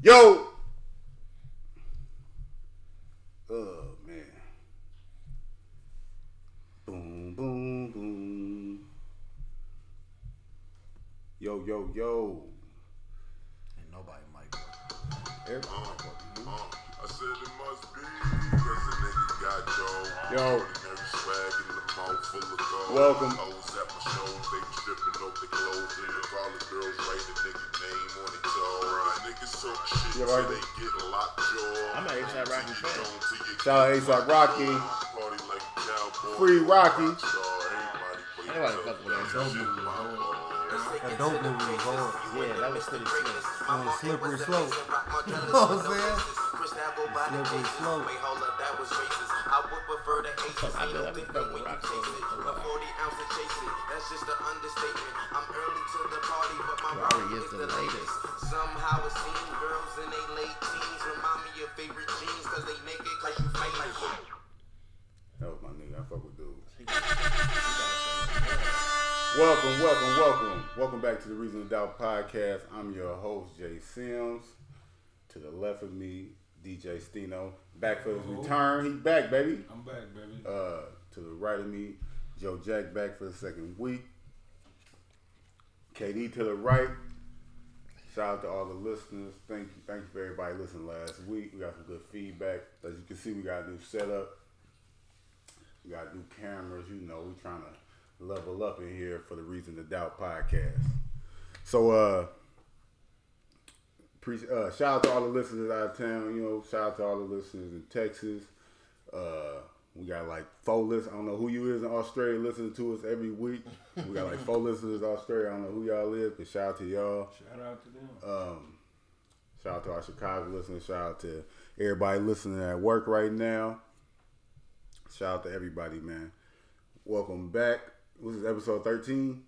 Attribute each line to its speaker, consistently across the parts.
Speaker 1: Yo. Oh man. Boom, boom, boom. Yo, yo, yo.
Speaker 2: And nobody mic work.
Speaker 1: Everybody-
Speaker 3: I said it must be, cause a nigga got dough.
Speaker 1: Yo.
Speaker 3: Ordinary swag in the mouth full of gold.
Speaker 1: Welcome.
Speaker 3: Hoes at my shows, they be stripping off their clothes. And if all the girls write a nigga name on it, toe. Right. Niggas talk shit
Speaker 1: You
Speaker 3: till
Speaker 1: right?
Speaker 3: they get locked jaw.
Speaker 4: I'm an A$AP Rocky fan.
Speaker 3: fan.
Speaker 1: Shout out ASAP Rocky.
Speaker 3: Party like a cowboy.
Speaker 1: Free Rocky.
Speaker 3: Everybody
Speaker 4: Nobody fuck with that
Speaker 3: play
Speaker 4: dope movie.
Speaker 3: my ball.
Speaker 2: That dope movie was hard.
Speaker 4: Yeah, that was City Smith.
Speaker 2: On a slippery slope.
Speaker 5: You
Speaker 2: know what I'm saying? Slippery slope.
Speaker 5: Wait, hold up, that was racist. I would prefer the aces.
Speaker 4: I
Speaker 5: Ain't
Speaker 4: know,
Speaker 5: no
Speaker 4: I be
Speaker 5: different
Speaker 4: fucking
Speaker 5: when you
Speaker 4: rocks
Speaker 5: chase
Speaker 4: all
Speaker 5: it.
Speaker 4: over.
Speaker 5: A 40 ounce of chase it. That's just an understatement. I'm early to the party, but my
Speaker 4: Rory
Speaker 5: Rory
Speaker 4: is
Speaker 5: is
Speaker 4: the
Speaker 5: the latest. Somehow it seems girls in they late teens remind me of favorite jeans, cause they naked, cause you famous.
Speaker 1: That was my nigga. I fuck with dude. Welcome, welcome, welcome. Welcome back to the Reason to Doubt podcast. I'm your host, Jay Sims. To the left of me, DJ Stino. Back for his return. He back, baby.
Speaker 6: I'm back, baby.
Speaker 1: Uh, to the right of me, Joe Jack back for the second week. KD to the right. Shout out to all the listeners. Thank you, thank you for everybody listening last week. We got some good feedback. As you can see, we got a new setup. We got new cameras. You know, we trying to level up in here for the Reason to Doubt podcast. So, uh, pre- uh, shout out to all the listeners out of town. You know, shout out to all the listeners in Texas. Uh, we got like four listeners. I don't know who you is in Australia listening to us every week. We got like four listeners in Australia. I don't know who y'all is, but shout out to y'all. Um,
Speaker 6: Shout out to them.
Speaker 1: Shout out to our Chicago listeners. Shout out to everybody listening at work right now. Shout out to everybody, man. Welcome back. This is episode 13.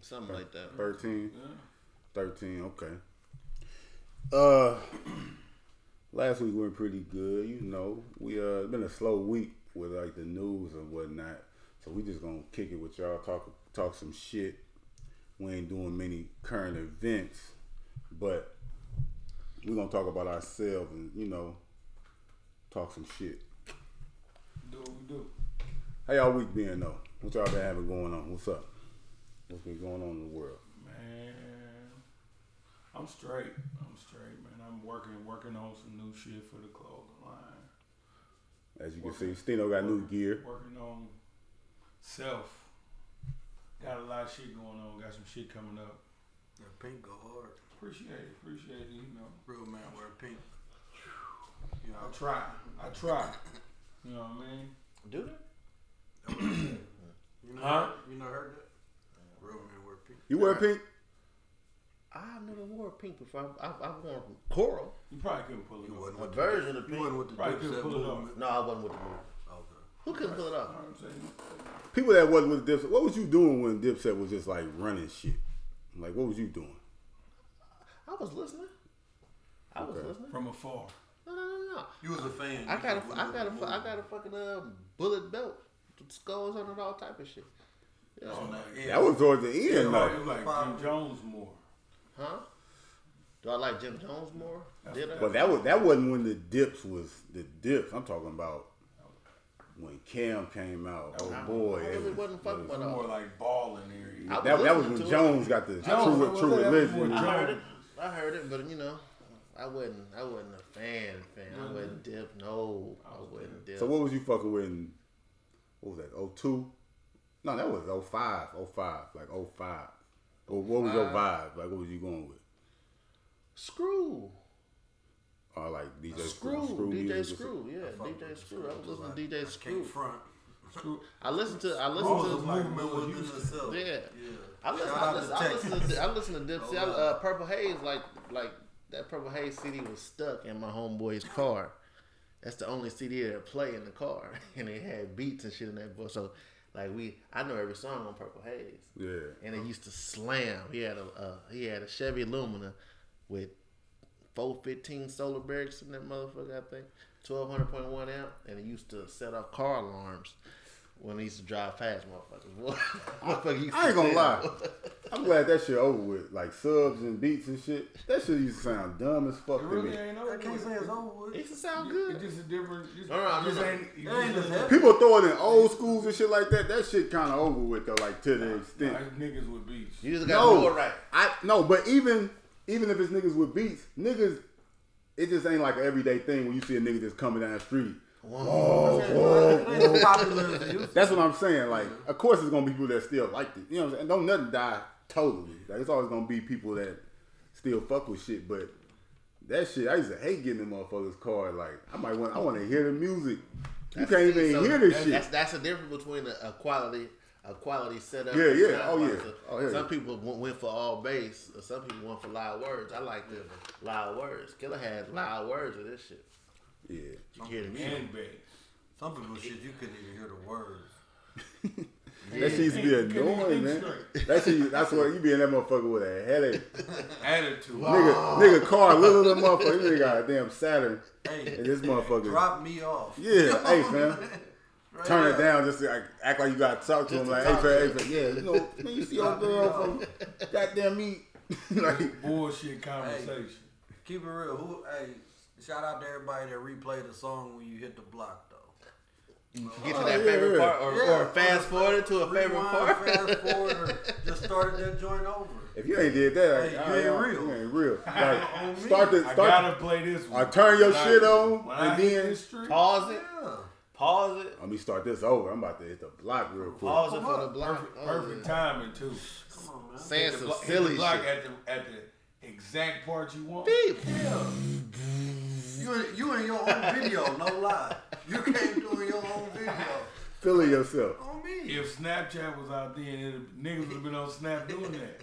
Speaker 4: Something like that.
Speaker 1: 13.
Speaker 6: yeah.
Speaker 1: 13, okay. Uh last week went pretty good, you know. We uh it's been a slow week with like the news and whatnot. So we just gonna kick it with y'all, talk talk some shit. We ain't doing many current events, but we gonna talk about ourselves and, you know, talk some shit.
Speaker 6: Do what we do.
Speaker 1: How y'all week been though? What y'all been having going on? What's up? What's been going on in the world?
Speaker 6: Man. I'm straight. I'm straight, man. I'm working working on some new shit for the clothing line.
Speaker 1: As you can see, Stino got new gear.
Speaker 6: Working on self. Got a lot of shit going on. Got some shit coming up.
Speaker 2: That pink go hard.
Speaker 6: Appreciate it. Appreciate it, you know.
Speaker 2: Real man wear pink. You
Speaker 6: I
Speaker 2: know,
Speaker 6: try. I try. You know what I mean?
Speaker 4: Do
Speaker 2: you know,
Speaker 6: Huh?
Speaker 2: you know, heard that? Real man wear pink.
Speaker 1: You wear pink?
Speaker 4: I never wore pink before. I, I, I wore coral.
Speaker 6: You probably couldn't pull it
Speaker 2: You
Speaker 6: off.
Speaker 2: wasn't
Speaker 4: A
Speaker 2: with
Speaker 4: version of
Speaker 2: the, you
Speaker 4: pink.
Speaker 2: wasn't with the
Speaker 6: Probably couldn't
Speaker 2: Dipset
Speaker 6: pull it off.
Speaker 2: movement.
Speaker 4: No, I wasn't with the movie.
Speaker 2: Okay.
Speaker 4: Who couldn't pull it
Speaker 6: You
Speaker 4: off?
Speaker 6: know what I'm saying?
Speaker 1: people that was with Dipset, what was you doing when Dipset was just like running shit? Like, what was you doing?
Speaker 4: I was listening. I was listening.
Speaker 6: From afar.
Speaker 4: No, no, no, no.
Speaker 2: You was a fan.
Speaker 4: I got a,
Speaker 2: You
Speaker 4: I got a,
Speaker 2: was
Speaker 4: fu- I got a fucking uh, bullet belt, skulls on it, all type of shit. Oh, Yeah.
Speaker 2: on that edge.
Speaker 1: That was towards the end,
Speaker 6: Probably
Speaker 1: though.
Speaker 6: like Jim
Speaker 2: Probably.
Speaker 6: Jones more.
Speaker 4: Huh? Do I like Jim Jones more? Did I?
Speaker 1: But that was that wasn't when the dips was the dips. I'm talking about when Cam came out. Oh boy,
Speaker 4: I really
Speaker 1: it was,
Speaker 4: wasn't fucking
Speaker 1: it was-
Speaker 4: with
Speaker 6: More
Speaker 4: all.
Speaker 6: like balling area.
Speaker 4: I
Speaker 1: that, that was
Speaker 4: listening
Speaker 1: when
Speaker 4: to it.
Speaker 1: Jones got the
Speaker 6: Jones,
Speaker 1: true,
Speaker 6: was
Speaker 1: true
Speaker 6: that
Speaker 1: religion.
Speaker 6: when
Speaker 1: Nah,
Speaker 4: I
Speaker 6: Jones-
Speaker 4: heard it. I heard it, but you know, I wasn't. I wasn't a fan. Fan. I wasn't dip. No, I wasn't dip.
Speaker 1: So what was you fucking with? In, what was that? 02? No, that was 05, 05, like 05. Or what was your vibe? Like, what was you going with?
Speaker 4: Screw.
Speaker 1: Or like DJ
Speaker 4: Screw. DJ
Speaker 1: music or
Speaker 4: Screw. Yeah, DJ Screw. I was listening to
Speaker 2: I
Speaker 4: DJ
Speaker 2: can't
Speaker 4: Screw.
Speaker 2: front.
Speaker 4: I listened to. I
Speaker 2: All the
Speaker 4: listened to.
Speaker 2: movement was in itself.
Speaker 4: Yeah.
Speaker 2: Yeah.
Speaker 4: I listen,
Speaker 2: Shout
Speaker 4: I
Speaker 2: out
Speaker 4: listen,
Speaker 2: to
Speaker 4: I
Speaker 2: Texas.
Speaker 4: listen, to, I listen to Dipsey. I,
Speaker 2: Hold up.
Speaker 4: uh, Purple Haze, like, like that Purple Haze CD was stuck in my homeboy's car. That's the only CD that play in the car, and it had beats and shit in that boy. So, like, we, I know every song on Purple Haze,
Speaker 1: Yeah.
Speaker 4: and it used to slam. He had a, uh, he had a Chevy Lumina with four fifteen solar barracks in that motherfucker. I think twelve hundred point one amp, and it used to set off car alarms. when he used to drive fast, motherfuckers. What? motherfucker used to
Speaker 1: I ain't gonna
Speaker 4: say,
Speaker 1: lie. I'm glad that shit over with. Like subs and beats and shit. That shit used to sound dumb as fuck
Speaker 6: It
Speaker 1: to
Speaker 6: really
Speaker 1: me.
Speaker 6: ain't over.
Speaker 2: I can't
Speaker 6: with.
Speaker 2: say it's over
Speaker 4: It
Speaker 2: with.
Speaker 4: used to sound
Speaker 6: It's
Speaker 4: good.
Speaker 6: just a different. Just,
Speaker 4: No, no, I
Speaker 6: just
Speaker 4: mean,
Speaker 6: ain't. you
Speaker 2: It ain't
Speaker 6: just-
Speaker 2: as heavy.
Speaker 1: People throw it in old schools and shit like that. That shit kind of over with though. Like to the extent.
Speaker 6: Like niggas with beats.
Speaker 4: You just got
Speaker 1: No,
Speaker 4: more right.
Speaker 1: I no, but even even if it's niggas with beats, niggas, it just ain't like an everyday thing when you see a nigga just coming down the street.
Speaker 2: It ain't as popular as it used to.
Speaker 1: That's what I'm saying. Like, of course, there's gonna be people that still like it. You know, what I'm saying? don't nothing die totally. Like, it's always gonna be people that still fuck with shit. But that shit, I used to hate getting in motherfuckers' car. Like, I might want, I want to hear the music. You can't even
Speaker 4: So
Speaker 1: hear this
Speaker 4: that's,
Speaker 1: shit.
Speaker 4: That's that's the difference between a, a quality a quality setup.
Speaker 1: Yeah,
Speaker 4: and
Speaker 1: yeah.
Speaker 4: sound
Speaker 1: Oh, yeah.
Speaker 4: quality.
Speaker 1: Oh, yeah,
Speaker 4: Some
Speaker 1: yeah.
Speaker 4: people went, went for all bass. Or some people went for loud words. I like the loud words. Killer had loud words with this shit.
Speaker 1: yeah.
Speaker 4: You hear the music.
Speaker 6: And bass.
Speaker 2: Some people shit you couldn't even hear the words.
Speaker 1: That shit used to be
Speaker 6: You can't even
Speaker 1: annoying, man.
Speaker 6: think
Speaker 1: That shit, that's what you be in that motherfucker with a headache.
Speaker 6: Attitude.
Speaker 1: Nigga,
Speaker 2: Oh.
Speaker 1: nigga car, little little motherfucker. Nigga got a damn Saturn. And
Speaker 2: Hey,
Speaker 1: this motherfucker.
Speaker 2: drop me off.
Speaker 1: Yeah, hey fam.
Speaker 2: Right
Speaker 1: Turn it
Speaker 2: now.
Speaker 1: down, just to, like, act like you gotta talk to him, like, hey fam, hey fam. Yeah, you know, man, you see your girl from goddamn me. like,
Speaker 6: Bullshit conversation.
Speaker 2: Keep it real. Who? Hey, shout out to everybody that replayed the song when you hit the block though.
Speaker 4: Get to
Speaker 1: Oh,
Speaker 4: that
Speaker 1: yeah,
Speaker 4: favorite
Speaker 1: yeah.
Speaker 4: part or,
Speaker 2: Yeah.
Speaker 4: or fast forward to a favorite part.
Speaker 2: Rewind, fast forward, or just started that joint over.
Speaker 1: if you ain't did that, like,
Speaker 2: Hey, you
Speaker 1: I-
Speaker 2: ain't
Speaker 1: I-
Speaker 2: real.
Speaker 1: You ain't real.
Speaker 2: On
Speaker 1: Like,
Speaker 2: me.
Speaker 1: start the
Speaker 6: I
Speaker 1: start.
Speaker 6: gotta play this one.
Speaker 1: I turn your
Speaker 6: When I-
Speaker 1: shit on,
Speaker 6: when I
Speaker 1: and
Speaker 6: hit
Speaker 1: then-
Speaker 6: this street,
Speaker 4: Pause it.
Speaker 2: Yeah.
Speaker 4: Pause it.
Speaker 1: Let me start this over. I'm about to hit the block real quick.
Speaker 4: Pause it for the block.
Speaker 6: perfect,
Speaker 4: Oh,
Speaker 6: perfect
Speaker 4: yeah.
Speaker 6: timing too.
Speaker 4: Saying
Speaker 6: Hit the
Speaker 4: some
Speaker 6: block- hit the
Speaker 4: silly
Speaker 6: block
Speaker 4: shit.
Speaker 6: at the at the exact part you want.
Speaker 4: Beep.
Speaker 2: Yeah. You in, you in your own video, no lie. You can't do in your own video.
Speaker 1: Feeling yourself.
Speaker 2: On me.
Speaker 6: If Snapchat was out then, it, niggas would have been on Snap doing that.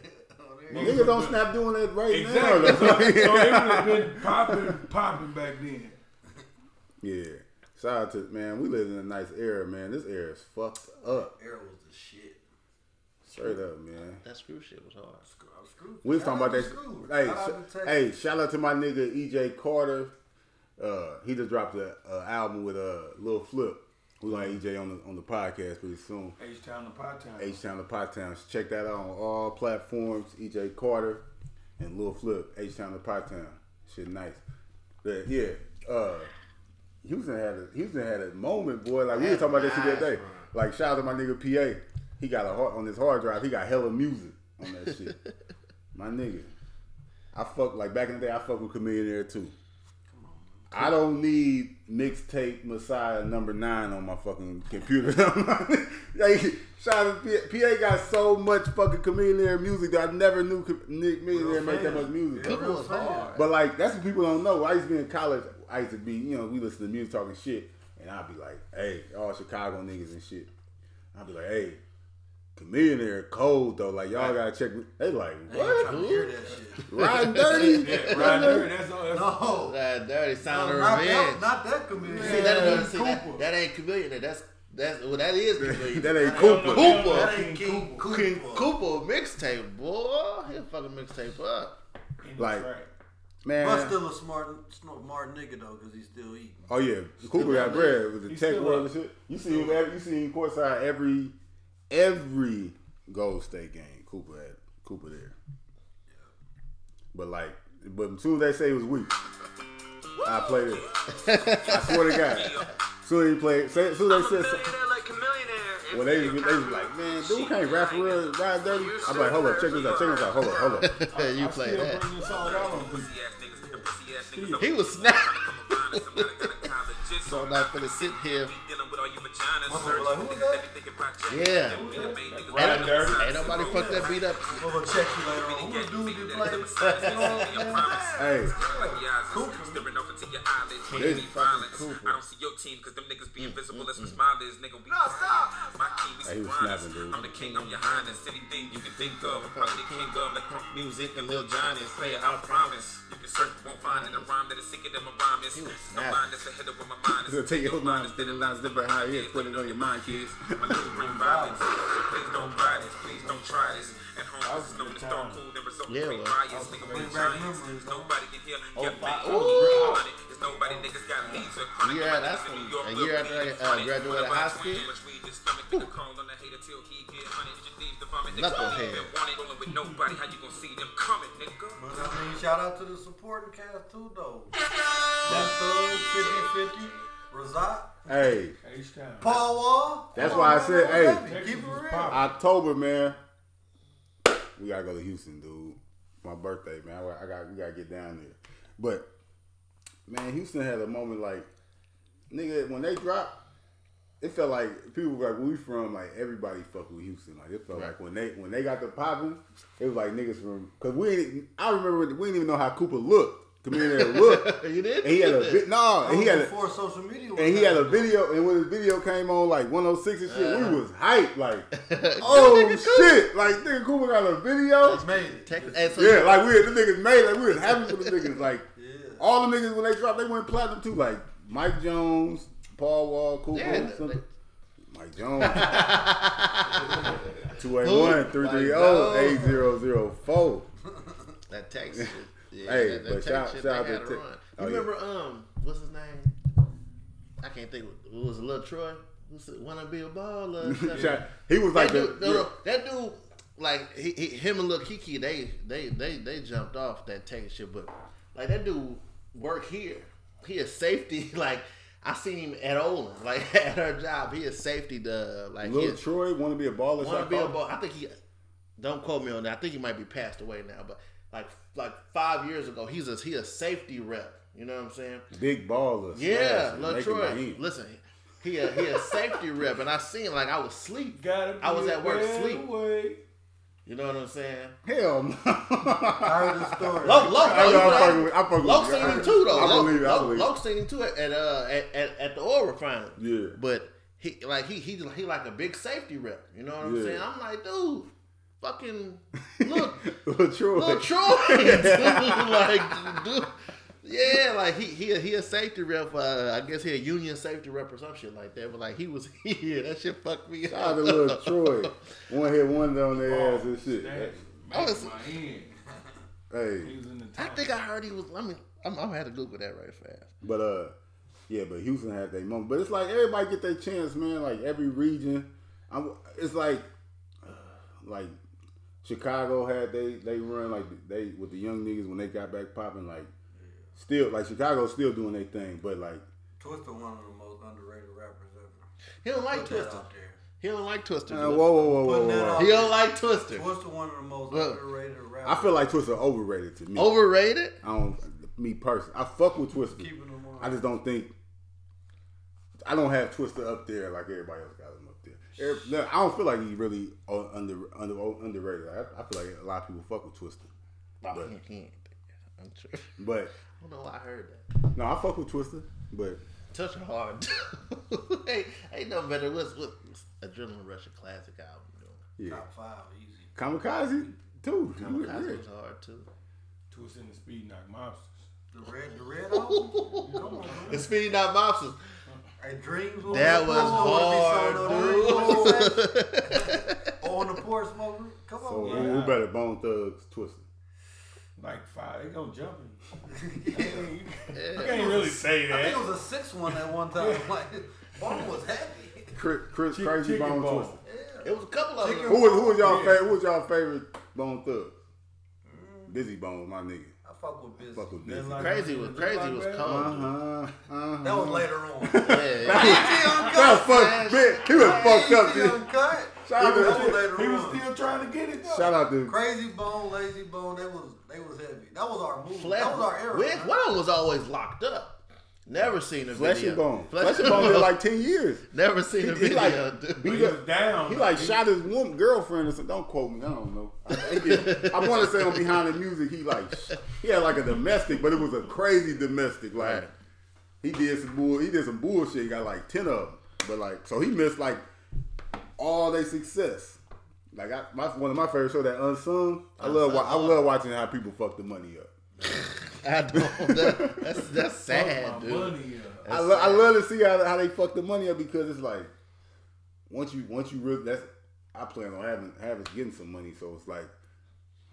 Speaker 1: Niggas don't snap doing that right
Speaker 6: Exactly.
Speaker 1: now.
Speaker 6: so, so it would have been popping, popping back then.
Speaker 1: Yeah. Shout out to man, we live in a nice era, man. This era is fucked up.
Speaker 2: Air was the shit.
Speaker 1: Straight up, man.
Speaker 4: That screw shit was hard.
Speaker 2: I'm screwed.
Speaker 1: We was talking about
Speaker 2: Shout out
Speaker 1: that. Hey,
Speaker 2: to Scrooge. Shout out
Speaker 1: sh-
Speaker 2: to Texas.
Speaker 1: hey, shout out to my nigga EJ Carter. Uh, he just dropped an uh, album with a uh, little flip. We gonna have EJ on the on the podcast pretty soon.
Speaker 6: H Town to Pot Town.
Speaker 1: H Town to Pot Town. Check that out on all platforms. EJ Carter and Lil Flip. H Town to Pot Town. Shit, nice. But yeah, uh, Houston had a Houston had a moment, boy. Like we were talking about this shit the other day. Like shout out to my nigga PA. He got a hard, on his hard drive. He got hella music on that shit. my nigga, I fuck like back in the day. I fuck with Chameleonaire too. I don't need mixtape Messiah number nine on my fucking computer. like, shout out to PA, PA got so much fucking chameleon music that I never knew co- Nick Millionaire make that
Speaker 2: fans.
Speaker 1: much music.
Speaker 2: Yeah,
Speaker 4: People
Speaker 2: real
Speaker 4: was
Speaker 2: fan.
Speaker 4: hard.
Speaker 1: But like that's what people don't know. I used to be in college. I used to be, you know, we listen to music talking shit, and I'd be like, hey, all Chicago niggas and shit. I'd be like, hey, chameleon cold though. Like y'all gotta check. They like
Speaker 2: I ain't
Speaker 1: what?
Speaker 2: trying to hear that shit.
Speaker 1: Riding dirty.
Speaker 6: Yeah, right there. That's all. That's
Speaker 2: No.
Speaker 4: That dirty sound
Speaker 2: No,
Speaker 4: of
Speaker 2: not,
Speaker 4: revenge.
Speaker 2: that, not that comedian.
Speaker 4: See, that,
Speaker 6: Yeah,
Speaker 4: see, that,
Speaker 6: Cooper.
Speaker 4: that ain't chameleon. That's that's well, that is chameleon.
Speaker 1: that ain't
Speaker 6: I don't
Speaker 1: Cooper.
Speaker 6: know.
Speaker 4: Cooper.
Speaker 2: That ain't King Cooper.
Speaker 6: Cooper.
Speaker 4: King Cooper mixtape, boy. He'll fucking mixtape up.
Speaker 1: Like-
Speaker 6: Right.
Speaker 1: Man.
Speaker 2: But still a smart, smart nigga though, cause he's still eating.
Speaker 1: Oh yeah, Cooper got bread with the
Speaker 6: He's
Speaker 1: tech
Speaker 6: still
Speaker 1: world and
Speaker 6: up.
Speaker 1: shit. You see him, every, you see him courtside every every Gold State game. Cooper had Cooper there. But like, but as soon as they say it was weak, I played it. I swear to God, as soon as he played, say, as soon as they said, something, when they was- they was like, man, dude can't rap real, rap dirty. I'm like, hold up, check this out, check this out, hold up, hold up.
Speaker 4: you
Speaker 6: I
Speaker 4: play
Speaker 6: still
Speaker 4: that.
Speaker 6: bring this all out on people.
Speaker 4: He was snapped. So I'm not gonna sit here. Yeah.
Speaker 6: Right dirty.
Speaker 4: Ain't nobody fuck that beat up.
Speaker 2: Well, we'll check you later on. Who the dude that played? You know what I'm
Speaker 1: Hey,
Speaker 2: saying?
Speaker 7: Staring off into your eyelids,
Speaker 1: This
Speaker 7: hating
Speaker 1: fucking
Speaker 7: violence.
Speaker 1: Cooper.
Speaker 7: I don't see your team because them niggas be invisible as we smile is. Nigga, we no, stop. My team, we
Speaker 1: Hey, he was
Speaker 7: surprised.
Speaker 1: snapping, dude.
Speaker 7: I'm the king, I'm your highness. Anything you can think of, I'm probably the king of like punk music and Lil Johnny. Play it, I promise. You can search, won't find it. A rhyme that is sicker than my rhyme is. No
Speaker 4: snapping.
Speaker 7: mind that's ahead of where my mind is.
Speaker 1: So take your mind
Speaker 7: instead of lines live right here. Put it on your mind, kids. My little bring violence. Please don't buy this. Please don't try this. At home,
Speaker 6: That
Speaker 7: this
Speaker 6: was a
Speaker 7: is known
Speaker 6: good
Speaker 7: as dark
Speaker 6: time.
Speaker 7: cool. Then result
Speaker 4: Yeah,
Speaker 7: in great
Speaker 4: well,
Speaker 7: riots. Nigga, bring
Speaker 2: Bring back
Speaker 7: giants.
Speaker 2: memories, though.
Speaker 7: Nobody can hear. Get
Speaker 6: five.
Speaker 7: made.
Speaker 4: Oh, Ooh.
Speaker 7: It's nobody niggas got leads. or chronic
Speaker 4: Yeah, that's when-
Speaker 7: disease in New
Speaker 4: a
Speaker 7: York, Lil
Speaker 4: year after
Speaker 7: Peep.
Speaker 4: I, uh, graduated high
Speaker 7: Twin,
Speaker 4: school.
Speaker 7: which we just stomach
Speaker 4: knucklehead.
Speaker 7: Even wanted, rolling with nobody, how you gonna see them coming, nigga?
Speaker 2: But I mean, shout out to the supporting cast too, though. Thug, 50 50, Razak,
Speaker 1: Hey,
Speaker 6: H Town.
Speaker 2: Paul Wall.
Speaker 1: That's
Speaker 2: Come
Speaker 1: why I
Speaker 2: on,
Speaker 1: said,
Speaker 2: man,
Speaker 1: hey.
Speaker 2: Keep it real.
Speaker 1: October, man. We gotta go to Houston, dude. My birthday, man. I, I got we gotta get down there. But man, Houston had a moment like nigga when they dropped. It felt like people like where we from, like everybody fuck with Houston. Like it felt like when they when they got the popping, it was like niggas from because we. Ain't, I remember we didn't even know how Cooper looked. Come in there and look.
Speaker 4: You did?
Speaker 1: And he had a vi- no.
Speaker 2: That
Speaker 1: And
Speaker 2: was
Speaker 1: he had a
Speaker 2: before social media. was
Speaker 1: and he had a
Speaker 2: out.
Speaker 1: video, and when his video came on, like 106 and shit, we was hype, like, oh shit, like nigga Cooper got a video,
Speaker 2: Made it.
Speaker 4: Texas. Hey, so
Speaker 1: yeah, like we the niggas made, like we was happy for the niggas, like
Speaker 2: Yeah.
Speaker 1: all the niggas when they dropped, they went platinum too, like Mike Jones, Paul Wall, Cooper,
Speaker 4: Yeah,
Speaker 1: or something.
Speaker 4: like-
Speaker 1: Mike Jones, 281 oh, 330 8004.
Speaker 4: That Texas. shit. Yeah,
Speaker 1: Hey,
Speaker 4: that, that
Speaker 1: but
Speaker 4: Texas
Speaker 1: shout-
Speaker 4: shit,
Speaker 1: shout out
Speaker 4: they had
Speaker 1: to
Speaker 4: a
Speaker 1: Tex-
Speaker 4: run.
Speaker 1: Oh,
Speaker 4: you
Speaker 1: yeah.
Speaker 4: remember um, what's his name? I can't think. It was it Lil Troy. Who's it? Wanna be a baller? or something?
Speaker 1: He was like,
Speaker 4: that
Speaker 1: the,
Speaker 4: dude, no, no, that dude, like he, he, him and Lil Kiki, they, they, they, they jumped off that Texas shit, but like that dude work here. He is safety. Like I seen him at Olin, like at her job. He is safety. The like he
Speaker 1: Lil
Speaker 4: is-
Speaker 1: Troy want to be a baller,
Speaker 4: Want to be a
Speaker 1: so-called?
Speaker 4: ball? I think he. Don't quote me on that. I think he might be passed away now, but like like five years ago, he's a he a safety rep. You know what I'm saying?
Speaker 1: big baller,
Speaker 4: Yeah,
Speaker 1: smashing,
Speaker 4: Lil
Speaker 1: making my
Speaker 4: Troy.
Speaker 1: end.
Speaker 4: Listen, he a, he a safety rep, and I seen like I was sleep.
Speaker 6: Gotta
Speaker 4: I was
Speaker 6: be
Speaker 4: at work
Speaker 6: better
Speaker 4: sleep.
Speaker 6: way.
Speaker 4: You know what I'm saying?
Speaker 1: Hell no. I
Speaker 2: I heard the story.
Speaker 4: Loke, Loke,
Speaker 1: know, I'm
Speaker 4: Loke,
Speaker 1: fucking with- I'm fucking
Speaker 4: Loke
Speaker 1: with you.
Speaker 4: seen
Speaker 1: I-
Speaker 4: him too though.
Speaker 1: I
Speaker 4: Loke,
Speaker 1: believe it, I
Speaker 4: Loke,
Speaker 1: believe it.
Speaker 4: Loke seen him too at at, uh, at, at at the oil refinery.
Speaker 1: Yeah.
Speaker 4: But he like he he he like a big safety rep. You know what I'm
Speaker 1: Yeah.
Speaker 4: saying? I'm like, dude, fucking look.
Speaker 1: Lil Troy.
Speaker 4: Little Troy, dude, like, dude, yeah, like he he a, he a safety rep. Uh, I guess he a union safety rep or some shit like that. But like he was here, that shit fucked me
Speaker 1: Shout out
Speaker 4: up.
Speaker 1: to Lil Troy. One hit wonder on their ass
Speaker 6: Oh,
Speaker 1: and shit.
Speaker 6: snatch.
Speaker 4: I was-
Speaker 6: My hand. He
Speaker 1: Hey,
Speaker 6: was in the
Speaker 4: I
Speaker 6: top.
Speaker 4: think I heard he was. Let me. I'm, I'm gonna have to Google that right fast.
Speaker 1: but uh, yeah, but Houston had their moment. But it's like everybody get their chance, man. Like every region, I'm, it's like, uh, like Chicago had they they run like they with the young niggas when they got back popping. Like still, like Chicago's still doing their thing, but like
Speaker 2: Twister, one of the most underrated rappers ever.
Speaker 4: He don't like
Speaker 2: Put that
Speaker 4: Twister.
Speaker 2: out there.
Speaker 4: He don't like Twister.
Speaker 1: man, whoa,
Speaker 4: dude.
Speaker 1: whoa, whoa, whoa,
Speaker 2: Putting
Speaker 1: whoa.
Speaker 2: that
Speaker 1: whoa.
Speaker 2: out
Speaker 4: He don't like Twister.
Speaker 2: Twister, one of the most
Speaker 4: Look,
Speaker 2: underrated rappers.
Speaker 1: I feel like Twister overrated to me.
Speaker 4: Overrated.
Speaker 1: I don't me personally. I fuck with Twister.
Speaker 2: Keeping them on.
Speaker 1: I just don't think I don't have Twister up there like everybody else got him up there. Every- no, I don't feel like he really uh, under under underrated. Like, I, I feel like a lot of people fuck with Twister,
Speaker 4: Oh,
Speaker 1: But-
Speaker 4: he ain't. I'm sure. I
Speaker 1: but
Speaker 4: don't know. Why I heard that.
Speaker 1: no, I fuck with Twister. But
Speaker 4: Touch it hard. ain't, ain't no better. What's what's Adrenaline Rush a classic album doing?
Speaker 1: yeah,
Speaker 2: top five easy.
Speaker 1: Kamikaze too.
Speaker 4: Kamikaze
Speaker 1: Yeah.
Speaker 4: was hard too.
Speaker 6: Twist in the speed knock monsters.
Speaker 2: The red, the red album. Come on, man.
Speaker 4: And speeding out mobsters.
Speaker 2: Hey, dreams. will
Speaker 4: That
Speaker 2: be
Speaker 4: was
Speaker 2: sold,
Speaker 4: hard,
Speaker 2: won't be sold, no dreams. Oh, on the porch smoking. Come
Speaker 6: Oh,
Speaker 1: So
Speaker 2: on,
Speaker 1: we-
Speaker 2: man.
Speaker 1: we better bone thugs Twister.
Speaker 6: Like five, they gonna jump him.
Speaker 2: Yeah.
Speaker 6: You can't really say
Speaker 2: I think it
Speaker 6: that.
Speaker 2: was a six one at one time. Like, Bone was happy.
Speaker 1: Chris, Chris
Speaker 6: Chick-
Speaker 1: Crazy
Speaker 6: Chicken
Speaker 1: Bone
Speaker 6: Bone.
Speaker 1: Twister.
Speaker 4: It was a couple of
Speaker 2: Chicken-
Speaker 4: them.
Speaker 1: Who was who was y'all
Speaker 6: Yeah.
Speaker 1: favorite? Who was y'all favorite Bone Thug? Busy Bone, my nigga.
Speaker 2: I fuck with business.
Speaker 1: Fuck with Busy.
Speaker 6: like-
Speaker 4: Crazy was crazy was
Speaker 1: Uh
Speaker 4: cold.
Speaker 1: huh. Uh huh.
Speaker 2: That was later on.
Speaker 4: Yeah,
Speaker 1: That was
Speaker 4: man.
Speaker 1: fucked, bitch. He was fucked up,
Speaker 2: Easy
Speaker 1: bitch.
Speaker 2: Uncut.
Speaker 1: Shout out
Speaker 2: That was
Speaker 1: to-
Speaker 2: later
Speaker 6: He was
Speaker 2: on.
Speaker 6: still trying to get it though.
Speaker 1: Shout out to
Speaker 2: Crazy Bone, Lazy Bone, they was they was heavy. That was our movie. that was our
Speaker 4: Flesh.
Speaker 2: era.
Speaker 4: Which
Speaker 2: man.
Speaker 4: one was always locked up? Never seen a
Speaker 1: Flesh
Speaker 4: video.
Speaker 1: and Bone. Flesh and Bone did like ten years.
Speaker 4: Never seen a
Speaker 1: He
Speaker 4: video.
Speaker 1: like
Speaker 4: dude.
Speaker 1: he,
Speaker 6: He
Speaker 1: got-
Speaker 6: was down.
Speaker 1: he like shot his woman girlfriend or something. Don't quote me. I don't know. I, want to say on behind the music he like sh- he had like a domestic, but it was a crazy domestic. Like
Speaker 4: Right.
Speaker 1: he did some bull. He did some bullshit. He got like ten of them, but like so he missed like all their success. Like I, my, one of my favorite show that unsung. I love wa- I love watching how people fuck the money up.
Speaker 4: I don't. That, that's that's
Speaker 6: Fuck my
Speaker 4: sad, dude.
Speaker 6: money up.
Speaker 1: I, lo- I love to see how, how they fuck the money up because it's like once you once you really that's I plan on having having getting some money so it's like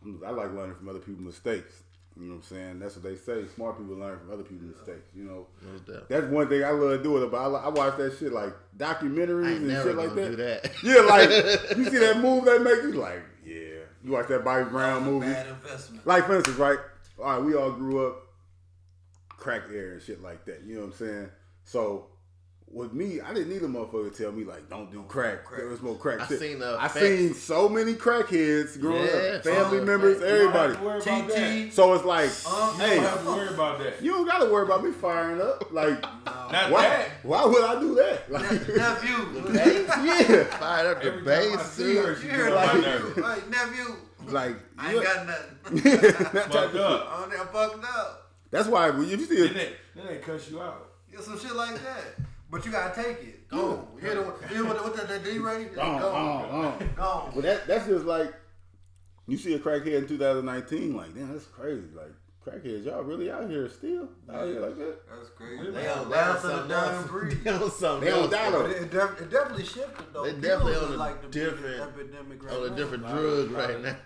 Speaker 1: I'm, I like learning from other people's mistakes You know what I'm saying? That's what they say. Smart people learn from other people's mistakes. You know,
Speaker 4: No doubt.
Speaker 1: that's one thing I love doing about. I, I watch that shit like
Speaker 4: I
Speaker 1: documentaries
Speaker 4: ain't
Speaker 1: and
Speaker 4: never
Speaker 1: shit
Speaker 4: gonna
Speaker 1: like that.
Speaker 4: do that.
Speaker 1: Yeah, like you see that move they make, you like, yeah. You watch that Bobby Brown movie.
Speaker 2: Bad investment.
Speaker 1: Like for instance, right? All right, we all grew up crack air and shit like that. You know what I'm saying? So with me, I didn't need a motherfucker to tell me like, don't do crack.
Speaker 2: crack.
Speaker 1: There was more crack.
Speaker 4: I
Speaker 1: shit.
Speaker 4: seen, uh,
Speaker 1: I
Speaker 4: fat-
Speaker 1: seen so many crackheads growing
Speaker 4: Yeah,
Speaker 1: up, family
Speaker 4: fat-
Speaker 1: members,
Speaker 4: fat-
Speaker 1: everybody.
Speaker 6: You don't have to worry about that.
Speaker 2: TT.
Speaker 1: So it's like,
Speaker 2: Um,
Speaker 6: You don't
Speaker 1: hey,
Speaker 6: have to worry about that.
Speaker 1: you don't gotta worry about me firing up. Like,
Speaker 6: Not
Speaker 1: why?
Speaker 6: that.
Speaker 1: Why would I do that? Like,
Speaker 2: Nephew.
Speaker 1: yeah,
Speaker 4: Fired up the
Speaker 6: Every time I
Speaker 4: bass.
Speaker 6: see her,
Speaker 4: dude.
Speaker 6: she
Speaker 2: You hear
Speaker 6: get on
Speaker 2: like
Speaker 6: my nerves.
Speaker 2: nephew. Like nephew.
Speaker 1: like
Speaker 2: I ain't
Speaker 1: yeah.
Speaker 2: got nothing.
Speaker 1: That type of
Speaker 6: Fucked
Speaker 1: shit.
Speaker 6: up.
Speaker 2: I'm there fucked up.
Speaker 1: That's why when you see
Speaker 6: Then
Speaker 1: it,
Speaker 6: they, then they cuss you out.
Speaker 2: Yeah, some shit like that. But you gotta take it. Go. You know what? You know what? What that- that D Ray?
Speaker 1: oh,
Speaker 2: Go.
Speaker 1: oh, oh.
Speaker 2: Go.
Speaker 1: But that that's just like you see a crackhead in 2019, like damn, that's crazy. Like crackheads, y'all really out here still out here like that?
Speaker 2: That's crazy.
Speaker 6: They
Speaker 2: They
Speaker 6: on
Speaker 2: on down to the
Speaker 4: something
Speaker 2: down
Speaker 4: else.
Speaker 2: and breed.
Speaker 4: They on something
Speaker 1: They don't
Speaker 4: else.
Speaker 1: die
Speaker 2: But
Speaker 1: though.
Speaker 2: it, def- it definitely shifted though.
Speaker 4: They
Speaker 2: People
Speaker 4: definitely
Speaker 2: look
Speaker 4: on a
Speaker 2: like the biggest
Speaker 4: different-
Speaker 2: epidemic right
Speaker 4: on
Speaker 2: now.
Speaker 4: a different drug right now.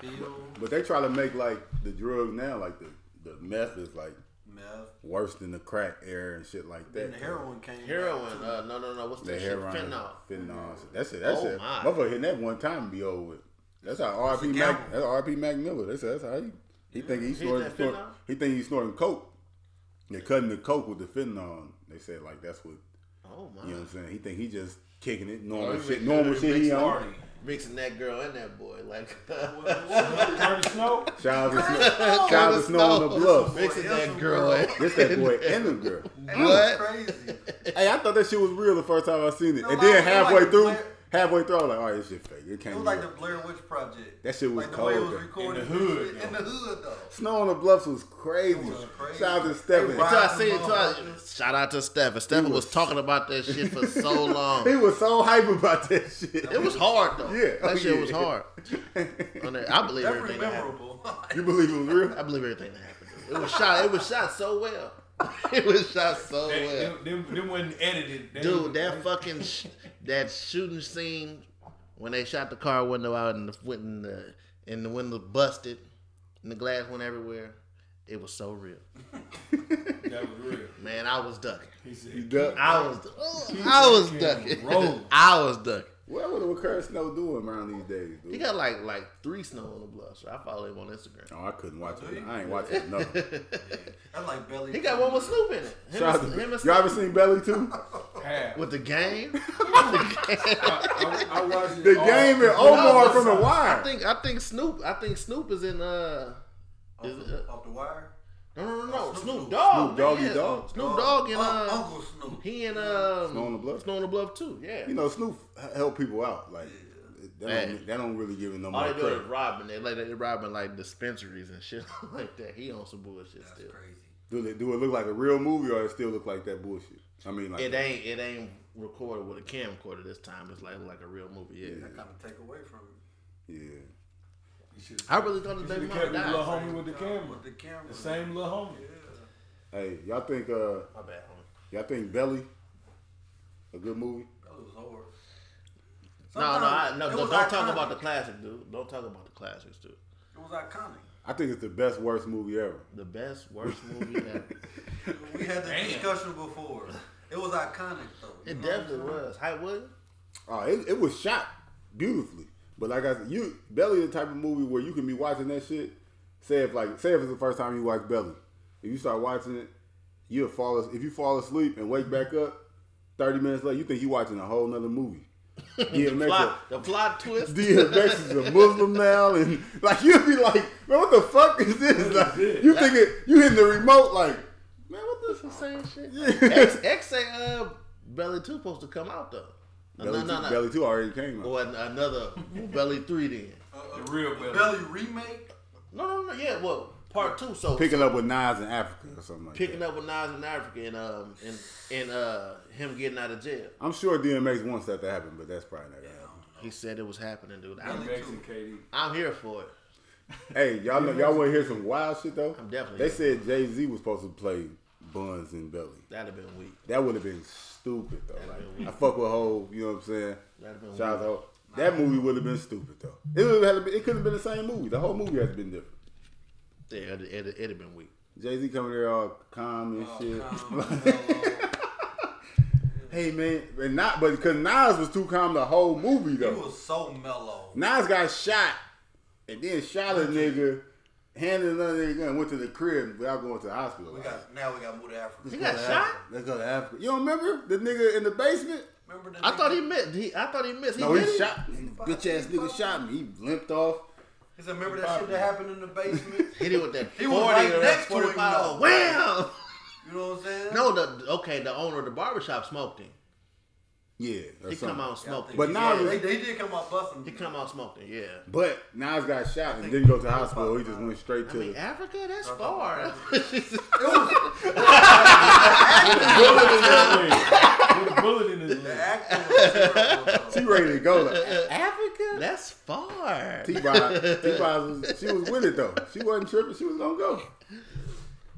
Speaker 2: Feel
Speaker 1: But they try to make like the drug now, like the the meth is like
Speaker 2: meth.
Speaker 1: worse than the crack era and shit like that.
Speaker 2: Then the heroin came. back,
Speaker 4: Heroin.
Speaker 2: too.
Speaker 4: Uh, no, no, no. What's
Speaker 1: The
Speaker 4: that shit?
Speaker 1: heroin,
Speaker 4: Fentanyl.
Speaker 1: fentanyl. That's it. That's
Speaker 4: Oh,
Speaker 1: it.
Speaker 4: my.
Speaker 1: Motherfucker hitting that one time and be over with. That's how
Speaker 2: a
Speaker 1: RP
Speaker 2: gamble.
Speaker 1: Mac. That's RP Mac Miller. That's that's how he. He think he's
Speaker 4: Hit
Speaker 1: snorting.
Speaker 4: that
Speaker 1: snort-
Speaker 4: fentanyl?
Speaker 1: he think he's snorting coke. They cutting the coke with the fentanyl. They said like that's what
Speaker 4: Oh my.
Speaker 1: You know what I'm saying? He think he just kicking it, normal
Speaker 4: Oh, he
Speaker 1: shit,
Speaker 4: make-
Speaker 1: normal
Speaker 4: he
Speaker 1: shit.
Speaker 4: makes
Speaker 1: He
Speaker 6: Party.
Speaker 1: on.
Speaker 4: Mixing that girl and that boy. Like uh,
Speaker 6: Dirty snow.
Speaker 1: Shout out to Snow, shout out to Snow on the bluff.
Speaker 4: Mixing
Speaker 2: Boy,
Speaker 4: that
Speaker 2: that's
Speaker 4: girl.
Speaker 2: a
Speaker 4: and-
Speaker 1: This that boy and the girl.
Speaker 2: That was
Speaker 4: What?
Speaker 2: crazy.
Speaker 1: Hey, I thought that shit was real the first time I seen it,
Speaker 2: No,
Speaker 1: and
Speaker 2: like-
Speaker 1: then
Speaker 2: like
Speaker 1: halfway
Speaker 2: the
Speaker 1: through,
Speaker 2: Blair-
Speaker 1: halfway through, I was like, "All right, this shit fake. It
Speaker 2: It
Speaker 1: can't
Speaker 2: was
Speaker 1: be."
Speaker 2: like the
Speaker 1: real."
Speaker 2: Blair Witch Project.
Speaker 1: That shit was
Speaker 2: like the way it
Speaker 1: cold,
Speaker 2: was
Speaker 1: though.
Speaker 2: recorded
Speaker 6: In the hood,
Speaker 2: shit. In the hood though.
Speaker 1: Snow on the Bluffs was crazy.
Speaker 2: was crazy.
Speaker 1: Shout out to
Speaker 2: They
Speaker 1: Stephen.
Speaker 4: Until
Speaker 2: robbed
Speaker 4: I seen it,
Speaker 2: them
Speaker 4: until I-
Speaker 2: motherfuckers.
Speaker 4: shout out to Stefan. Stefan was, talking about that shit for so long.
Speaker 1: He was so hype about that shit.
Speaker 4: It was hard though.
Speaker 1: Yeah,
Speaker 4: that
Speaker 1: oh,
Speaker 4: shit
Speaker 1: yeah.
Speaker 4: was hard. On there, I believe
Speaker 2: That's
Speaker 4: everything that happened.
Speaker 2: memorable.
Speaker 1: You believe it was real?
Speaker 4: I believe everything that happened. It was shot. It was shot so well. It was shot so
Speaker 6: They,
Speaker 4: well.
Speaker 6: them, them, them wasn't edited. They-
Speaker 4: Dude, that fucking sh- that shooting scene when they shot the car window out and the went in the and the window busted and the glass went everywhere. It was so real,
Speaker 6: that was real.
Speaker 4: man. I was ducking.
Speaker 6: He said,
Speaker 1: You duck.
Speaker 4: I was, I was ducking.
Speaker 6: roll.
Speaker 4: I was ducking.
Speaker 1: What would Curtis Snow doing around these days,
Speaker 4: He
Speaker 1: dude?
Speaker 4: got like like three snow on the bluffs. So I follow him on Instagram.
Speaker 1: Oh, I couldn't watch it. I ain't watching it. No.
Speaker 2: That's like belly.
Speaker 4: He got one with Snoop in it. Him
Speaker 1: Shout out
Speaker 4: and, him and
Speaker 1: to.
Speaker 4: Snoop.
Speaker 1: Y'all ever seen Belly too?
Speaker 6: half.
Speaker 4: with the game.
Speaker 6: I, I watched it
Speaker 1: The
Speaker 6: all.
Speaker 1: game and
Speaker 4: Omar
Speaker 1: Omar
Speaker 4: from
Speaker 1: from the
Speaker 4: I
Speaker 1: wire.
Speaker 4: think I think Snoop. I think Snoop is in uh. Is
Speaker 2: off,
Speaker 4: it, uh,
Speaker 2: the, off the wire.
Speaker 4: no no no no
Speaker 2: Snoop Oh,
Speaker 4: Snoop
Speaker 2: Snoop.
Speaker 4: Dogg.
Speaker 1: Snoop Doggy
Speaker 4: yeah.
Speaker 1: Dogg?
Speaker 4: Snoop Dogg and
Speaker 2: Un-
Speaker 4: uh.
Speaker 2: Uncle Snoop.
Speaker 4: He and um.
Speaker 1: Snow on the Bluff?
Speaker 4: Snow on the Bluff too. Yeah.
Speaker 1: You know, Snoop help people out. Like that
Speaker 4: Man.
Speaker 1: don't, that don't really give him no
Speaker 4: All
Speaker 1: more
Speaker 4: they do
Speaker 1: credit.
Speaker 4: is robbing. They like they robbing like dispensaries and shit like that. He on some bullshit
Speaker 2: That's
Speaker 4: still.
Speaker 2: crazy.
Speaker 1: Do, it- do it look like a real movie or it still look like that bullshit? I mean, like
Speaker 4: It ain't it ain't recorded with a camcorder this time. It's like like a real movie. Yeah.
Speaker 2: That kind of take away from it.
Speaker 1: yeah.
Speaker 4: I really thought
Speaker 6: You
Speaker 4: the
Speaker 6: should
Speaker 4: baby
Speaker 6: have
Speaker 4: mama
Speaker 6: kept his little
Speaker 4: died.
Speaker 6: homie with the camera.
Speaker 2: With the camera.
Speaker 6: The same little homie.
Speaker 1: Hey, y'all think uh
Speaker 4: My bad. homie.
Speaker 1: y'all think Belly a good movie?
Speaker 2: That was hard.
Speaker 4: No, no, I,
Speaker 2: Sometimes
Speaker 4: no,
Speaker 2: it
Speaker 4: no
Speaker 2: was
Speaker 4: don't talk
Speaker 2: iconic.
Speaker 4: about the classic, dude. Don't talk about the classics, dude.
Speaker 2: It was iconic.
Speaker 1: I think it's the best worst movie ever.
Speaker 4: The best, worst movie ever.
Speaker 2: We had this
Speaker 6: Damn.
Speaker 2: discussion before. It was iconic though. You
Speaker 4: It
Speaker 2: know what I'm
Speaker 4: definitely
Speaker 2: saying?
Speaker 4: was. Hype was.
Speaker 1: Oh, it, it was shot beautifully. But like I said, you Belly the type of movie where you can be watching that shit. Say if like say if it's the first time you watch Belly. If you start watching it, you'll fall as- if you fall asleep and wake back up, thirty minutes later, you think you watching a whole nother movie. DMX,
Speaker 4: Plot, the plot twist.
Speaker 1: DMX is a Muslim now, and like you'll be like, man, what the fuck is this? Like, you think it, you hitting the remote like,
Speaker 4: Man, what this is saying shit? X, X ain't uh, Belly 2 supposed to come out, though. No,
Speaker 1: Belly,
Speaker 4: no, no,
Speaker 1: two,
Speaker 4: no.
Speaker 1: Belly two already came out.
Speaker 4: Or an- another Belly 3 then.
Speaker 6: The real
Speaker 2: The
Speaker 6: belly.
Speaker 2: Uh, Belly remake.
Speaker 4: No, no, no. Yeah, well, part two. So
Speaker 1: Picking up with Nas in Africa or something like that.
Speaker 4: picking up with Nas in Africa and, um, and, and uh, him getting out of jail.
Speaker 1: I'm sure DMX wants that to happen, but that's probably not gonna happen.
Speaker 4: He said it was happening, dude. I'm,
Speaker 6: DMX and KD.
Speaker 4: I'm here for it.
Speaker 1: Hey, y'all know y'all want to hear some wild shit though?
Speaker 4: I'm definitely
Speaker 1: They
Speaker 4: here.
Speaker 1: said Jay Z was supposed to play Buns and Belly.
Speaker 4: That'd have been weak.
Speaker 1: That would have been stupid though.
Speaker 4: been
Speaker 1: Like I fuck with Hov, you know what I'm saying?
Speaker 4: That'd been
Speaker 1: Shout out to Hov. That movie would have been stupid though. It would have it could have been the same movie. The whole movie has been different.
Speaker 4: Yeah, it'd, it'd, it'd have been weak.
Speaker 1: Jay Z coming there all calm
Speaker 4: Oh,
Speaker 1: and shit. hey man, and not but because Nas was too calm the whole movie
Speaker 2: He
Speaker 1: though.
Speaker 2: was so mellow.
Speaker 1: Nas got shot and then shot a nigga, handed another nigga gun, went to the crib without going to the hospital.
Speaker 2: We got now we got to move to Africa.
Speaker 4: He got shot.
Speaker 1: Let's go to Africa. You don't remember the nigga in the basement?
Speaker 2: Remember that?
Speaker 4: I thought he missed. He, I thought he missed. He
Speaker 1: No,
Speaker 4: hit
Speaker 1: he
Speaker 4: it?
Speaker 1: shot. Bitch ass nigga shot me. He limped off.
Speaker 2: He said, "Remember that shit that happened in the basement."
Speaker 4: Hit it with that
Speaker 2: He
Speaker 4: 40
Speaker 2: was right
Speaker 4: or that
Speaker 2: next to him,
Speaker 4: 45.
Speaker 2: though.
Speaker 4: Wham!
Speaker 2: You know what I'm saying?
Speaker 4: No, the okay, the owner of the barbershop smoked him.
Speaker 1: Yeah. or
Speaker 4: He
Speaker 1: something.
Speaker 4: come out smoking.
Speaker 1: But now-
Speaker 2: yeah, they, they did come out busting.
Speaker 4: he come out smoking. Yeah.
Speaker 1: But Nas got shot and didn't go to the hospital. He just went straight
Speaker 4: I
Speaker 1: to
Speaker 4: mean,
Speaker 1: the.
Speaker 4: Africa, that's far.
Speaker 2: It was
Speaker 6: bullet in his leg. With a bullet in his
Speaker 2: the
Speaker 6: leg.
Speaker 2: acting was terrible.
Speaker 1: She
Speaker 2: though.
Speaker 1: ready to go. Like,
Speaker 4: Africa, that's far.
Speaker 1: T Bob, T Bob, was- she was with it though. She wasn't tripping. She was gonna go.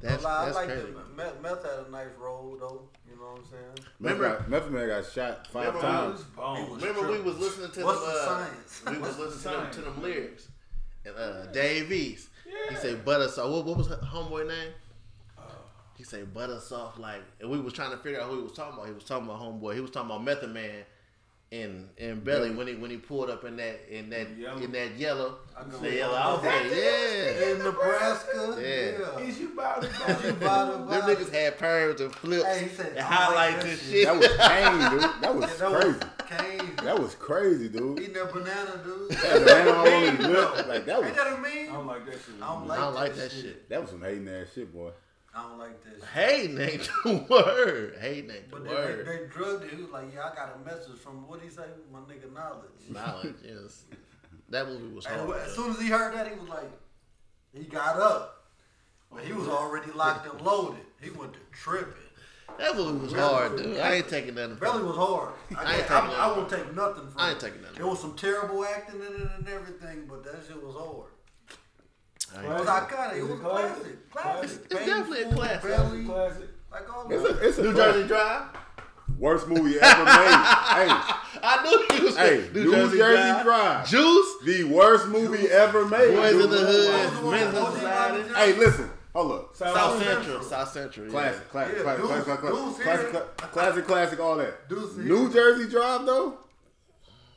Speaker 4: That's,
Speaker 2: Like, I
Speaker 4: that's
Speaker 2: like
Speaker 4: crazy.
Speaker 2: that. Meth, Meth had a nice role though. You know what I'm saying?
Speaker 1: Remember,
Speaker 4: Remember-
Speaker 1: got, Method Man got shot five
Speaker 4: Remember
Speaker 1: times.
Speaker 6: Boom.
Speaker 4: Remember, we was listening to
Speaker 2: What's
Speaker 4: them.
Speaker 2: the
Speaker 4: uh,
Speaker 2: science?
Speaker 4: we was listening to them,
Speaker 6: science?
Speaker 4: to them lyrics, and uh, Dave East. He said, "Butter soft." What, what was her homeboy name?
Speaker 2: Oh.
Speaker 4: He said, "Butter soft." Like, and we was trying to figure out who he was talking about. He was talking about homeboy. He was talking about Method Man in in Belly when he when he pulled up in that in that
Speaker 6: Yellow.
Speaker 4: in that yellow.
Speaker 2: I know.
Speaker 4: The yellow outfit. Yeah.
Speaker 2: In Nebraska,
Speaker 4: Yeah.
Speaker 2: yeah.
Speaker 6: Is you about to buy
Speaker 2: You bada
Speaker 4: Them
Speaker 2: bada.
Speaker 4: niggas had perms and flips
Speaker 2: Hey, he said,
Speaker 4: and
Speaker 2: "I like
Speaker 4: highlights
Speaker 2: that
Speaker 4: and
Speaker 2: shit."
Speaker 4: shit.
Speaker 1: That was pain, dude. That was
Speaker 2: Yeah, that
Speaker 1: crazy.
Speaker 2: was crazy.
Speaker 1: That was crazy, dude.
Speaker 2: Eating that banana, dude.
Speaker 1: That man all on his lip. Like that was
Speaker 2: Ain't that a meme?
Speaker 6: I don't like that shit.
Speaker 2: I don't
Speaker 4: I
Speaker 2: like,
Speaker 4: don't like
Speaker 2: that, shit.
Speaker 1: that was some hating ass shit, boy.
Speaker 2: I don't like that shit.
Speaker 4: Hating ain't the word. Hating ain't the
Speaker 2: But
Speaker 4: word.
Speaker 2: they, they, they drugged it. He was like, yeah, I got a message from, what he say? My nigga Knowledge.
Speaker 4: knowledge. Yes, that movie was
Speaker 2: And
Speaker 4: hard.
Speaker 2: as soon as he heard that, he was like, he got up. But he was already locked and loaded. He went to tripping.
Speaker 4: That movie was hard, dude. I ain't taking nothing.
Speaker 2: Belly
Speaker 4: From it.
Speaker 2: was hard. I,
Speaker 4: I ain't
Speaker 2: I,
Speaker 4: taking
Speaker 2: I,
Speaker 4: that.
Speaker 2: won't take nothing from
Speaker 4: I ain't
Speaker 2: it.
Speaker 4: taking nothing.
Speaker 2: There was some terrible acting in it and everything, but that shit was hard.
Speaker 4: I
Speaker 6: It
Speaker 2: It was
Speaker 4: ain't-
Speaker 2: iconic. It was classic.
Speaker 6: classic?
Speaker 2: Classic.
Speaker 6: It's
Speaker 2: Baby
Speaker 4: definitely a
Speaker 2: Fool,
Speaker 4: classic.
Speaker 2: Belly,
Speaker 6: Classic.
Speaker 2: like all
Speaker 1: It's
Speaker 2: that.
Speaker 1: a, it's a
Speaker 4: New
Speaker 1: classic.
Speaker 4: Jersey Drive.
Speaker 1: worst movie ever made. hey,
Speaker 4: I knew he was.
Speaker 1: Hey, New Jersey Drive.
Speaker 4: Juice.
Speaker 1: the worst movie ever made.
Speaker 4: Boys in
Speaker 1: dude.
Speaker 4: the
Speaker 2: Who's
Speaker 4: Hood.
Speaker 2: the
Speaker 4: Men's
Speaker 2: one-
Speaker 4: Society.
Speaker 1: Hey, listen. Hold up.
Speaker 6: South,
Speaker 4: South
Speaker 6: Central.
Speaker 4: Central. South Central. yeah.
Speaker 1: Classic, classic,
Speaker 2: Yeah,
Speaker 1: classic,
Speaker 2: Deuce-
Speaker 1: classic, classic,
Speaker 2: Deuce
Speaker 1: classic,
Speaker 2: here.
Speaker 1: cla- classic, classic, all that.
Speaker 2: Deuce here.
Speaker 1: New Jersey Drive though,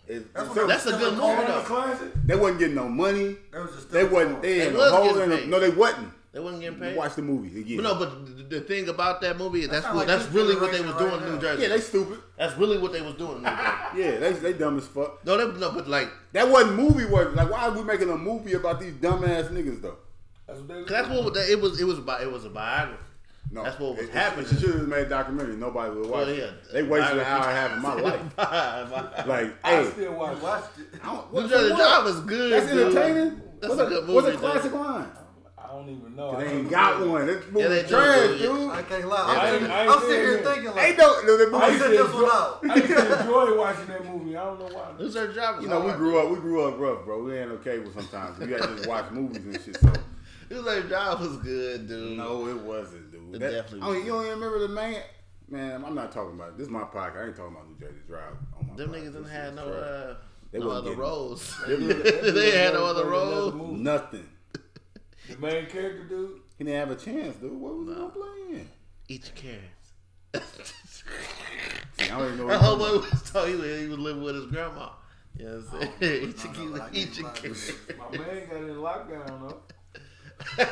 Speaker 1: is-
Speaker 2: That's
Speaker 1: so-
Speaker 2: what
Speaker 4: That's a
Speaker 2: Still
Speaker 4: good
Speaker 2: a
Speaker 4: movie
Speaker 2: corner.
Speaker 6: That's a
Speaker 4: though.
Speaker 6: classic.
Speaker 1: they wasn't getting no money.
Speaker 2: There was just
Speaker 1: They wasn't. They,
Speaker 4: They
Speaker 1: had
Speaker 4: was
Speaker 1: a hole
Speaker 4: getting
Speaker 1: in
Speaker 4: paid.
Speaker 1: them. No, they wasn't.
Speaker 4: They wasn't getting paid.
Speaker 1: Watch the movie again.
Speaker 4: But no, but the, the thing about that movie is that's
Speaker 2: not like
Speaker 4: what- that's
Speaker 2: this
Speaker 4: really what they was
Speaker 2: generation
Speaker 4: doing
Speaker 2: right
Speaker 4: in New
Speaker 2: now.
Speaker 4: Jersey.
Speaker 1: yeah, they stupid.
Speaker 4: that's really what they was doing in New Jersey.
Speaker 1: Yeah, they they dumb as fuck.
Speaker 4: No, they, no, but like
Speaker 1: That wasn't movie worthy. Like, why are we making a movie about these dumb ass niggas though?
Speaker 6: That's what they was
Speaker 4: 'cause that's
Speaker 6: doing.
Speaker 4: what that, it was. It was about. It was a biography.
Speaker 1: No,
Speaker 4: That's what was
Speaker 1: it,
Speaker 4: happening.
Speaker 1: It, should have made a documentary. Nobody would watch.
Speaker 4: Well, yeah.
Speaker 1: it. They wasted an
Speaker 4: Biography.
Speaker 1: hour and a half of my life. Like,
Speaker 6: I
Speaker 1: hey,
Speaker 6: still watch.
Speaker 2: I watched it.
Speaker 1: I don't-
Speaker 4: New
Speaker 1: what-
Speaker 4: Jersey
Speaker 1: what?
Speaker 4: Drive was good.
Speaker 1: That's
Speaker 4: dude.
Speaker 1: entertaining.
Speaker 4: That's
Speaker 1: what's
Speaker 4: a good
Speaker 1: What's a
Speaker 4: movie,
Speaker 1: classic
Speaker 4: though.
Speaker 1: line?
Speaker 6: I don't even know.
Speaker 1: They
Speaker 6: I
Speaker 1: ain't
Speaker 6: don't
Speaker 1: got
Speaker 6: know.
Speaker 1: one. This movie
Speaker 4: they do,
Speaker 1: trash,
Speaker 4: yeah.
Speaker 1: dude.
Speaker 2: I can't lie. I'm
Speaker 6: I
Speaker 2: sitting-
Speaker 6: ain't- I ain't
Speaker 2: I'm sitting
Speaker 6: seen
Speaker 2: here
Speaker 6: it.
Speaker 2: thinking like,
Speaker 1: Ain't no, no, that
Speaker 6: I
Speaker 1: movie-
Speaker 2: I
Speaker 6: used
Speaker 2: said
Speaker 6: to
Speaker 2: this
Speaker 6: enjoy,
Speaker 2: one out.
Speaker 6: I used to enjoy watching that movie. I don't know why.
Speaker 4: New Jersey Drive was
Speaker 1: You know, we
Speaker 4: hard.
Speaker 1: grew up. We grew up rough, bro. We ain't no cable sometimes. We had to just watch movies and shit. So
Speaker 4: New Jersey Drive was good, dude.
Speaker 1: no, it wasn't, dude.
Speaker 4: It
Speaker 1: That-
Speaker 4: definitely
Speaker 1: I mean,
Speaker 4: was.
Speaker 1: you don't even remember the man. Man, I'm not talking about it. this. Is my podcast. I ain't talking about New Jersey Drive. On my
Speaker 4: Them
Speaker 1: podcast.
Speaker 4: niggas didn't
Speaker 1: This
Speaker 4: have
Speaker 1: is
Speaker 4: no
Speaker 1: trash.
Speaker 4: uh,
Speaker 1: They
Speaker 4: no
Speaker 1: wasn't
Speaker 4: other
Speaker 1: getting-
Speaker 4: roles.
Speaker 6: That
Speaker 4: they
Speaker 6: dude
Speaker 4: had no
Speaker 6: was
Speaker 4: other
Speaker 6: in another
Speaker 4: roles.
Speaker 6: movie.
Speaker 1: nothing.
Speaker 6: The main character, dude.
Speaker 1: He didn't have a chance, dude. What was he playing?
Speaker 4: Eat your carrots.
Speaker 1: See, I don't even know. What
Speaker 4: That whole
Speaker 1: he
Speaker 4: boy was talking. He was living with his grandma. You know what I'm saying? Eat
Speaker 2: no,
Speaker 4: your-
Speaker 2: I can't
Speaker 4: Eat your
Speaker 2: lie.
Speaker 4: carrots.
Speaker 6: My man got in lockdown though.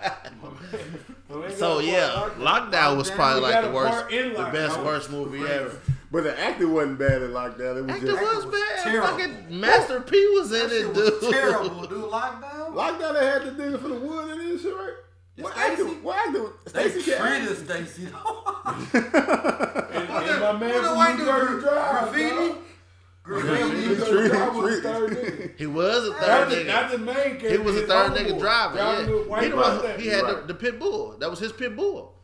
Speaker 6: My man got
Speaker 4: So
Speaker 6: in
Speaker 4: yeah, lockdown was probably
Speaker 6: We
Speaker 4: like
Speaker 6: got
Speaker 4: the
Speaker 6: a
Speaker 4: worst,
Speaker 6: part in
Speaker 4: the best
Speaker 6: Lockdown.
Speaker 4: worst movie ever.
Speaker 1: but the acting wasn't bad at like that. It was
Speaker 4: Acting
Speaker 1: just
Speaker 4: was
Speaker 2: was
Speaker 4: bad.
Speaker 2: terrible.
Speaker 4: Fucking Master P was in
Speaker 2: That
Speaker 4: it,
Speaker 2: shit
Speaker 4: dude.
Speaker 2: was terrible, dude. Lockdown?
Speaker 1: like that. They had the nigga for the wood and this shit, right? What
Speaker 2: Stacey?
Speaker 1: acting? What acting?
Speaker 2: They
Speaker 1: Stacey can't act.
Speaker 2: treated Stacy. What
Speaker 6: And, and
Speaker 2: the
Speaker 6: my man from
Speaker 2: white
Speaker 6: New Jersey
Speaker 2: dude?
Speaker 6: Drive,
Speaker 2: Graffiti?
Speaker 6: dog. New
Speaker 2: Graffiti?
Speaker 6: Jersey Drive was the third nigga.
Speaker 4: He was a third
Speaker 6: Not the,
Speaker 4: nigga.
Speaker 6: not the main character.
Speaker 4: He was a
Speaker 6: his
Speaker 4: third
Speaker 6: homeboy.
Speaker 4: nigga driver.
Speaker 6: Driving the
Speaker 4: Yeah.
Speaker 6: white
Speaker 4: He, the one
Speaker 6: Mustang.
Speaker 4: who- he had
Speaker 1: Right.
Speaker 4: the, the pit bull. That was his pit bull.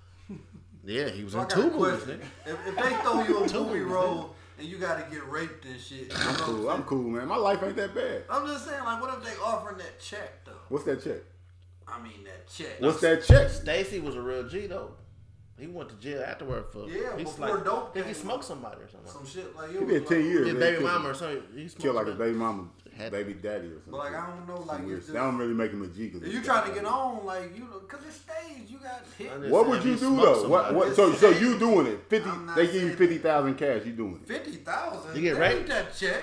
Speaker 4: Yeah, he was
Speaker 2: I
Speaker 4: in
Speaker 2: got a
Speaker 4: two movies.
Speaker 2: question.
Speaker 4: nigga.
Speaker 2: If, if they throw you a movie role and you gotta get raped and shit, you know
Speaker 1: I'm
Speaker 2: what I'm
Speaker 1: cool. I'm cool, man. My life ain't that bad.
Speaker 2: I'm just saying, like, what if they offering that check though?
Speaker 1: What's that check?
Speaker 2: I mean, that check.
Speaker 1: What's that check?
Speaker 4: Stacy was a real G though. He went to jail afterward for
Speaker 2: Yeah,
Speaker 4: he
Speaker 2: before
Speaker 4: like-
Speaker 2: dope
Speaker 4: I think he
Speaker 2: came
Speaker 4: smoked somebody or something.
Speaker 2: Some shit like it
Speaker 1: He
Speaker 2: was
Speaker 1: been ten
Speaker 2: like-
Speaker 1: years.
Speaker 4: His
Speaker 1: man.
Speaker 4: baby
Speaker 1: Killed-
Speaker 4: mama or something. He smoked
Speaker 1: Killed like his
Speaker 4: somebody.
Speaker 1: baby mama.
Speaker 4: Had
Speaker 1: baby daddy or something.
Speaker 2: But, like, I don't know, like, it's
Speaker 1: that don't really make him a G. Cause
Speaker 2: If
Speaker 1: he's
Speaker 2: you
Speaker 1: got
Speaker 2: trying to get
Speaker 1: money.
Speaker 2: on, like you know, cause it's stage. You got hit.
Speaker 4: Understand
Speaker 1: What would
Speaker 4: if
Speaker 1: you do
Speaker 4: smoke
Speaker 1: though? What,
Speaker 4: somebody.
Speaker 1: what, so, so you doing it? Fifty?
Speaker 2: I'm not
Speaker 1: They give you
Speaker 2: saying-
Speaker 1: fifty thousand cash. You doing it?
Speaker 2: Fifty thousand.
Speaker 4: You get raped?
Speaker 2: that check.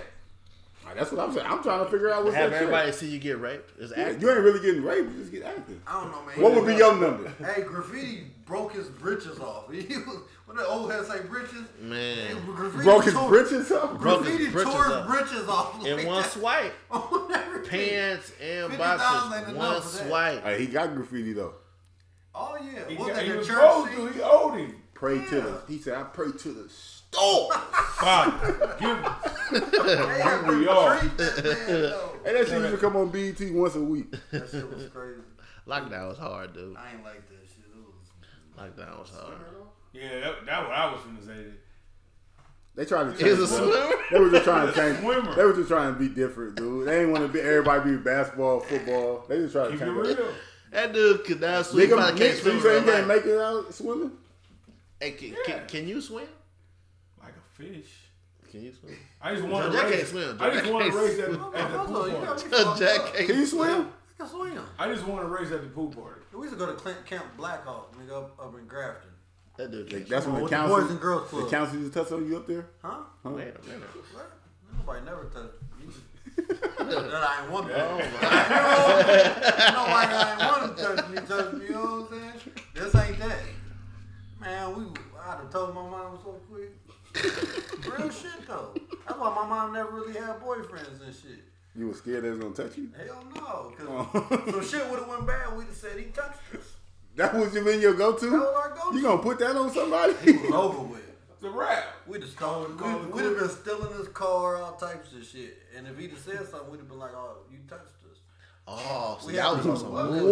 Speaker 1: Like, that's what I'm saying. I'm trying to figure out what's
Speaker 4: Have
Speaker 1: that
Speaker 4: everybody
Speaker 1: shit.
Speaker 4: see you get raped? Is
Speaker 1: Yeah,
Speaker 4: acting.
Speaker 1: You ain't really getting raped. You just get active.
Speaker 2: I don't know, man.
Speaker 1: What would be your number?
Speaker 2: Hey, graffiti broke his britches off. He was, what the old head say, britches?
Speaker 4: Man.
Speaker 2: Hey, graffiti
Speaker 1: Broke his
Speaker 2: tore-
Speaker 1: britches up.
Speaker 4: Broke his
Speaker 2: Graffiti
Speaker 4: britches
Speaker 2: tore his
Speaker 4: up.
Speaker 2: britches off. Like
Speaker 4: in one
Speaker 2: that.
Speaker 4: swipe.
Speaker 2: On everything.
Speaker 4: Pants and
Speaker 2: 50,000 ain't
Speaker 4: boxes,
Speaker 2: enough
Speaker 4: one
Speaker 2: for that.
Speaker 4: swipe.
Speaker 1: Hey, he got graffiti though.
Speaker 2: Oh yeah.
Speaker 6: He,
Speaker 2: What
Speaker 6: got,
Speaker 2: that
Speaker 6: he
Speaker 2: the
Speaker 6: was
Speaker 2: church
Speaker 6: owed
Speaker 2: scene?
Speaker 6: you. He owed him.
Speaker 1: Pray to the. He said, "I pray to the store."
Speaker 6: Father, give him.
Speaker 2: They had
Speaker 6: we
Speaker 2: to
Speaker 6: are.
Speaker 2: treat that man, though.
Speaker 1: And that shit used to come on BET once a week.
Speaker 2: That shit was crazy.
Speaker 4: Lockdown was hard, dude.
Speaker 2: I ain't like that shit. It was.
Speaker 4: Lockdown was hard.
Speaker 6: Yeah, that, that what I was gonna say.
Speaker 1: They tried to change.
Speaker 4: He's
Speaker 1: it
Speaker 4: a
Speaker 1: up.
Speaker 4: swimmer.
Speaker 1: They were just trying to change.
Speaker 6: Swimmer.
Speaker 1: They were just trying to be different, dude. They didn't want to be everybody be basketball, football. They just trying to
Speaker 6: Keep it
Speaker 1: change. it up.
Speaker 6: real.
Speaker 4: That dude could not swim. He
Speaker 1: Nigga,
Speaker 4: probably can't
Speaker 1: Nick,
Speaker 4: swim.
Speaker 1: you
Speaker 4: in
Speaker 1: say you
Speaker 4: real
Speaker 1: can't
Speaker 4: life.
Speaker 1: make it out swimming?
Speaker 4: Hey, can,
Speaker 6: Yeah.
Speaker 4: can, can you swim?
Speaker 6: Like a fish.
Speaker 4: Can you swim?
Speaker 6: I just want to
Speaker 4: Jack
Speaker 6: raise.
Speaker 4: can't swim.
Speaker 6: I
Speaker 4: Jack
Speaker 6: just want to
Speaker 4: can't
Speaker 6: raise at, at the
Speaker 4: swim.
Speaker 2: Oh,
Speaker 6: pool
Speaker 2: you got
Speaker 6: party.
Speaker 2: me fucked
Speaker 4: Jack
Speaker 2: up.
Speaker 4: can't
Speaker 1: Can you
Speaker 4: swim.
Speaker 1: swim?
Speaker 2: I can swim.
Speaker 6: I just want to raise at the pool party.
Speaker 2: We used to go to Clint Camp Blackhawk, nigga, up, up in Grafton.
Speaker 4: That dude can't
Speaker 1: That's
Speaker 4: swim.
Speaker 1: when the
Speaker 2: with the
Speaker 1: council,
Speaker 2: Boys and Girls
Speaker 1: the
Speaker 2: Club.
Speaker 1: council just touched on you up there.
Speaker 2: Huh?
Speaker 4: Wait a minute.
Speaker 2: What? Nobody never touched me. that I ain't want to. Nobody I ain't want to touch me, touch me. You know what I'm saying? This ain't that. Man, we I'd have told my mom so quick. Real shit though. That's why my mom never really had boyfriends and shit.
Speaker 1: You were scared they was gonna touch you.
Speaker 2: Hell no,
Speaker 1: Oh.
Speaker 2: cause some shit would have went bad. We'd have said he touched us.
Speaker 1: That was your been your go
Speaker 2: That was
Speaker 1: to.
Speaker 2: our go-to.
Speaker 1: You gonna put that on somebody?
Speaker 2: He was over with.
Speaker 6: It's a wrap.
Speaker 2: We'd have stolen.
Speaker 6: Call it
Speaker 2: We'd, we'd have been stealing his car, all types of shit. And if he'd have said something, we'd have been like, "Oh, you touched us."
Speaker 4: Oh, so
Speaker 2: We
Speaker 4: y'all
Speaker 2: have
Speaker 4: was on some
Speaker 2: to-
Speaker 4: bullshit.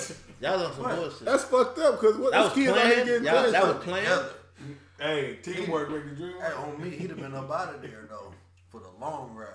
Speaker 1: what?
Speaker 4: Y'all was on some
Speaker 2: What?
Speaker 4: bullshit.
Speaker 1: That's fucked up. Cause what
Speaker 4: that
Speaker 1: those
Speaker 4: was
Speaker 1: kids out here
Speaker 4: planned.
Speaker 1: getting
Speaker 4: Y'all,
Speaker 1: touched?
Speaker 4: that was planned.
Speaker 2: Together.
Speaker 6: Hey, teamwork make the dream.
Speaker 2: Hey, on me, he'd have been up out of there though for the long ride.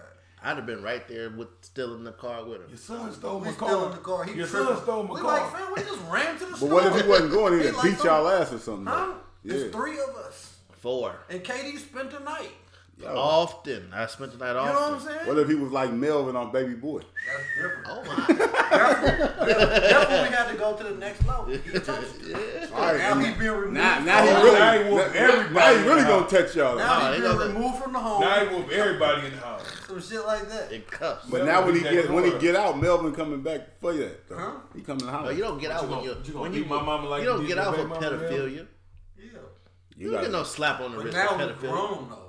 Speaker 4: I'd have been right there with still in the car with him.
Speaker 6: Your son stole
Speaker 2: We
Speaker 6: my
Speaker 2: still
Speaker 6: car.
Speaker 2: in the car. He
Speaker 6: Your
Speaker 2: tripping.
Speaker 6: son stole my
Speaker 2: we
Speaker 6: car.
Speaker 2: like, fam, we just ran to the
Speaker 1: But
Speaker 2: store.
Speaker 1: what if he wasn't going?
Speaker 2: He
Speaker 1: He'd
Speaker 2: like
Speaker 1: beat
Speaker 2: some-
Speaker 1: y'all ass or something.
Speaker 2: Huh?
Speaker 1: Yeah.
Speaker 2: There's three of us,
Speaker 4: Four.
Speaker 2: and Katie spent the night.
Speaker 1: Yo.
Speaker 4: Often. I spent the night
Speaker 2: You know what I'm
Speaker 4: often.
Speaker 2: saying?
Speaker 1: What if he was like Melvin on Baby Boy?
Speaker 2: That's different.
Speaker 4: Oh my.
Speaker 2: Therefore, we had to go to the next level. He touched us.
Speaker 1: All right,
Speaker 2: Now
Speaker 1: and
Speaker 2: he being removed.
Speaker 1: now,
Speaker 2: from-
Speaker 1: now he
Speaker 6: Oh,
Speaker 1: really,
Speaker 6: now he whoop
Speaker 1: now, now he
Speaker 6: everybody
Speaker 1: really
Speaker 6: now.
Speaker 1: gonna touch y'all.
Speaker 2: now
Speaker 4: Nah,
Speaker 2: he
Speaker 4: he
Speaker 2: being
Speaker 4: gonna-
Speaker 2: removed from the home.
Speaker 6: Now he whoop everybody in the house.
Speaker 2: some shit like that.
Speaker 4: It cuffs.
Speaker 1: but now when he
Speaker 6: Melvin
Speaker 1: get when he
Speaker 6: that
Speaker 1: get out, Melvin coming back for you. though.
Speaker 2: Huh?
Speaker 1: He coming out.
Speaker 4: No, you don't get out
Speaker 6: gonna-
Speaker 4: when you
Speaker 6: you gonna
Speaker 4: when you
Speaker 6: beat my mama like
Speaker 4: you
Speaker 6: you
Speaker 4: don't
Speaker 6: did
Speaker 4: get
Speaker 6: your
Speaker 4: out for
Speaker 6: baby mama, man?
Speaker 4: pedophilia.
Speaker 2: Yeah.
Speaker 1: You
Speaker 4: You don't
Speaker 1: gotta-
Speaker 4: get no slap on the
Speaker 2: But
Speaker 4: wrist
Speaker 2: now
Speaker 4: for
Speaker 2: we're
Speaker 4: pedophilia.
Speaker 2: grown though.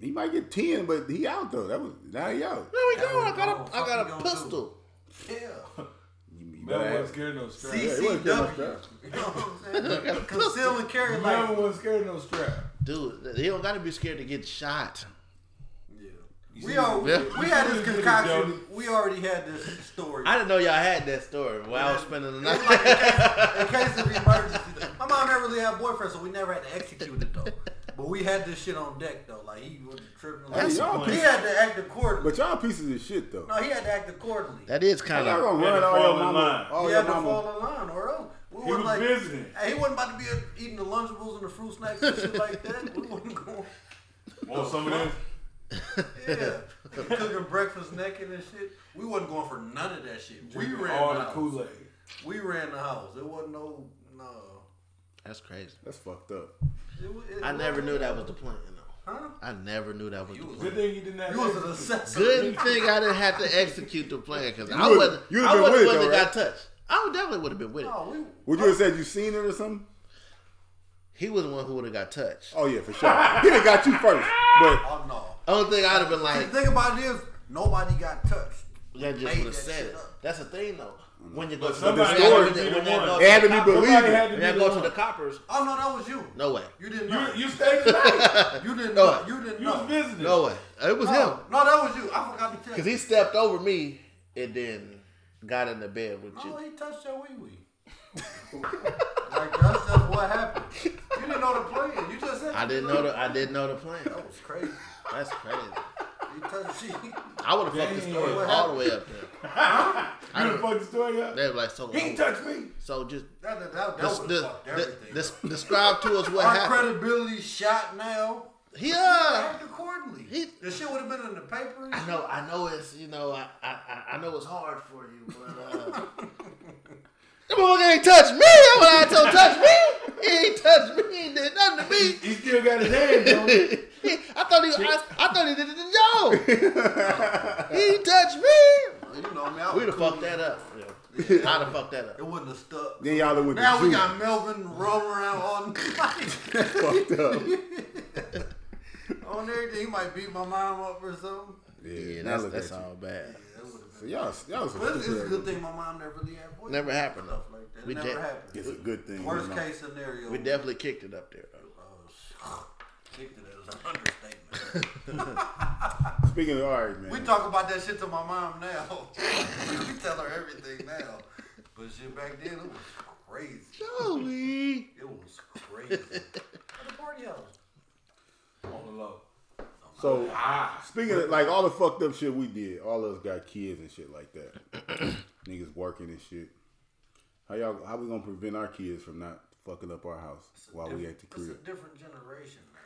Speaker 1: He might get ten, but he out though. That was now he out.
Speaker 4: There we go.
Speaker 2: Now
Speaker 4: I
Speaker 2: we
Speaker 4: got a
Speaker 2: grown.
Speaker 4: I got
Speaker 2: Fuck
Speaker 4: a
Speaker 2: you gonna
Speaker 4: pistol.
Speaker 2: Yeah.
Speaker 1: You, you better
Speaker 6: Melvin
Speaker 1: have-
Speaker 6: wasn't scared of no strap.
Speaker 1: Yeah, he wasn't getting no
Speaker 2: CCW.
Speaker 1: strap.
Speaker 2: You know what I'm saying? Conceal and carry like.
Speaker 6: Melvin wasn't scared of no strap.
Speaker 4: Dude, he don't gotta be scared to get shot.
Speaker 2: Yeah. We are.
Speaker 4: Yeah.
Speaker 2: We had
Speaker 6: You
Speaker 2: this
Speaker 6: see this
Speaker 2: concoction.
Speaker 6: video?
Speaker 2: We already had this story.
Speaker 4: I didn't know y'all had that story while I was spending the
Speaker 2: It was
Speaker 4: night.
Speaker 2: like in, case, in case of emergency. My mom never really had a boyfriend, so we never had to execute it though. But we had this shit on deck though. Like he was tripping. Like,
Speaker 1: Hey, y'all
Speaker 2: he
Speaker 1: piece-
Speaker 2: had to act accordingly.
Speaker 1: but y'all pieces of shit though.
Speaker 2: No, he had to act accordingly.
Speaker 4: That is
Speaker 1: Y'all
Speaker 4: kind of
Speaker 1: gonna
Speaker 6: Had
Speaker 1: run
Speaker 6: to
Speaker 1: all
Speaker 6: fall
Speaker 1: your
Speaker 6: in
Speaker 1: mama.
Speaker 6: line.
Speaker 1: All
Speaker 2: he
Speaker 1: your
Speaker 2: had to
Speaker 1: mama.
Speaker 2: fall in line, or else we
Speaker 6: He
Speaker 2: wasn't
Speaker 6: was
Speaker 2: like,
Speaker 6: visiting.
Speaker 2: Hey, he wasn't about to be eating the Lunchables and the fruit snacks and shit like that. We wasn't going.
Speaker 6: Want some of this?
Speaker 2: Yeah, cooking breakfast naked and shit. We wasn't going for none of that shit. We
Speaker 6: Drinking
Speaker 2: ran
Speaker 6: all
Speaker 2: the
Speaker 6: the
Speaker 2: house.
Speaker 6: Kool Aid.
Speaker 2: We ran the house. It wasn't no no.
Speaker 4: that's crazy.
Speaker 1: That's fucked up.
Speaker 2: It, wa- it
Speaker 4: I never
Speaker 2: wasn't-
Speaker 4: knew that was the plan. though.
Speaker 2: Huh?
Speaker 4: I never knew that was the
Speaker 2: was-
Speaker 4: plan.
Speaker 6: Good thing you didn't have
Speaker 2: You was
Speaker 6: to-
Speaker 2: an accessory.
Speaker 4: Good thing I didn't have to execute the plan because I
Speaker 1: would've-
Speaker 4: wasn't.
Speaker 1: you would've
Speaker 4: I
Speaker 1: been
Speaker 4: wouldn't
Speaker 1: with it,
Speaker 4: wouldn't
Speaker 1: though,
Speaker 4: got
Speaker 1: right?
Speaker 4: touched. I would definitely would have been with it.
Speaker 2: No, we.
Speaker 1: Would you have said you seen it or something?
Speaker 4: He was the one who would have got touched.
Speaker 1: Oh yeah, for sure. He'd have got you first, but
Speaker 2: Oh no.
Speaker 4: Only thing I'd have been like,
Speaker 2: The thing about it is nobody got touched.
Speaker 4: that just
Speaker 2: made
Speaker 4: would have
Speaker 2: that
Speaker 4: said
Speaker 2: shit
Speaker 4: it.
Speaker 2: up.
Speaker 4: That's the thing though. When you go
Speaker 6: But
Speaker 4: to
Speaker 6: somebody
Speaker 4: when
Speaker 1: had to
Speaker 4: y'all go
Speaker 6: be
Speaker 4: to
Speaker 6: the
Speaker 4: when y'all
Speaker 6: one.
Speaker 4: go
Speaker 1: it had to
Speaker 4: to
Speaker 1: be
Speaker 4: the
Speaker 6: Somebody
Speaker 1: believable.
Speaker 6: had to
Speaker 4: when
Speaker 6: be
Speaker 4: y'all
Speaker 6: the
Speaker 4: go to
Speaker 6: one.
Speaker 4: the coppers,
Speaker 2: Oh no, that was you.
Speaker 4: no way,
Speaker 2: You didn't know.
Speaker 6: You, you stayed the night.
Speaker 2: You didn't
Speaker 4: No.
Speaker 2: know. You didn't
Speaker 6: You
Speaker 2: know.
Speaker 6: was visiting.
Speaker 4: no way. It was him
Speaker 2: No,
Speaker 1: Oh.
Speaker 2: no, that was you. I forgot to tell
Speaker 4: because
Speaker 2: you.
Speaker 4: he stepped over me and then got in the bed with you.
Speaker 2: No, he touched your wee wee. like that's just what happened. You didn't know the plan. You just said
Speaker 4: I
Speaker 2: you
Speaker 4: didn't know the I didn't know the plan.
Speaker 2: That was crazy.
Speaker 4: That's crazy.
Speaker 2: He touched she.
Speaker 4: I would have fucked the
Speaker 6: Damn.
Speaker 4: story
Speaker 2: What
Speaker 4: all the way up there.
Speaker 6: You done fucked the story up.
Speaker 4: They were like, so
Speaker 6: He ain't touched me.
Speaker 4: so just
Speaker 2: That that that, that
Speaker 4: Des-
Speaker 2: would
Speaker 4: des-
Speaker 2: fucked
Speaker 4: des-
Speaker 2: everything.
Speaker 4: des- describe to us what
Speaker 2: Our
Speaker 4: happened.
Speaker 2: credibility shot now.
Speaker 4: He
Speaker 2: I
Speaker 4: uh,
Speaker 2: act accordingly.
Speaker 4: He-
Speaker 2: the shit would have been in the paper. and
Speaker 4: I know, I know it's you know, I I, I- I know it's hard for you, but uh, that motherfucker ain't touched me. That's what I told him, touch me. He ain't touched me. He ain't did nothing to me.
Speaker 1: He still got his hand, though.
Speaker 4: I thought he, I, I thought he did it to Joe. he ain't touched me.
Speaker 2: shit. You know, man, I
Speaker 4: We'd
Speaker 2: was
Speaker 4: have fucked
Speaker 2: cool.
Speaker 4: that up. I'd have fucked that
Speaker 2: It
Speaker 4: up.
Speaker 2: wouldn't have stuck.
Speaker 1: then y'all done went
Speaker 2: Now
Speaker 1: to
Speaker 2: we
Speaker 1: Judy.
Speaker 2: got Melvin rolling around on
Speaker 1: fucked up.
Speaker 2: on everything. He might beat my mom up or something.
Speaker 1: Yeah,
Speaker 4: Yeah,
Speaker 1: now
Speaker 4: that's
Speaker 1: look
Speaker 4: that's
Speaker 1: at you.
Speaker 4: all bad.
Speaker 2: That would have
Speaker 1: So
Speaker 2: been.
Speaker 1: y'all, y'all some
Speaker 2: But it's, it's a
Speaker 1: stupid
Speaker 2: good
Speaker 1: ass-
Speaker 2: thing my mom never really had boys.
Speaker 4: Never happened
Speaker 2: Stuff
Speaker 4: though.
Speaker 2: like that.
Speaker 4: We
Speaker 2: It never
Speaker 4: did.
Speaker 2: happened.
Speaker 1: It's a good thing.
Speaker 2: Worst
Speaker 1: you know.
Speaker 2: case scenario. Oh,
Speaker 4: We definitely kicked it up there. though.
Speaker 2: Kicked it as an understatement.
Speaker 1: Speaking of, all right, man.
Speaker 2: we talk about that shit to my mom now. we tell her everything now. But shit back then, it was crazy.
Speaker 4: Joey.
Speaker 2: It was crazy. At the party house.
Speaker 6: On the low.
Speaker 1: So
Speaker 4: Ah.
Speaker 1: speaking of like all the fucked up shit we did, all of us got kids and shit like that. Niggas working and shit. How y'all? How we gonna prevent our kids from not fucking up our house while we at the
Speaker 2: It's a
Speaker 1: crib?
Speaker 2: different generation now.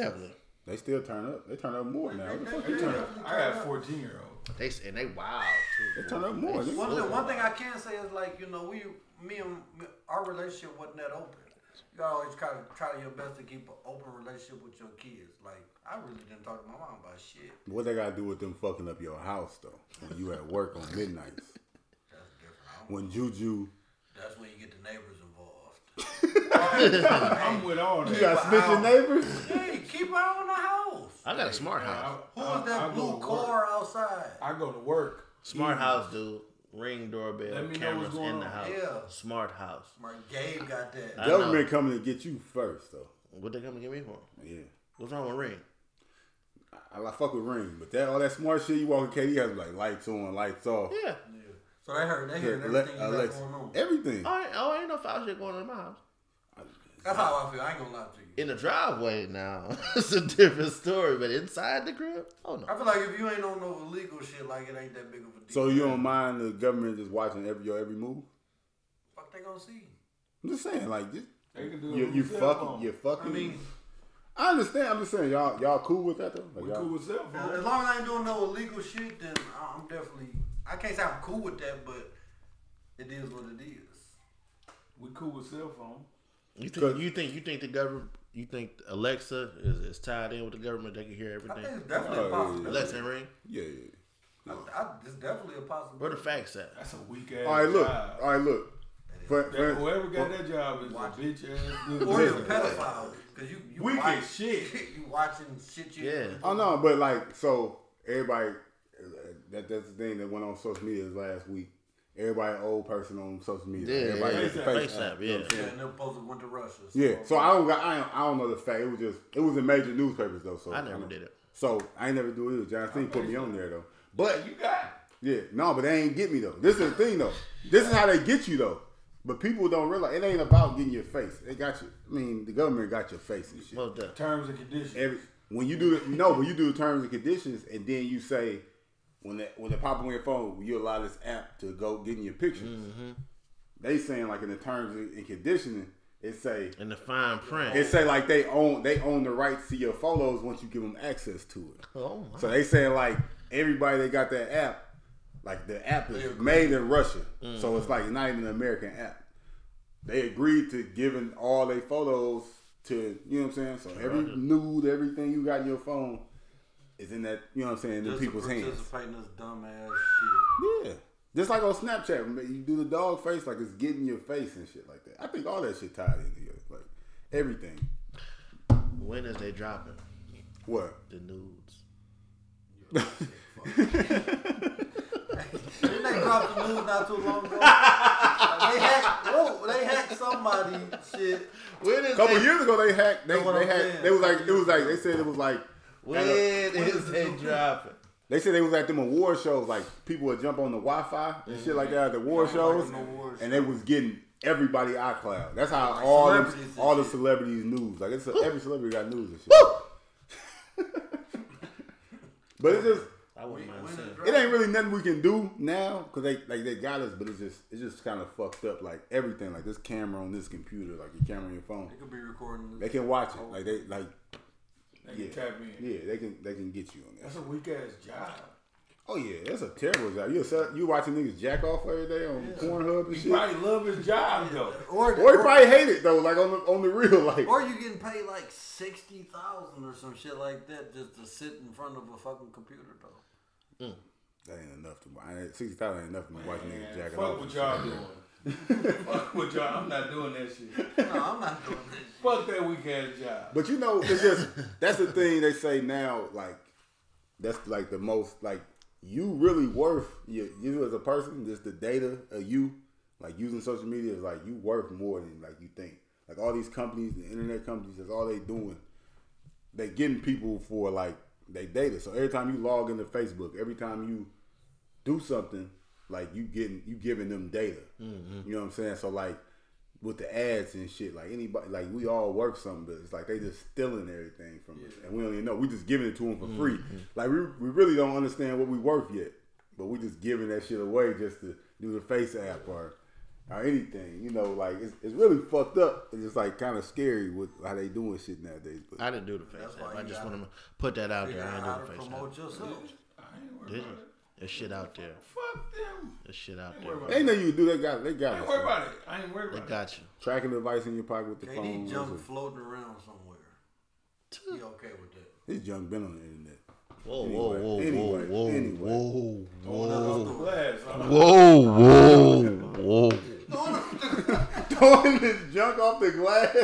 Speaker 4: Definitely.
Speaker 1: They still turn up. They turn up more now. What the fuck
Speaker 2: They-
Speaker 1: you
Speaker 2: they-
Speaker 1: turn
Speaker 2: they
Speaker 1: up?
Speaker 6: I got a 14 year old.
Speaker 4: They s- and they wild too.
Speaker 1: They turn up more. nigga.
Speaker 2: One, thing, one thing I can say is like you know we me and me, our relationship wasn't that open. You always try to try your best to keep an open relationship with your kids. Like I really didn't talk to my mom about shit.
Speaker 1: What they gotta do with them fucking up your house though? When you at work on midnights.
Speaker 2: That's different. I don't-
Speaker 1: When Juju,
Speaker 2: That's when you get the neighbors involved.
Speaker 6: I'm with all that.
Speaker 1: you got snitching neighbors.
Speaker 2: hey, keep her on the house.
Speaker 4: I got a smart house.
Speaker 2: Who is that
Speaker 6: go
Speaker 2: blue
Speaker 6: to
Speaker 2: car
Speaker 6: work.
Speaker 2: outside?
Speaker 6: I go to work.
Speaker 4: Smart house, dude.
Speaker 6: Mm. Let
Speaker 4: Ring doorbell,
Speaker 6: me know
Speaker 4: cameras
Speaker 6: what's going
Speaker 4: in the
Speaker 6: on.
Speaker 4: house.
Speaker 2: Yeah.
Speaker 4: Smart house.
Speaker 2: My Gabe got that.
Speaker 4: I know.
Speaker 1: Government coming to get you first though.
Speaker 4: What they come and get me for?
Speaker 1: Yeah.
Speaker 4: What's wrong with ring?
Speaker 1: I, I fuck with Ring, but that all that smart shit you walk in KD has like lights on, lights off.
Speaker 4: Yeah.
Speaker 2: So they heard they heard
Speaker 1: Ale-
Speaker 2: everything you got
Speaker 1: Alexa,
Speaker 2: going on.
Speaker 1: everything.
Speaker 4: Oh, ain't, oh, ain't no foul shit going on in my house.
Speaker 2: That's how I feel. I ain't gonna lie to you.
Speaker 4: In the driveway now, it's a different story. But inside the crib, oh no.
Speaker 2: I feel like if you ain't on no illegal shit, like it ain't that big of a deal.
Speaker 1: So you don't mind the government just watching every your every move?
Speaker 2: fuck they gonna see?
Speaker 1: I'm just saying, like just,
Speaker 6: They can do it
Speaker 1: you
Speaker 6: with
Speaker 1: you
Speaker 6: cell
Speaker 1: fucking
Speaker 6: phone.
Speaker 1: you fucking.
Speaker 2: I mean,
Speaker 1: I understand. I'm just saying, y'all y'all cool with that though. Like,
Speaker 6: We
Speaker 1: y'all,
Speaker 6: cool with cell
Speaker 2: as
Speaker 6: phone.
Speaker 2: long as I ain't doing no illegal shit, then I- I'm definitely. I can't say I'm cool with that, but it is what it is.
Speaker 6: We cool with cell phone.
Speaker 4: You think you think you think the government? You think Alexa is, is tied in with the government? They can hear
Speaker 2: I think
Speaker 4: everything.
Speaker 2: it's definitely a
Speaker 1: Oh, yeah, yeah.
Speaker 2: possibility.
Speaker 4: Alexa and ring.
Speaker 1: yeah, yeah. yeah.
Speaker 2: I, I, it's definitely a possibility.
Speaker 4: Where the facts at?
Speaker 6: That's a weak ass.
Speaker 1: All right, look.
Speaker 6: job.
Speaker 1: All right, look. For,
Speaker 6: That-
Speaker 1: for,
Speaker 6: whoever got that job is a bitch ass dude.
Speaker 2: Or you're a pedophile because you you
Speaker 6: Weak
Speaker 2: watch-
Speaker 6: as shit.
Speaker 2: you watching shit. You
Speaker 4: Yeah.
Speaker 1: oh no, but like so everybody. uh, That that's the thing that went on social media last week. Everybody old person on social media.
Speaker 4: Yeah,
Speaker 1: everybody
Speaker 4: yeah,
Speaker 1: got the
Speaker 6: yeah.
Speaker 1: face
Speaker 4: FaceApp,
Speaker 1: app, you know what I'm
Speaker 4: yeah.
Speaker 1: saying?
Speaker 2: and they're supposed to went to Russia. So
Speaker 1: Yeah, so I don't got I don't, I don't know the fact. It was just it was in major newspapers though. So
Speaker 4: I never
Speaker 1: don't-
Speaker 4: did it.
Speaker 1: So I ain't never do it. either. John Cena put me on there though. But
Speaker 6: You got it.
Speaker 1: yeah, no, but they ain't get me though. This is the thing though. This is how they get you though. But people don't realize it ain't about getting your face. They got you. I mean, the government got your face and shit.
Speaker 4: Most definitely.
Speaker 6: terms and conditions.
Speaker 1: Every when you do the, no, but you do the terms and conditions, and then you say when that when they pop up on your phone, you allow this app to go get in your pictures.
Speaker 4: Mm-hmm.
Speaker 1: They saying like in the terms and conditioning, it say
Speaker 4: And the fine print.
Speaker 1: it say like they own they own the rights to your photos once you give them access to it.
Speaker 4: oh my.
Speaker 1: So they saying like everybody that got that app, like the app is made in Russia, so it's like not even an American app. They agreed to giving all their photos to you know what I'm saying. So every nude, everything you got in your phone is in that you know what I'm saying in the
Speaker 2: just to
Speaker 1: people's
Speaker 2: participate
Speaker 1: hands.
Speaker 2: in this dumbass shit.
Speaker 1: Yeah. Just like on Snapchat, when you do the dog face, like it's getting your face and shit like that. I think all that shit tied in together, like everything.
Speaker 4: When is they dropping
Speaker 1: What?
Speaker 4: the nudes?
Speaker 2: Didn't they drop the news not too long ago? they hacked. Whoa, they hacked somebody. Shit.
Speaker 4: When is
Speaker 1: couple
Speaker 4: they,
Speaker 1: years ago they hacked they,
Speaker 2: That's what
Speaker 1: they
Speaker 2: I'm
Speaker 1: hacked
Speaker 2: saying.
Speaker 1: they was like it was like they said it was like
Speaker 4: when is they dropping?
Speaker 1: they said they was at them award shows like people would jump on the Wi-Fi and shit like that at the award shows
Speaker 2: no award
Speaker 1: and they was getting everybody iCloud. That's how all them,
Speaker 2: celebrities and
Speaker 1: all the
Speaker 2: shit.
Speaker 1: celebrities news like it's every celebrity got news and shit. but it's just
Speaker 4: I wouldn't mind
Speaker 2: When
Speaker 4: seeing.
Speaker 2: it
Speaker 4: it.
Speaker 2: dropped.
Speaker 1: it ain't really nothing we can do now because they like they got us, but it's just it's just kind of fucked up. Like everything, like this camera on this computer, like your camera on your phone,
Speaker 2: They could be recording.
Speaker 1: they
Speaker 2: This.
Speaker 1: can watch it. Like they like
Speaker 6: They can
Speaker 1: Yeah.
Speaker 6: tap in.
Speaker 1: Yeah, they can they can get you on that.
Speaker 6: That's a weak ass job.
Speaker 1: Oh yeah, that's a terrible job. You sell- you watching niggas jack off every day on Pornhub and
Speaker 6: He
Speaker 1: shit.
Speaker 6: probably love his job though.
Speaker 2: Or,
Speaker 1: Or he
Speaker 2: or,
Speaker 1: probably hate it though, like on the on the real, like
Speaker 2: or you getting paid like sixty thousand or some shit like that just to sit in front of a fucking computer though.
Speaker 1: that ain't enough to buy. Sixty thousand ain't enough to watch niggas
Speaker 6: Man,
Speaker 1: jack
Speaker 6: fuck
Speaker 1: off.
Speaker 6: what
Speaker 1: and
Speaker 6: y'all
Speaker 1: shit.
Speaker 6: doing. fuck what y'all. I'm not doing that shit.
Speaker 2: No, I'm not doing that. shit.
Speaker 6: Fuck that weak ass job.
Speaker 1: But you know, it's just that's the thing they say now. Like that's like the most like you really worth you, you as a person. Just the data of you, like using social media is like you worth more than like you think. Like all these companies, the internet companies, that's all they doing. They getting people for like they data. So every time you log into Facebook, every time you do something, like you getting you giving them data. You know what I'm saying? So like with the ads and shit, like anybody, like we all work something, but it's like they just stealing everything from us, and we don't even know. We just giving it to them for free. Like we we really don't understand what we worth yet, but we just giving that shit away just to do the face app or. Or anything, you know, like it's, it's really fucked up. It's just like kind of scary with how they doing shit nowadays. But
Speaker 4: I didn't do the face
Speaker 2: That's
Speaker 4: app.
Speaker 2: why
Speaker 4: I
Speaker 2: you
Speaker 4: just
Speaker 2: gotta
Speaker 4: want to put that out
Speaker 2: Figure
Speaker 4: there. I
Speaker 2: out
Speaker 4: ain't
Speaker 2: how to
Speaker 4: do the face app.
Speaker 2: promote yourself.
Speaker 6: I ain't worried
Speaker 4: Did
Speaker 6: about it.
Speaker 4: you? There's shit out there.
Speaker 6: Fuck them.
Speaker 4: There's shit out
Speaker 6: Ain't worried
Speaker 4: there. bro.
Speaker 6: about it.
Speaker 1: they know you do. They got they
Speaker 6: I
Speaker 1: got
Speaker 6: ain't
Speaker 1: it.
Speaker 6: worried about it. I ain't worried
Speaker 4: They
Speaker 6: about it.
Speaker 4: got you.
Speaker 1: Tracking device in your pocket with the phone.
Speaker 2: KD junk
Speaker 1: Listen,
Speaker 2: floating around somewhere. He okay with that?
Speaker 1: This junk been on the internet.
Speaker 4: Whoa,
Speaker 1: Anyway,
Speaker 4: whoa, whoa,
Speaker 1: anyway,
Speaker 4: whoa,
Speaker 1: anyway.
Speaker 4: whoa, whoa, whoa.
Speaker 6: Glass. I'm like,
Speaker 4: Whoa, whoa, whoa.
Speaker 1: Throwing this junk off the glass.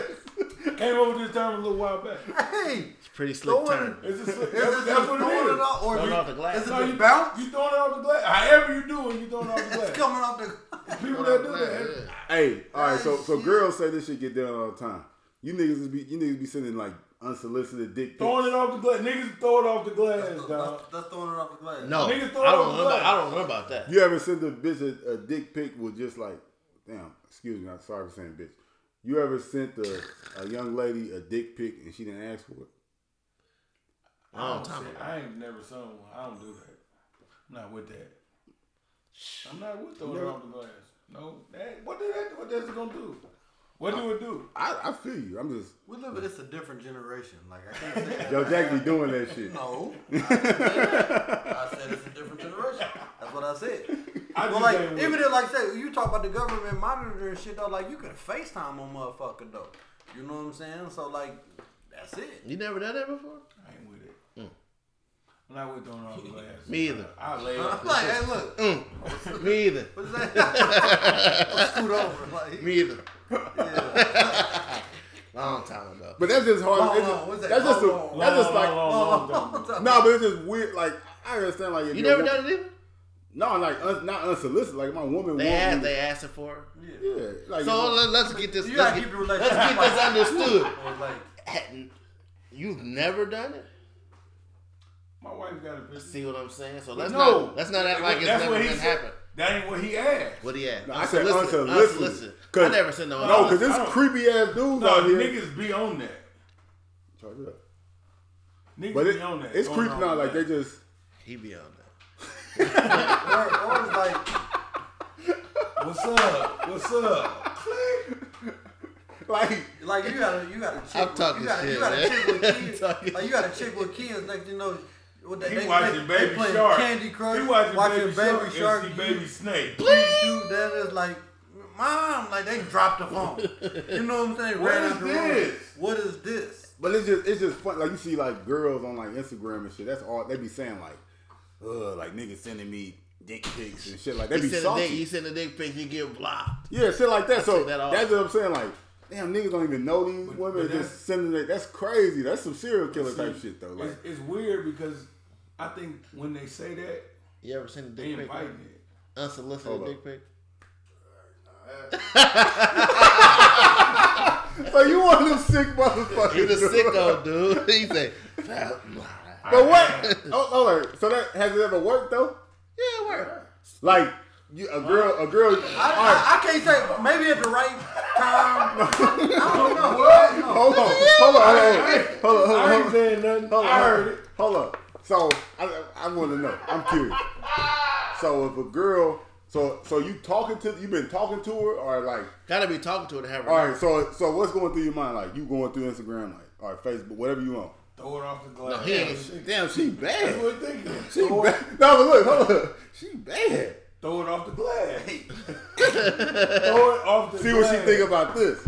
Speaker 6: Came over this time a little while back.
Speaker 2: Hey,
Speaker 4: It's pretty slick
Speaker 2: Throwing-
Speaker 4: turn.
Speaker 6: It's just,
Speaker 2: is
Speaker 6: that's,
Speaker 2: it
Speaker 6: that's
Speaker 2: just
Speaker 6: what
Speaker 2: throwing
Speaker 6: it
Speaker 2: it
Speaker 6: is.
Speaker 2: off, or
Speaker 4: Throwing
Speaker 2: you-
Speaker 4: off the glass.
Speaker 2: Is it
Speaker 6: No,
Speaker 2: the
Speaker 6: you,
Speaker 2: bounce?
Speaker 6: you throwing it off the glass. However you do it, you throwing it off the
Speaker 2: It's
Speaker 6: glass.
Speaker 2: coming off the.
Speaker 6: People that do that,
Speaker 1: hey, all right. So, so
Speaker 2: shit.
Speaker 1: girls say this shit get done all the time. You niggas be you niggas be sending like unsolicited dick pics.
Speaker 6: throwing it off the glass. Niggas throw it off the glass, dog.
Speaker 2: That's, that's throwing it off the glass.
Speaker 4: No, I
Speaker 6: Niggas
Speaker 4: don't,
Speaker 6: throw
Speaker 4: know
Speaker 6: it on the
Speaker 4: about,
Speaker 6: glass.
Speaker 4: I don't know about that.
Speaker 1: You ever sent a bitch a, a dick pic with just like, damn, excuse me, I'm sorry for saying bitch. You ever sent a, a young lady a dick pic and she didn't ask for it?
Speaker 6: I
Speaker 4: Long
Speaker 6: don't
Speaker 4: time
Speaker 6: say-
Speaker 4: ago.
Speaker 6: I ain't never seen one. I don't do that. I'm not with that. I'm not with throwing it off the glass. No, that, what did that? What that's gonna do? What do it do?
Speaker 1: I, I feel you. I'm just
Speaker 2: We live. It's a different generation. Like I can't say. that.
Speaker 1: yo Jack be doing that shit.
Speaker 2: No, I, didn't say that. I said it's a different generation. That's what I said.
Speaker 6: I
Speaker 2: Well,
Speaker 6: just
Speaker 2: like
Speaker 6: ain't with
Speaker 2: even
Speaker 6: it.
Speaker 2: if like say you talk about the government monitoring shit though, like you can FaceTime on motherfucker though. You know what I'm saying? So like, that's it.
Speaker 4: You never done that before?
Speaker 6: I ain't with it. I'm not with throwing it off the glass.
Speaker 4: Me either.
Speaker 6: I lay
Speaker 2: I'm
Speaker 6: up.
Speaker 2: like, hey, look,
Speaker 4: Me either.
Speaker 2: what's that? Scoot over, like,
Speaker 4: Me either.
Speaker 2: yeah.
Speaker 4: Long time ago.
Speaker 1: But that's just hard.
Speaker 2: Long,
Speaker 1: it's
Speaker 2: long,
Speaker 1: just-
Speaker 2: what's that?
Speaker 1: that's just a,
Speaker 2: Long, long.
Speaker 1: that's just
Speaker 6: Long,
Speaker 1: like
Speaker 6: long, long, long, long.
Speaker 1: no, but it's just weird. Like I understand like if
Speaker 4: You
Speaker 1: your
Speaker 4: never
Speaker 1: wo-
Speaker 4: done it either?
Speaker 1: No, like un, not unsolicited. Like my woman
Speaker 4: They
Speaker 1: want
Speaker 4: asked,
Speaker 1: me.
Speaker 4: they asking for it.
Speaker 1: yeah, like
Speaker 4: So let, let's get this.
Speaker 2: You
Speaker 4: let's
Speaker 2: gotta
Speaker 4: get-
Speaker 2: keep your relationship.
Speaker 4: let's get this
Speaker 2: like-
Speaker 4: understood.
Speaker 2: Or, like,
Speaker 4: Hadn't- You've never done it.
Speaker 6: My wife got a business.
Speaker 4: See what I'm saying? So let's
Speaker 6: No.
Speaker 4: not let's not act like it's
Speaker 6: That's
Speaker 4: never
Speaker 6: what he
Speaker 4: been
Speaker 6: said.
Speaker 4: happened.
Speaker 6: That ain't what he asked.
Speaker 4: What he at?
Speaker 1: No, I said unsolicited.
Speaker 4: Unsolicited. I
Speaker 1: 'Cause-
Speaker 4: never said
Speaker 1: no,
Speaker 4: no.
Speaker 1: because
Speaker 4: unsolicited.
Speaker 1: this
Speaker 6: I don't-
Speaker 1: creepy ass dude
Speaker 6: No,
Speaker 1: out here.
Speaker 6: niggas be on that.
Speaker 1: Charge it up.
Speaker 6: Niggas
Speaker 1: But
Speaker 6: be
Speaker 1: it,
Speaker 6: on that.
Speaker 1: it's
Speaker 6: Throwing
Speaker 1: creepy
Speaker 6: off
Speaker 1: now.
Speaker 6: the
Speaker 1: Like they
Speaker 6: glass.
Speaker 1: just
Speaker 4: he be on that.
Speaker 2: or, or it's like,
Speaker 6: What's up? What's up?
Speaker 1: like
Speaker 2: Like you got a you got a chick.
Speaker 4: I'm
Speaker 2: with-
Speaker 4: talking
Speaker 2: you got,
Speaker 4: shit,
Speaker 2: you got
Speaker 4: man.
Speaker 2: a chick with kids.
Speaker 4: I'm talking
Speaker 2: like you got a chick with kids. Next you know, what they,
Speaker 6: He
Speaker 2: they,
Speaker 6: watching
Speaker 2: they,
Speaker 6: Baby
Speaker 2: they playing
Speaker 6: Shark.
Speaker 2: Candy Crush.
Speaker 6: He watching, Baby, Shark.
Speaker 2: Shark.
Speaker 6: and see
Speaker 2: you-
Speaker 6: Baby Snake.
Speaker 2: you do that is like, mom, like they dropped the phone. you know what I'm saying?
Speaker 6: What
Speaker 2: Ran
Speaker 6: is
Speaker 2: out the room.
Speaker 6: this?
Speaker 2: What is this?
Speaker 1: But it's just it's just fun. Like you see like girls on like Instagram and shit. That's all they be saying like, ugh, like niggas sending me dick pics and shit. Like they
Speaker 4: You
Speaker 1: be
Speaker 4: send, a dick,
Speaker 1: salty.
Speaker 4: you send a dick pic, you get blocked.
Speaker 1: Yeah, shit like that. So
Speaker 4: take that off.
Speaker 1: that's what I'm saying. Like, damn niggas don't even know these
Speaker 6: But-
Speaker 1: women
Speaker 6: but that's-
Speaker 1: just sending it. That's crazy. That's some serial killer type shit though. Like,
Speaker 6: It's, it's weird because I think when they say that,
Speaker 4: You ever send a
Speaker 6: they
Speaker 4: dick pic?
Speaker 6: inviting it.
Speaker 4: Unsolicited
Speaker 1: Hold up.
Speaker 4: dick pic?
Speaker 1: so you one of them sick
Speaker 4: He's a
Speaker 1: motherfuckers.
Speaker 4: sicko, dude. He say, "Nah."
Speaker 1: But what? oh, oh, like, so that has it ever worked though?
Speaker 4: yeah, it worked.
Speaker 1: Like, you, a girl, a girl. all
Speaker 2: I,
Speaker 1: right,
Speaker 2: I, I can't say. Maybe at the right time. I don't know. No.
Speaker 1: hold on, hold on, hold on, hold on, hold on.
Speaker 6: I
Speaker 1: Hold
Speaker 6: ain't
Speaker 1: on.
Speaker 6: saying nothing.
Speaker 1: Hold
Speaker 6: I
Speaker 1: on,
Speaker 6: heard
Speaker 1: hold,
Speaker 6: it.
Speaker 1: up, hold up. So I, I want to know. I'm curious. So if a girl, so so you talking to, you been talking to her, or like,
Speaker 4: Gotta be talking to her to have her.
Speaker 1: all right. So so what's going through your mind? Like you going through Instagram, like, all right, Facebook, whatever you want.
Speaker 6: Throw it off the glass.
Speaker 4: No, he ain't.
Speaker 1: Damn, she
Speaker 6: That's
Speaker 1: bad.
Speaker 6: what I'm thinking.
Speaker 1: She
Speaker 6: Throw, it,
Speaker 1: bad. No, but look, hold up. She bad.
Speaker 6: throw it off the glass. throw it off the
Speaker 1: See what
Speaker 6: glass.
Speaker 1: she think about this.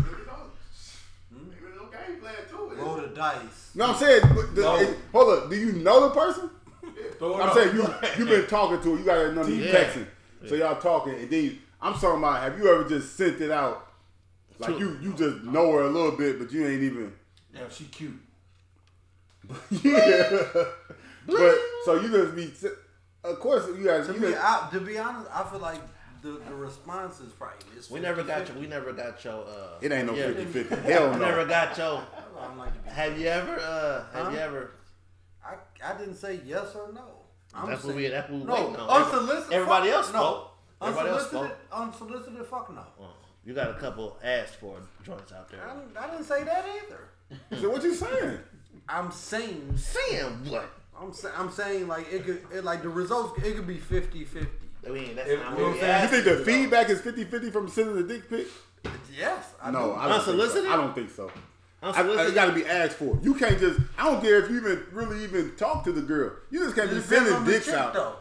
Speaker 2: Roll the dice.
Speaker 1: No, I'm saying, but the,
Speaker 6: No.
Speaker 1: it- hold up. Do you know the person?
Speaker 6: Throw it
Speaker 1: I'm
Speaker 6: off
Speaker 1: saying
Speaker 6: the
Speaker 1: you
Speaker 6: glass.
Speaker 1: you been talking to her. You got to know you
Speaker 4: Yeah.
Speaker 1: texting. So y'all talking, and then you, I'm talking about. Have you ever just sent it out? Like you you just know her a little bit, but you ain't even.
Speaker 6: Yeah, she cute.
Speaker 1: Yeah. but so you just be. s- Of course, you guys.
Speaker 2: To
Speaker 1: You
Speaker 2: me,
Speaker 1: just-
Speaker 2: I, to be honest, I feel like the, the response is probably it's
Speaker 4: We never got
Speaker 2: 50-50.
Speaker 4: your. We never got your. Uh,
Speaker 1: it ain't no
Speaker 4: yeah.
Speaker 1: 50 50. Hell
Speaker 4: I
Speaker 1: no.
Speaker 4: never got your.
Speaker 2: I don't like to be.
Speaker 4: Have you ever? Uh, have you
Speaker 2: Huh?
Speaker 4: ever?
Speaker 2: I, I didn't say yes or no. I'm
Speaker 4: That's what
Speaker 2: saying-
Speaker 4: we. That's what we
Speaker 2: no,
Speaker 4: waiting on.
Speaker 2: unsolicited.
Speaker 4: Everybody
Speaker 2: fuck-
Speaker 4: else spoke.
Speaker 2: No,
Speaker 4: Everybody else Uh-huh.
Speaker 2: unsolicited, unsolicited. Fuck no.
Speaker 4: You got a couple asked for joints out there.
Speaker 2: I didn't, I didn't say that either.
Speaker 1: So what you saying?
Speaker 2: I'm saying
Speaker 4: Saying what?
Speaker 2: I'm sa- I'm saying like it could it, like the results it could be 50-50.
Speaker 4: I mean, that's
Speaker 6: If-
Speaker 4: not
Speaker 6: you
Speaker 4: what we
Speaker 6: think- you
Speaker 1: You
Speaker 4: asked.
Speaker 1: think the
Speaker 4: for, though.
Speaker 1: feedback is 50 50 from sending the dick pic?
Speaker 2: Yes, I
Speaker 1: No,
Speaker 2: do.
Speaker 1: I don't
Speaker 4: Unsolicited?
Speaker 1: Think so. I don't think so. I, I, it
Speaker 4: Unsolicited?
Speaker 1: got to be asked for. You can't just. I don't care if you even really even talk to the girl. You just can't
Speaker 2: It
Speaker 1: be
Speaker 2: depends
Speaker 1: sending
Speaker 2: on the
Speaker 1: dicks
Speaker 2: chick,
Speaker 1: out.
Speaker 2: though.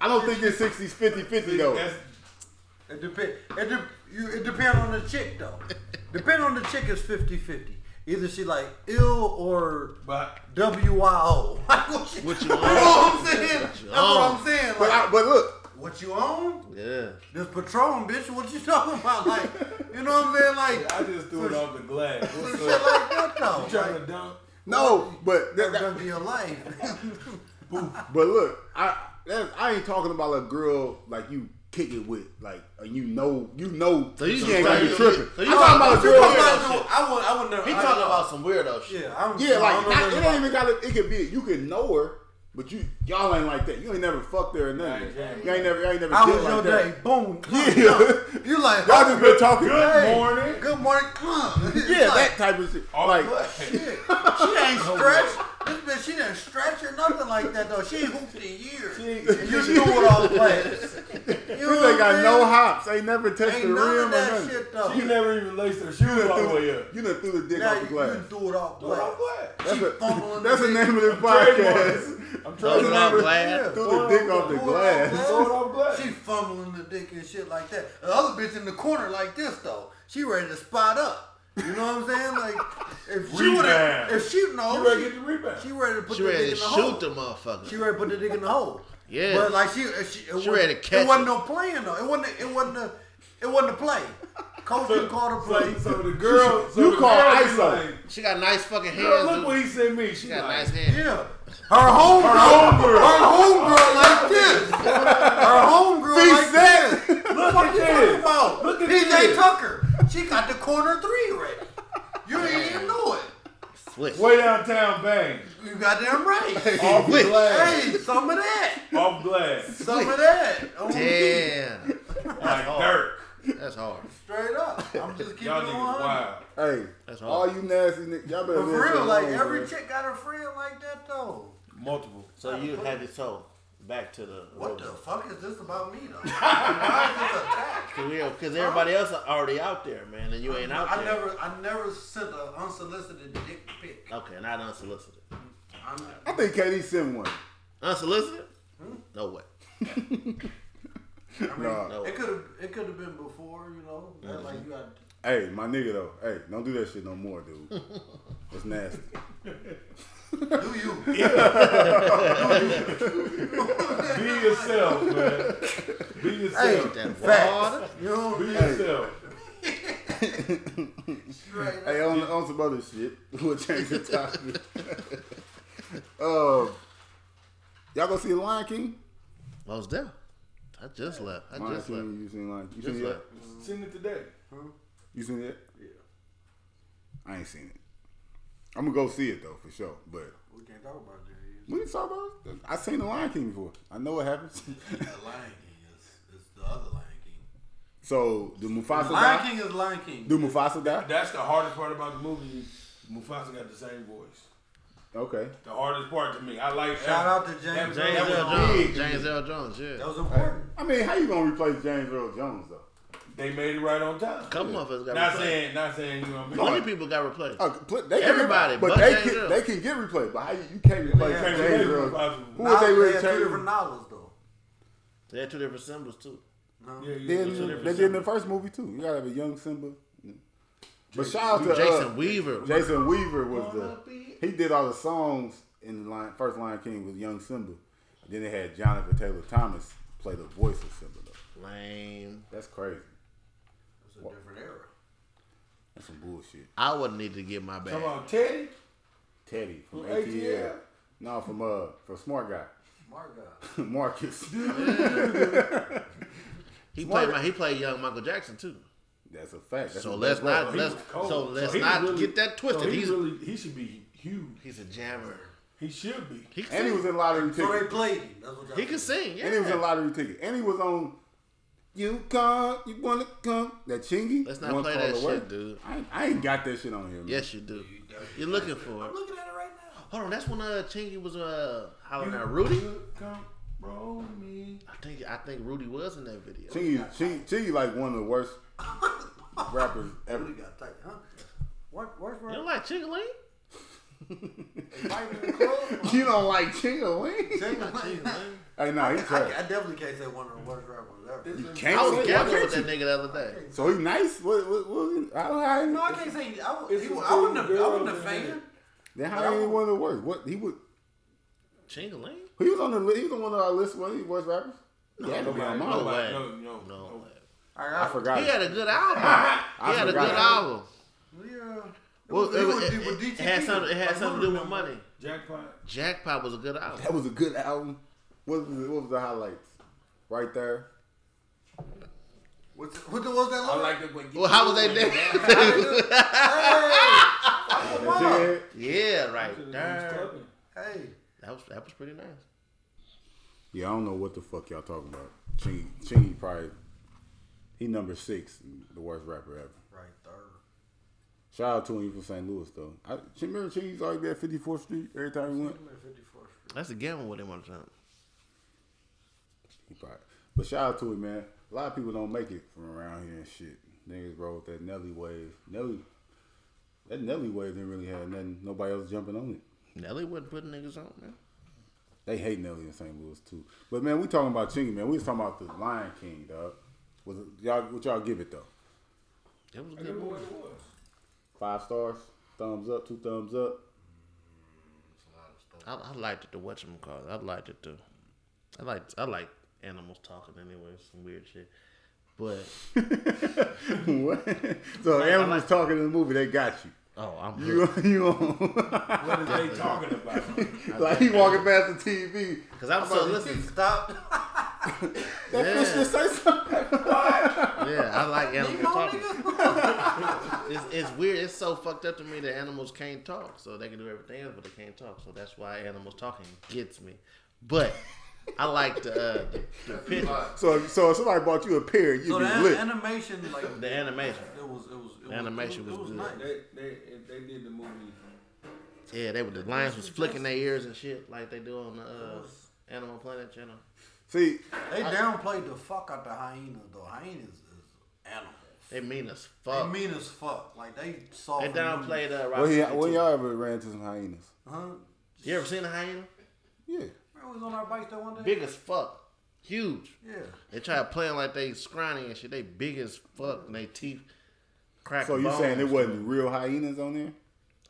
Speaker 1: I don't think it's 60 50 50 though.
Speaker 6: That's,
Speaker 2: It depend it de- you it depend on the chick though. depend on the chick is 50-50. Either she like ill or
Speaker 6: but
Speaker 2: WYO. Like what you,
Speaker 4: What you
Speaker 2: know
Speaker 4: on?
Speaker 2: what I'm saying? That's what
Speaker 4: on?
Speaker 2: I'm saying.
Speaker 1: But,
Speaker 2: Like
Speaker 1: I, but look,
Speaker 2: what you own?
Speaker 4: Yeah.
Speaker 2: This Patron, bitch. What you talking about? Like, you know what I'm saying? Like,
Speaker 6: I just threw it off the glass.
Speaker 2: some
Speaker 6: What's
Speaker 2: shit
Speaker 6: up?
Speaker 2: like that though.
Speaker 6: Trying
Speaker 2: Like,
Speaker 6: to dunk.
Speaker 1: no, but that,
Speaker 2: that's
Speaker 1: that-
Speaker 2: gonna be your life.
Speaker 1: but look, I that, I ain't talking about a girl like you kick it with like uh, you know you know
Speaker 4: So you
Speaker 1: she
Speaker 4: just
Speaker 1: ain't gonna
Speaker 4: like-
Speaker 1: be tripping.
Speaker 4: so you
Speaker 1: I'm talking about a
Speaker 4: talking-
Speaker 1: girl.
Speaker 4: you
Speaker 2: I'm
Speaker 4: talking
Speaker 1: that-
Speaker 2: not doing- I would. I would never.
Speaker 4: He
Speaker 2: I,
Speaker 4: talking about some weirdo shit.
Speaker 2: Yeah, I'm.
Speaker 1: Yeah,
Speaker 2: I
Speaker 1: like
Speaker 2: don't know
Speaker 1: not, it
Speaker 2: nothing
Speaker 1: ain't
Speaker 2: about-
Speaker 1: even got. to It could be you could know her, but you y'all ain't like that. You ain't never fucked her or nothing.
Speaker 6: Right, right,
Speaker 1: You ain't never. You ain't never.
Speaker 2: How
Speaker 1: did
Speaker 2: was
Speaker 1: like
Speaker 2: your
Speaker 1: that.
Speaker 2: day? Boom.
Speaker 1: Yeah.
Speaker 2: You like?
Speaker 1: Y'all just been talking.
Speaker 6: Good morning.
Speaker 2: Good morning. Mm. It's
Speaker 1: Yeah, that Oh,
Speaker 2: like,
Speaker 1: type of shit.
Speaker 6: Off
Speaker 1: like
Speaker 6: the glass.
Speaker 2: shit. She ain't stretched. This bitch, she didn't stretch or nothing like that though. She ain't hooped in years. And you do it all plays. You know
Speaker 1: you ain't
Speaker 2: what
Speaker 1: got
Speaker 2: I'm
Speaker 1: no
Speaker 2: saying?
Speaker 1: hops. Ain't never touched the
Speaker 2: Ain't none
Speaker 1: rim
Speaker 2: of
Speaker 1: or
Speaker 2: that
Speaker 1: nothing.
Speaker 2: shit though.
Speaker 6: She never even laced her
Speaker 1: You
Speaker 6: shoes
Speaker 1: done
Speaker 6: all the
Speaker 1: threw,
Speaker 6: way up.
Speaker 1: you done threw the dick
Speaker 2: Now
Speaker 1: off
Speaker 2: you
Speaker 1: the glass.
Speaker 2: can do it all
Speaker 6: Threw it off
Speaker 2: plays.
Speaker 6: the glass.
Speaker 1: That's, a,
Speaker 2: fumbling
Speaker 1: that's the
Speaker 2: the
Speaker 1: name of this podcast.
Speaker 6: Trademark. I'm
Speaker 4: Throw
Speaker 1: Throw
Speaker 6: trying
Speaker 4: it
Speaker 1: the
Speaker 6: to
Speaker 1: number-
Speaker 4: off glass.
Speaker 1: Threw
Speaker 6: Throw
Speaker 1: the
Speaker 6: it
Speaker 1: dick
Speaker 6: off
Speaker 1: off the
Speaker 6: the
Speaker 1: glass.
Speaker 6: Throw it off glass.
Speaker 2: She fumbling the dick and shit like that. The other bitch in the corner like this though. She ready to spot up. You know what I'm saying? Like if she would have,
Speaker 6: Rebound.
Speaker 2: if she
Speaker 6: You
Speaker 2: no,
Speaker 6: ready
Speaker 2: Oh, she,
Speaker 6: to get the rebound?
Speaker 2: she ready to put
Speaker 4: She
Speaker 2: the
Speaker 4: ready
Speaker 2: dick
Speaker 4: to
Speaker 2: in the
Speaker 4: shoot
Speaker 2: hole.
Speaker 4: the
Speaker 2: She
Speaker 4: motherfucker.
Speaker 2: ready to put the dick in the hole.
Speaker 4: Yeah.
Speaker 2: but like she, if she, it
Speaker 4: She
Speaker 2: wasn't-
Speaker 4: ready to catch
Speaker 2: It wasn't
Speaker 4: it.
Speaker 2: no playing though. It wasn't. It wasn't a. It wasn't a play. Coach
Speaker 6: So-
Speaker 2: didn't call the play.
Speaker 6: So, so the girl, so
Speaker 1: You
Speaker 6: the
Speaker 1: call
Speaker 6: girl be
Speaker 1: ISO.
Speaker 6: Like,
Speaker 4: She got nice fucking
Speaker 6: girl,
Speaker 4: hands.
Speaker 6: look
Speaker 4: dude.
Speaker 6: what he sent me. She,
Speaker 4: she got
Speaker 6: like,
Speaker 4: nice hands.
Speaker 2: yeah, her homegirl, her homegirl like this. Her homegirl like this.
Speaker 1: Reset.
Speaker 6: Look
Speaker 2: What the fuck
Speaker 6: at
Speaker 2: you talking
Speaker 6: this.
Speaker 2: about?
Speaker 6: Look at
Speaker 2: PJ
Speaker 6: this.
Speaker 2: Tucker. She got the corner three ready. You didn't even know it.
Speaker 4: Switch.
Speaker 6: Way downtown bang.
Speaker 2: You goddamn right.
Speaker 6: Off
Speaker 4: Wait.
Speaker 6: glass.
Speaker 2: hey, some of that.
Speaker 6: Off glass.
Speaker 2: Some of that. Oh,
Speaker 4: Damn.
Speaker 6: Like dirt.
Speaker 4: That's hard.
Speaker 2: Straight up. I'm just keeping it
Speaker 6: Y'all
Speaker 2: 100.
Speaker 6: niggas wild.
Speaker 1: Hey,
Speaker 4: That's
Speaker 1: all
Speaker 4: hard.
Speaker 1: you nasty niggas, y'all better
Speaker 2: But
Speaker 1: live
Speaker 2: for real,
Speaker 1: alone,
Speaker 2: like
Speaker 1: man.
Speaker 2: every chick got a friend like that though.
Speaker 6: Multiple.
Speaker 4: So you have it so back to the
Speaker 2: What the
Speaker 4: robot.
Speaker 2: fuck is this about me though? Why is this attack?
Speaker 4: Because everybody else are already out there, man, and you ain't out
Speaker 2: I
Speaker 4: there.
Speaker 2: never, I never sent an unsolicited dick pic.
Speaker 4: Okay, not unsolicited.
Speaker 2: I'm,
Speaker 1: I think KD sent one.
Speaker 4: Unsolicited?
Speaker 2: Hmm?
Speaker 4: No way.
Speaker 2: I mean,
Speaker 1: Nah.
Speaker 4: No.
Speaker 2: it could have, it could have been before, you know. Not Like
Speaker 6: Mm-hmm.
Speaker 2: you got
Speaker 1: Hey, my nigga though. Hey, don't do that shit no more, dude. It's nasty.
Speaker 2: Do you?
Speaker 6: Be yourself, man. Be yourself.
Speaker 4: That water.
Speaker 2: Facts. You know
Speaker 6: Be
Speaker 2: what
Speaker 6: yourself.
Speaker 2: I'm saying?
Speaker 1: Hey, on, on some other shit, we'll change the topic. um, y'all go see Lion King?
Speaker 4: I was there. I just left. I
Speaker 1: Lion
Speaker 4: just left.
Speaker 1: King, you seen Lion King? You
Speaker 4: Just
Speaker 1: seen it?
Speaker 4: left.
Speaker 1: yet?
Speaker 6: Send it today.
Speaker 1: You seen it? Yeah. I ain't seen it. I'm gonna go see it though for sure. But
Speaker 2: We can't talk about that.
Speaker 1: what you talking about? I seen the Lion King before. I know what happens.
Speaker 2: The Lion King is, is the other Lion King.
Speaker 1: so do Mufasa
Speaker 2: Lion
Speaker 1: die?
Speaker 2: King is Lion King.
Speaker 1: Do Mufasa die?
Speaker 6: That's the hardest part about the movie. Mufasa got the same voice.
Speaker 1: Okay.
Speaker 6: The hardest part to me. I like
Speaker 2: Shout out to James
Speaker 6: that-
Speaker 4: James
Speaker 6: that
Speaker 4: L.
Speaker 6: was
Speaker 4: Jones.
Speaker 6: big.
Speaker 4: James L. Jones, yeah.
Speaker 2: That was important.
Speaker 1: I mean, how you gonna replace James Earl Jones though?
Speaker 6: They made it right on time.
Speaker 4: Couple motherfuckers got
Speaker 6: Not
Speaker 4: replaced.
Speaker 6: saying, not saying you know what I
Speaker 4: Plenty
Speaker 6: mean.
Speaker 4: of people got replaced.
Speaker 1: Uh, pl- they can
Speaker 4: Everybody,
Speaker 1: get, but
Speaker 4: Buck
Speaker 1: they
Speaker 4: Daniels.
Speaker 1: can, they can get replaced. But how you, you can't replace
Speaker 2: Yeah.
Speaker 1: James
Speaker 6: Can't replace
Speaker 1: Earl.
Speaker 6: impossible.
Speaker 1: Who was they with?
Speaker 2: Knowledge, had two different
Speaker 1: James-
Speaker 2: knowledge though.
Speaker 4: They had two different symbols too.
Speaker 2: No?
Speaker 6: Yeah,
Speaker 1: They
Speaker 6: yeah,
Speaker 1: did-
Speaker 6: yeah.
Speaker 1: they did in the first movie too. You gotta have a young Simba. But shout out to uh,
Speaker 4: Jason Weaver.
Speaker 1: Jason Weaver was the he did all the songs in the line, first Lion King with Young Simba. Then they had Jonathan Taylor Thomas play the voice of Simba. Though.
Speaker 4: Lame.
Speaker 1: That's crazy.
Speaker 2: It's a different era.
Speaker 1: That's some bullshit.
Speaker 4: I would need to get my
Speaker 6: Come
Speaker 4: bag.
Speaker 6: on, Teddy.
Speaker 1: Teddy from
Speaker 6: From
Speaker 1: ATL.
Speaker 6: ATL.
Speaker 1: No, from uh, from Smart Guy,
Speaker 2: Smart guy.
Speaker 1: Marcus.
Speaker 4: He played my, he played young Michael Jackson too.
Speaker 1: That's a fact. That's
Speaker 4: So
Speaker 1: a
Speaker 4: let's
Speaker 1: bro.
Speaker 4: not
Speaker 6: He
Speaker 4: let's
Speaker 6: was cold.
Speaker 4: so let's
Speaker 6: he
Speaker 4: not
Speaker 6: really-
Speaker 4: get that twisted.
Speaker 6: So he
Speaker 4: he's
Speaker 6: really he should be huge.
Speaker 4: he's a jammer.
Speaker 6: He should be.
Speaker 4: He can
Speaker 1: And he
Speaker 4: sing.
Speaker 1: was in lottery
Speaker 2: So they
Speaker 1: ticket.
Speaker 2: played him. That's what y'all
Speaker 4: He can
Speaker 2: said.
Speaker 4: sing. Yeah.
Speaker 1: And he was in lottery ticket. And he was on. You come, you wanna come? That chingy.
Speaker 4: Let's not
Speaker 1: One
Speaker 4: play
Speaker 1: Call
Speaker 4: that
Speaker 1: Away.
Speaker 4: shit, dude.
Speaker 1: I, ain't- I ain't got that shit on here. Man.
Speaker 4: Yes, you do. You're looking for it.
Speaker 2: I'm looking at it right now.
Speaker 4: Hold on, that's when uh Chingy was uh hollering
Speaker 6: You
Speaker 4: at Rudy.
Speaker 6: could Come, roll me.
Speaker 4: I think I think Rudy was in that video.
Speaker 1: Chingy, Chingy, Chingy, like one of the worst rappers ever.
Speaker 2: Really got tight, huh? What? Where's
Speaker 4: You don't
Speaker 2: my
Speaker 4: like Chingling?
Speaker 2: fight in the club?
Speaker 1: You don't like Chinga Wing?
Speaker 2: Sing like-
Speaker 1: Hey, no, he's
Speaker 2: I,
Speaker 1: trash.
Speaker 2: I definitely can't say one of the worst rappers ever.
Speaker 6: This is-
Speaker 1: Can't
Speaker 4: I
Speaker 1: say-
Speaker 4: was
Speaker 1: why
Speaker 4: gabbing
Speaker 1: can't
Speaker 4: with that
Speaker 1: you?
Speaker 4: nigga the other day.
Speaker 1: So he nice? What? What? what I don't. I,
Speaker 2: No, I
Speaker 1: know.
Speaker 2: can't say. I, would-
Speaker 6: It's
Speaker 2: he, would-
Speaker 6: a
Speaker 2: I wouldn't have. I
Speaker 6: girl
Speaker 2: wouldn't have
Speaker 6: band.
Speaker 2: fanned.
Speaker 1: Then how ain't one of the worst? What he would?
Speaker 4: Chingling?
Speaker 1: He was on the. li- He was on one of our list. One of the worst rappers. He had to be on my
Speaker 4: no
Speaker 1: list.
Speaker 4: way.
Speaker 6: No, no,
Speaker 4: No.
Speaker 6: no.
Speaker 2: I
Speaker 1: I
Speaker 2: got.
Speaker 1: forgot.
Speaker 4: He had a good album. He had a
Speaker 1: forgot.
Speaker 4: good album.
Speaker 2: Yeah.
Speaker 4: Well,
Speaker 2: was-
Speaker 4: it,
Speaker 2: was-
Speaker 4: it-
Speaker 2: it was
Speaker 4: it- it
Speaker 2: DTP.
Speaker 4: had something. It had
Speaker 2: Like,
Speaker 4: something
Speaker 2: who
Speaker 4: to do with
Speaker 2: remember?
Speaker 4: money.
Speaker 6: Jackpot.
Speaker 4: Jackpot was a good album.
Speaker 1: That was a good album. What was the, what was the highlights? Right there.
Speaker 2: What's- What the- what was that?
Speaker 6: I
Speaker 2: lyric?
Speaker 6: like that when you-
Speaker 4: Well, how was they dancing?
Speaker 2: Hey,
Speaker 1: Jighead.
Speaker 4: yeah, right
Speaker 6: Should've been
Speaker 4: there.
Speaker 6: clubbing.
Speaker 2: hey,
Speaker 4: That was that was pretty nice.
Speaker 1: Yeah, I don't know what the fuck y'all talking about. Chingy, Chingy probably he number six, the worst rapper ever.
Speaker 2: right there.
Speaker 1: Shout out to him. He from St. Louis though. I Chin- remember Chingy's always at 54th Street every time he went.
Speaker 2: I'm at 54th Street.
Speaker 4: That's a gamble with him on the time.
Speaker 1: He probably. But shout out to him, man. A lot of people don't make it from around here and shit. Niggas rolled that Nelly wave. Nelly, that Nelly wave didn't really have nothing. Nobody else jumping on it.
Speaker 4: Nelly wasn't putting niggas on, man.
Speaker 1: They hate Nelly in St. Louis too. But man, we talking about Chingy, man. We was talking about the Lion King, dog. Was it, y'all what y'all give it though?
Speaker 4: That was a
Speaker 6: I don't
Speaker 4: good
Speaker 6: know
Speaker 4: movie.
Speaker 6: what it was.
Speaker 1: Five stars, thumbs up, two thumbs up.
Speaker 4: I, I liked it to watch them call. I liked it to. I like I like animals talking anyway. Some weird shit, but
Speaker 1: what? So animals talking in the movie, they got you.
Speaker 4: oh, I'm
Speaker 1: You you on?
Speaker 6: What are they talking about?
Speaker 1: like he walking past the TV.
Speaker 4: because I'm so listen.
Speaker 2: Stop.
Speaker 1: That
Speaker 4: Yeah.
Speaker 1: fish just say something.
Speaker 4: Yeah, I like animals
Speaker 2: Nemo,
Speaker 4: talking.
Speaker 2: nigga.
Speaker 4: It's, it's weird. It's so fucked up to me that animals can't talk. So they can do everything else, but they can't talk. So that's why animals talking gets me. But I like the uh, the, the picture,
Speaker 1: So so if somebody bought you a pear, you'd
Speaker 2: So
Speaker 1: be
Speaker 2: the an-
Speaker 1: lit.
Speaker 2: animation, like
Speaker 4: the animation.
Speaker 2: it was, it was, it was
Speaker 4: animation
Speaker 2: it was,
Speaker 4: was
Speaker 2: it
Speaker 4: good.
Speaker 2: Nice.
Speaker 6: They, they, if they did the movie.
Speaker 4: Yeah, they were the lions was flicking their ears and shit like they do on the uh, Animal Planet channel.
Speaker 1: See,
Speaker 2: They downplayed the fuck out the hyenas though. Hyenas is animals.
Speaker 4: They mean as
Speaker 2: They
Speaker 4: fuck. They,
Speaker 2: mean as fuck. Like they saw.
Speaker 4: downplayed uh,
Speaker 1: when,
Speaker 4: Roxy.
Speaker 1: y- when y'all ever ran to some hyenas?
Speaker 2: Huh?
Speaker 4: You ever seen a hyena?
Speaker 1: Yeah.
Speaker 2: Remember we was on our bikes that one day.
Speaker 4: Big as fuck, huge.
Speaker 2: Yeah.
Speaker 4: They try to play 'em like they scrawny and shit. They big as fuck and they teeth crack.
Speaker 1: So you
Speaker 4: bones.
Speaker 1: saying it wasn't real hyenas on there?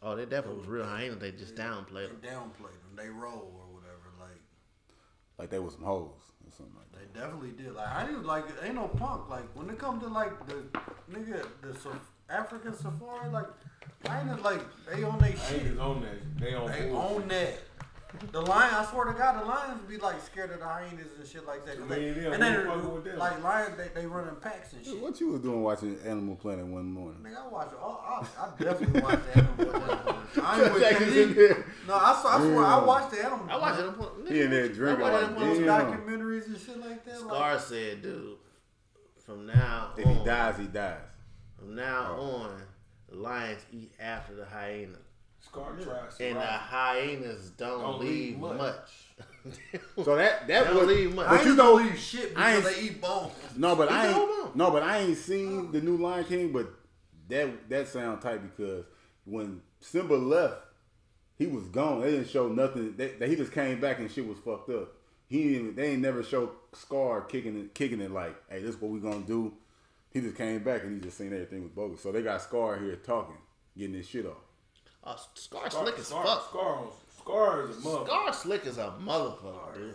Speaker 4: Oh, they definitely was real hyena. They just downplayed
Speaker 2: They
Speaker 4: 'em.
Speaker 2: downplayed them. They roll or whatever. Like
Speaker 1: Like they was some hoes or something like that.
Speaker 2: They definitely did. Like I didn't like ain't no punk. Like when it comes to like the nigga the saf- African safari, like I ain't like they on they
Speaker 6: I ain't
Speaker 2: shit.
Speaker 6: just on that. They on
Speaker 2: They
Speaker 6: bullshit.
Speaker 2: own that. The lion, I swear to God, the lions be like scared of the hyenas and shit like that. 'Cause they,
Speaker 6: Man, yeah,
Speaker 2: and they
Speaker 6: who fucking with them?
Speaker 2: like lions, they they run in packs and shit.
Speaker 1: What you was doing watching Animal Planet one morning?
Speaker 2: Nigga, I watch all. I, I definitely watch the animal. Planet. I ain't with
Speaker 1: Jackson's in
Speaker 2: Khalid.
Speaker 1: there.
Speaker 2: No, I, saw, I swear I
Speaker 1: Yeah.
Speaker 2: watched the animal.
Speaker 4: I watched it. on-
Speaker 1: He in there drinking
Speaker 4: I watched
Speaker 1: like,
Speaker 4: it on-
Speaker 2: Those
Speaker 1: Yeah.
Speaker 2: documentaries and shit like that. like-
Speaker 4: Scar said, "Dude, from now
Speaker 1: If he Oh.
Speaker 4: on,
Speaker 1: dies, he dies.
Speaker 4: from now on, the lions eat after the hyena,
Speaker 6: Scar tries to
Speaker 4: and the
Speaker 6: rob.
Speaker 4: hyenas don't,
Speaker 6: Don't
Speaker 4: leave
Speaker 6: leave much.
Speaker 4: much."
Speaker 1: So that that
Speaker 4: That
Speaker 1: was.
Speaker 4: leave much.
Speaker 1: But
Speaker 2: I
Speaker 1: you
Speaker 2: ain't
Speaker 1: know,
Speaker 2: believe shit
Speaker 1: I
Speaker 2: because
Speaker 1: ain't-
Speaker 2: they eat bones.
Speaker 1: no, but I
Speaker 4: It's
Speaker 1: ain't,
Speaker 4: over.
Speaker 1: no, but I ain't seen the new Lion King. But that that sound tight because when Simba left, he was gone. They didn't show nothing. They, they, he just came back and shit was fucked up. He didn't, even- they ain't never show Scar kicking it, kicking it like, hey, this what we gonna do. He just came back and he just seen everything was bogus. So they got Scar here talking, getting his shit off.
Speaker 4: Uh, Scar slick as
Speaker 6: Scar,
Speaker 4: fuck.
Speaker 6: Scar, Scar is a mother.
Speaker 4: Scar slick as a motherfucker, dude.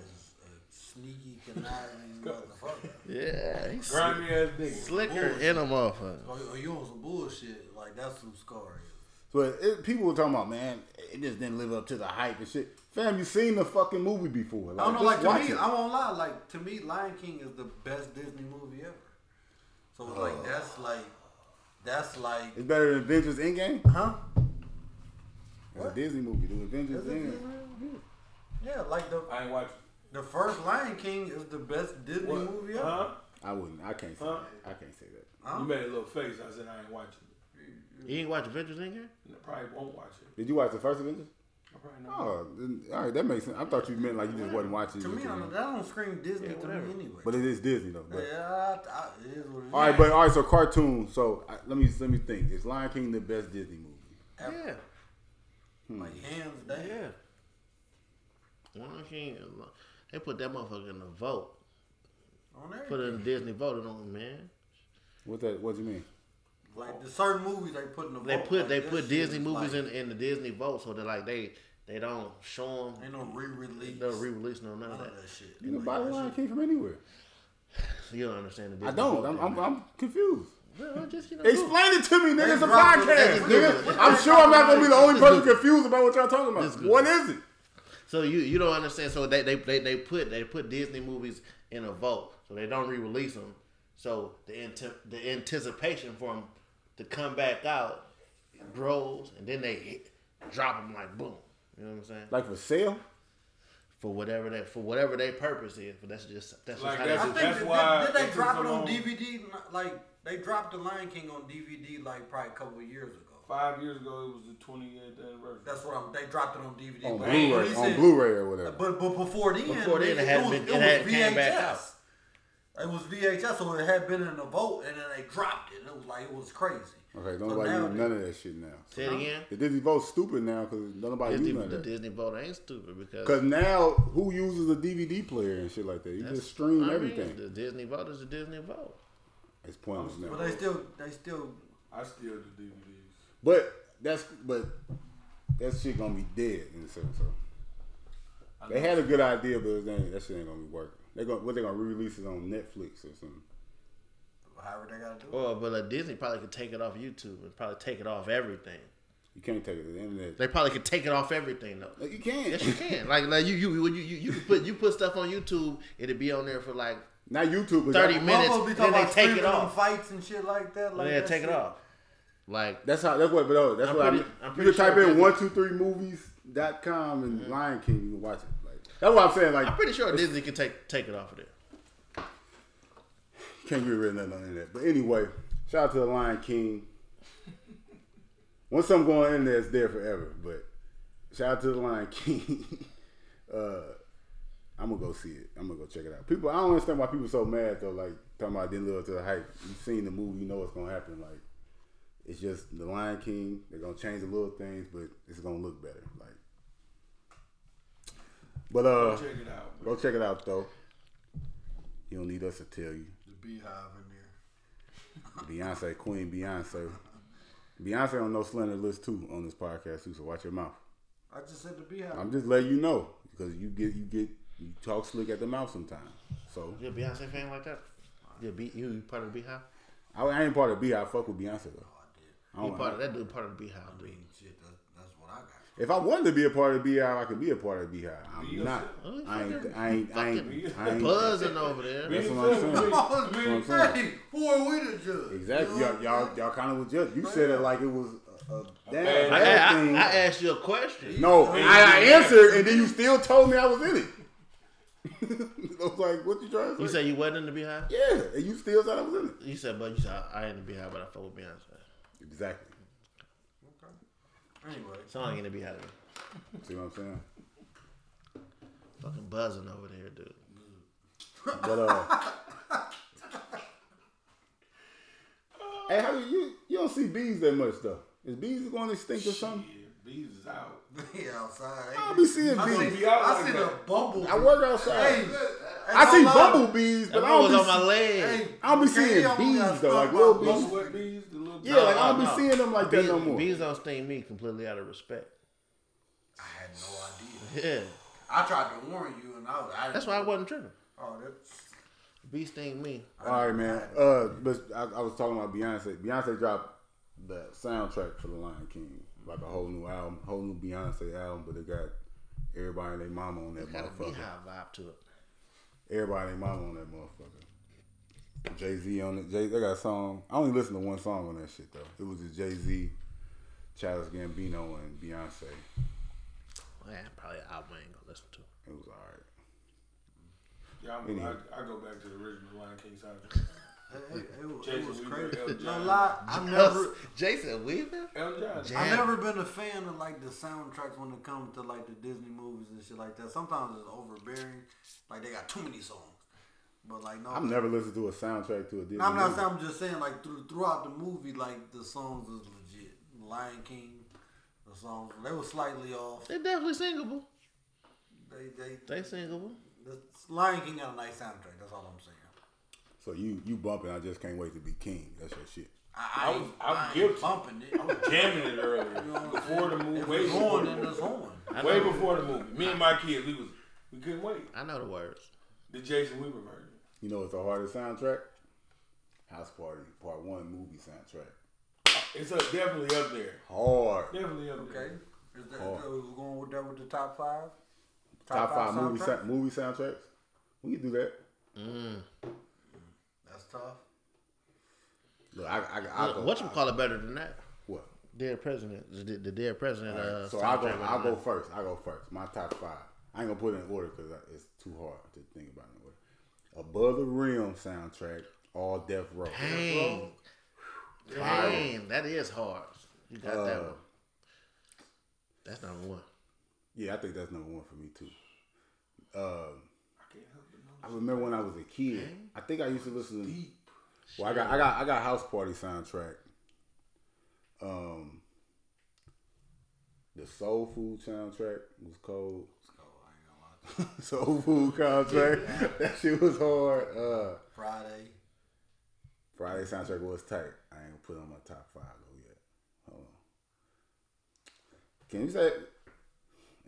Speaker 2: Sneaky, conniving motherfucker.
Speaker 4: Yeah, he's slick.
Speaker 6: Grimy ass nigga.
Speaker 4: slicker in a motherfucker.
Speaker 2: Or, or you on some bullshit. Like, that's who Scar is.
Speaker 1: So it, it- people were talking about, man, it just didn't live up to the hype and shit. Fam, you seen the fucking movie before?
Speaker 2: I don't know,
Speaker 1: just
Speaker 2: like, to
Speaker 1: watch
Speaker 2: me,
Speaker 1: it.
Speaker 2: I won't lie. Like, to me, Lion King is the best Disney movie ever. So, it's
Speaker 1: Uh.
Speaker 2: like, that's like, that's like,
Speaker 1: It's better than Avengers Endgame.
Speaker 2: huh?
Speaker 1: It's a Disney movie. The Avengers
Speaker 2: Is it
Speaker 1: Endgame.
Speaker 2: Yeah, like, the,
Speaker 6: I ain't watching.
Speaker 2: the first Lion King is the best Disney
Speaker 6: What?
Speaker 2: movie ever.
Speaker 6: Huh?
Speaker 1: I wouldn't. I can't say
Speaker 6: Huh?
Speaker 1: that. I can't say that.
Speaker 2: Huh?
Speaker 6: You made a little face. I said I ain't watching it.
Speaker 4: You ain't watch Avengers in here?
Speaker 6: And I probably won't watch it.
Speaker 1: Did you watch the first Avengers?
Speaker 6: I probably not.
Speaker 1: Oh, then- all right. That makes sense. I thought you meant like you just wasn't watching.
Speaker 2: To
Speaker 1: it.
Speaker 2: me, I don't, that don't scream Disney to me anyway.
Speaker 1: but it is Disney though. But.
Speaker 2: yeah, I, I, it is what it is.
Speaker 1: All right, but all right. So cartoon. So I, let me let me think. Is Lion King the best Disney movie?
Speaker 4: Yeah,
Speaker 2: Like, hands down.
Speaker 4: yeah. Lion King, they put that motherfucker in the vote.
Speaker 2: On everything.
Speaker 4: Put it in Disney voted on, man.
Speaker 1: What that? What do you mean?
Speaker 2: Like the certain movies they put in the
Speaker 4: They
Speaker 2: vault,
Speaker 4: put
Speaker 2: like,
Speaker 4: they
Speaker 2: Oh, this
Speaker 4: put
Speaker 2: shit
Speaker 4: Disney
Speaker 2: is
Speaker 4: movies
Speaker 2: like,
Speaker 4: in, in the Disney vote so that like they they don't show them,
Speaker 2: Ain't no re-release.
Speaker 4: they don't re-release no none of
Speaker 2: none
Speaker 4: that.
Speaker 2: of that shit.
Speaker 1: You know,
Speaker 2: Like,
Speaker 1: buy the
Speaker 2: that
Speaker 1: Lion
Speaker 2: shit-
Speaker 1: King from anywhere.
Speaker 4: So you don't understand the Disney
Speaker 1: I don't.
Speaker 4: vote,
Speaker 1: I'm,
Speaker 4: then,
Speaker 1: I'm,
Speaker 4: man.
Speaker 1: I'm confused.
Speaker 4: Well, just you know. Google.
Speaker 1: Explain it to me, nigga. It's a
Speaker 2: dropped it.
Speaker 1: podcast,
Speaker 4: They just
Speaker 1: nigga.
Speaker 4: Googled it.
Speaker 1: I'm sure I'm not gonna be the only
Speaker 4: Just
Speaker 1: person
Speaker 4: Google it.
Speaker 1: confused about what y'all talking
Speaker 4: Just
Speaker 1: about.
Speaker 4: Google
Speaker 1: What
Speaker 4: it.
Speaker 1: is it?
Speaker 4: So you you don't understand. So they, they they they put they put Disney movies in a vote, so they don't re-release them. So the ante- the anticipation for them to come back out grows, and then they hit, drop them like boom. You know what I'm saying?
Speaker 1: Like for sale?
Speaker 4: For whatever that for whatever their purpose is, but that's just that's
Speaker 6: Like
Speaker 4: just
Speaker 6: that's
Speaker 4: how
Speaker 2: I
Speaker 4: they
Speaker 2: think
Speaker 6: it. That's
Speaker 2: that- did,
Speaker 6: why it
Speaker 2: did
Speaker 6: took
Speaker 2: they drop
Speaker 6: so
Speaker 2: it
Speaker 6: long.
Speaker 2: on DVD? Like they dropped the Lion King on DVD like probably a couple of years ago.
Speaker 6: Five years ago, it was the 28th anniversary.
Speaker 2: That's what I'm. They dropped it on DVD.
Speaker 1: On
Speaker 2: but
Speaker 1: Blu-ray,
Speaker 2: released
Speaker 1: on
Speaker 2: it-
Speaker 1: Blu-ray or whatever.
Speaker 2: But but before then,
Speaker 4: Before then, it
Speaker 2: nigga,
Speaker 4: had
Speaker 2: was-
Speaker 4: been-
Speaker 2: it
Speaker 4: it had
Speaker 2: was
Speaker 4: came back
Speaker 2: VHS. It was VHS, so it had been in the vote, and then they dropped it. It was like it was crazy.
Speaker 1: Okay, don't
Speaker 2: So
Speaker 1: nobody
Speaker 2: now
Speaker 1: use
Speaker 2: they-
Speaker 1: none of that shit now.
Speaker 4: Say it again.
Speaker 1: The Disney vote's stupid now because nobody
Speaker 4: Disney,
Speaker 1: uses none
Speaker 4: the
Speaker 1: of Oh, that.
Speaker 4: Disney vote ain't stupid because
Speaker 1: Because now, who uses a DVD player and shit like that? You
Speaker 4: that's-
Speaker 1: just stream
Speaker 4: I mean,
Speaker 1: everything.
Speaker 4: The Disney vote is the Disney vote.
Speaker 1: it's pointless now.
Speaker 2: But they still, they still.
Speaker 6: I still do DVDs.
Speaker 1: But that's but that shit gonna be dead in a sense. So they had a good idea, but it ain't- that shit ain't gonna be working. They gonna what they gonna release it on Netflix or something.
Speaker 2: However, they gotta do it.
Speaker 4: Or but like Disney probably could take it off YouTube and probably take it off everything.
Speaker 1: You can't take it to the internet.
Speaker 4: They probably could take it off everything though.
Speaker 1: Like, you can't.
Speaker 4: Yes, you can. Like, like you, you, you, you, you can put you put stuff on YouTube. It'd be on there for like
Speaker 1: Not YouTube. But
Speaker 4: thirty
Speaker 1: that-
Speaker 4: minutes.
Speaker 2: Motherfuckers be talking
Speaker 4: Then they
Speaker 2: about
Speaker 4: take it
Speaker 2: streaming them
Speaker 4: off.
Speaker 2: fights and shit like that.
Speaker 1: Oh,
Speaker 2: Like
Speaker 4: yeah,
Speaker 2: that
Speaker 4: take
Speaker 2: shit.
Speaker 4: it off. Like,
Speaker 1: That's how. That's what. But oh, that's
Speaker 4: I'm
Speaker 1: what
Speaker 4: pretty-
Speaker 1: I.
Speaker 4: I'm
Speaker 1: mean.
Speaker 4: pretty
Speaker 1: You can type
Speaker 4: sure
Speaker 1: in
Speaker 4: Disney-
Speaker 1: one two three movies dot com and
Speaker 4: Mm-hmm.
Speaker 1: Lion King. You can watch it. Like that's what I'm saying. Like
Speaker 4: I'm pretty sure Disney can take take it off of there.
Speaker 1: Can't get rid of nothing on the internet. But anyway, shout out to the Lion King. Once something going in there, it's there forever. But shout out to the Lion King. uh, I'm gonna go see it. I'm gonna go check it out. People, I don't understand why people so mad though. Like talking about it didn't live up to the hype. You've seen the movie, you know what's gonna happen. Like it's just the Lion King. They're gonna change the little things, but it's gonna look better. Like, but uh,
Speaker 6: Check it out.
Speaker 1: go check it out though. You don't need us to tell you.
Speaker 2: The beehive in there.
Speaker 1: Beyonce, Queen Beyonce. Beyonce on no slender list too on this podcast too, so watch your mouth.
Speaker 2: I just said the beehive.
Speaker 1: I'm just letting you know because you get you get you talk slick at the mouth sometimes. So
Speaker 4: You a Beyonce fan like that? You a be you you part of the Beehive?
Speaker 1: I, I ain't part of B. I fuck with Beyonce though. I
Speaker 4: Oh, You
Speaker 1: don't,
Speaker 4: part of that dude? Part of the Beehive? Dude.
Speaker 2: Shit, that, that's what I got.
Speaker 1: if I wanted to be a part of Beehive, I could be a part of Beehive. I'm
Speaker 6: Be
Speaker 1: not.
Speaker 4: yourself.
Speaker 1: I ain't. I ain't. I ain't.
Speaker 6: Fucking
Speaker 1: I ain't,
Speaker 4: Buzzing over there.
Speaker 1: That's what I'm saying.
Speaker 2: Oh,
Speaker 1: I'm saying.
Speaker 2: hey, who are we to judge?
Speaker 1: Exactly. Y'all, y'all, y'all kind of was just. You said it like it was a, a damn
Speaker 6: bad-
Speaker 4: I, I,
Speaker 1: bad
Speaker 4: I,
Speaker 1: thing.
Speaker 4: I asked you a question.
Speaker 2: Oh,
Speaker 1: No, I, I answered, and then you still told me I was in it. I was like, "What you trying to say?"
Speaker 4: You said you wasn't in the Beehive.
Speaker 1: "Yeah," and you still said I was in it.
Speaker 4: You said, but you said I, I ain't in the Beehive, but I fuck with Beyonce.
Speaker 1: Exactly.
Speaker 2: Anyway,
Speaker 4: So I ain't in the Beehive.
Speaker 1: See what I'm saying?
Speaker 4: Fucking buzzing over there, dude.
Speaker 1: But uh, hey, how you, you you don't see bees that much though? Is bees going extinct or something?
Speaker 6: Yeah, bees is out.
Speaker 2: He outside.
Speaker 1: I be seeing
Speaker 2: I
Speaker 1: bees.
Speaker 2: see, I see the bumble.
Speaker 1: I work outside.
Speaker 2: Hey,
Speaker 1: I see bumblebees,
Speaker 4: That
Speaker 1: but I
Speaker 4: one
Speaker 1: don't
Speaker 4: was
Speaker 1: be
Speaker 4: on my
Speaker 1: see-
Speaker 4: leg.
Speaker 1: I don't be seeing bees, though, like little bees.
Speaker 6: Bumble wet bees, the little
Speaker 1: Yeah, like I
Speaker 4: No,
Speaker 1: don't be
Speaker 4: no.
Speaker 1: seeing them like that
Speaker 4: Bees,
Speaker 1: no more.
Speaker 4: bees don't sting me completely out of respect.
Speaker 2: I had no idea.
Speaker 4: Yeah,
Speaker 2: I tried to warn you, and I was. I
Speaker 4: that's why I wasn't tripping.
Speaker 2: Oh, that's.
Speaker 4: Bees sting me.
Speaker 1: All right, man. Uh, but I, I was talking about Beyonce. Beyonce dropped the soundtrack for The Lion King, like a whole new album, whole new Beyonce album, but it got everybody and their mama on that
Speaker 4: Got a
Speaker 1: motherfucker.
Speaker 4: beehive vibe to it.
Speaker 1: Everybody and their mama on that motherfucker. Jay Z on it. Jay, they got a song. I only listened to one song on that shit though. It was just Jay Z, Childish Gambino, and Beyonce.
Speaker 4: Yeah, probably an album I ain't gonna listen to.
Speaker 1: It was alright.
Speaker 6: Yeah, I'm,
Speaker 1: Anyway.
Speaker 6: I, I go back to the original Lion King soundtrack.
Speaker 2: It, it, it
Speaker 6: Jason
Speaker 2: was
Speaker 6: Weaver,
Speaker 2: crazy.
Speaker 6: Elton
Speaker 2: No
Speaker 6: John.
Speaker 2: lie, I've never,
Speaker 4: Jason Weaver.
Speaker 6: El John.
Speaker 4: Jam-
Speaker 2: I've never been a fan of like the soundtracks when it comes to like the Disney movies and shit like that. Sometimes it's overbearing, like they got too many songs. But like no,
Speaker 1: I've never listened to a soundtrack to a Disney.
Speaker 2: No, I'm not.
Speaker 1: movie.
Speaker 2: saying- I'm just saying, like through, throughout the movie, like the songs was legit. Lion King, the songs they were slightly off.
Speaker 4: They definitely singable.
Speaker 2: They, they,
Speaker 4: They singable.
Speaker 2: the Lion King got a nice soundtrack. That's all I'm saying.
Speaker 1: So you you bumping? I just can't wait to be king. That's your shit.
Speaker 2: I, I,
Speaker 6: I was-
Speaker 2: ain't-
Speaker 6: I'm
Speaker 2: I ain't
Speaker 6: guilty.
Speaker 2: bumping it. I'm
Speaker 6: jamming it earlier before the movie.
Speaker 2: if
Speaker 6: Way
Speaker 2: it's
Speaker 6: before
Speaker 2: on,
Speaker 6: the
Speaker 2: then it's
Speaker 6: movie.
Speaker 2: on.
Speaker 4: I
Speaker 6: Way
Speaker 4: know-
Speaker 6: before the movie. Me and my kids, we was we couldn't wait.
Speaker 4: I know the words.
Speaker 6: The Jason Weaver version.
Speaker 1: You know, it's the hardest soundtrack. House Party Part One movie soundtrack.
Speaker 6: It's up, definitely up there.
Speaker 1: Hard.
Speaker 6: Definitely up there.
Speaker 2: Okay, is that,
Speaker 1: Oh.
Speaker 2: that was going with that with the top five?
Speaker 1: Top, five, movie
Speaker 2: soundtrack?
Speaker 1: sa- movie soundtracks. We can do that.
Speaker 2: That's tough.
Speaker 1: Look, I, I, I, go.
Speaker 4: What you call it better than that?
Speaker 1: What?
Speaker 4: Dead President. The, the Dead President. Uh,
Speaker 1: so I go.
Speaker 4: soundtrack
Speaker 1: I
Speaker 4: was
Speaker 1: go
Speaker 4: nice.
Speaker 1: first. I go first. My top five. I ain't gonna put it in order because it's too hard to think about in order. Above the Rim soundtrack, all Death Row.
Speaker 4: Dang. Dang, that is hard. You got that
Speaker 1: Uh,
Speaker 4: one. That's number one.
Speaker 1: Yeah, I think that's number one for me too. Um, I remember when I was a kid. I think I used to listen to. Well, I got I got I got house party soundtrack. Um, the soul food soundtrack was cold. soul food contract. that shit was hard. Uh,
Speaker 2: Friday.
Speaker 1: Friday soundtrack was tight. I ain't gonna put it on my top five though yet. Hold on. Can you say it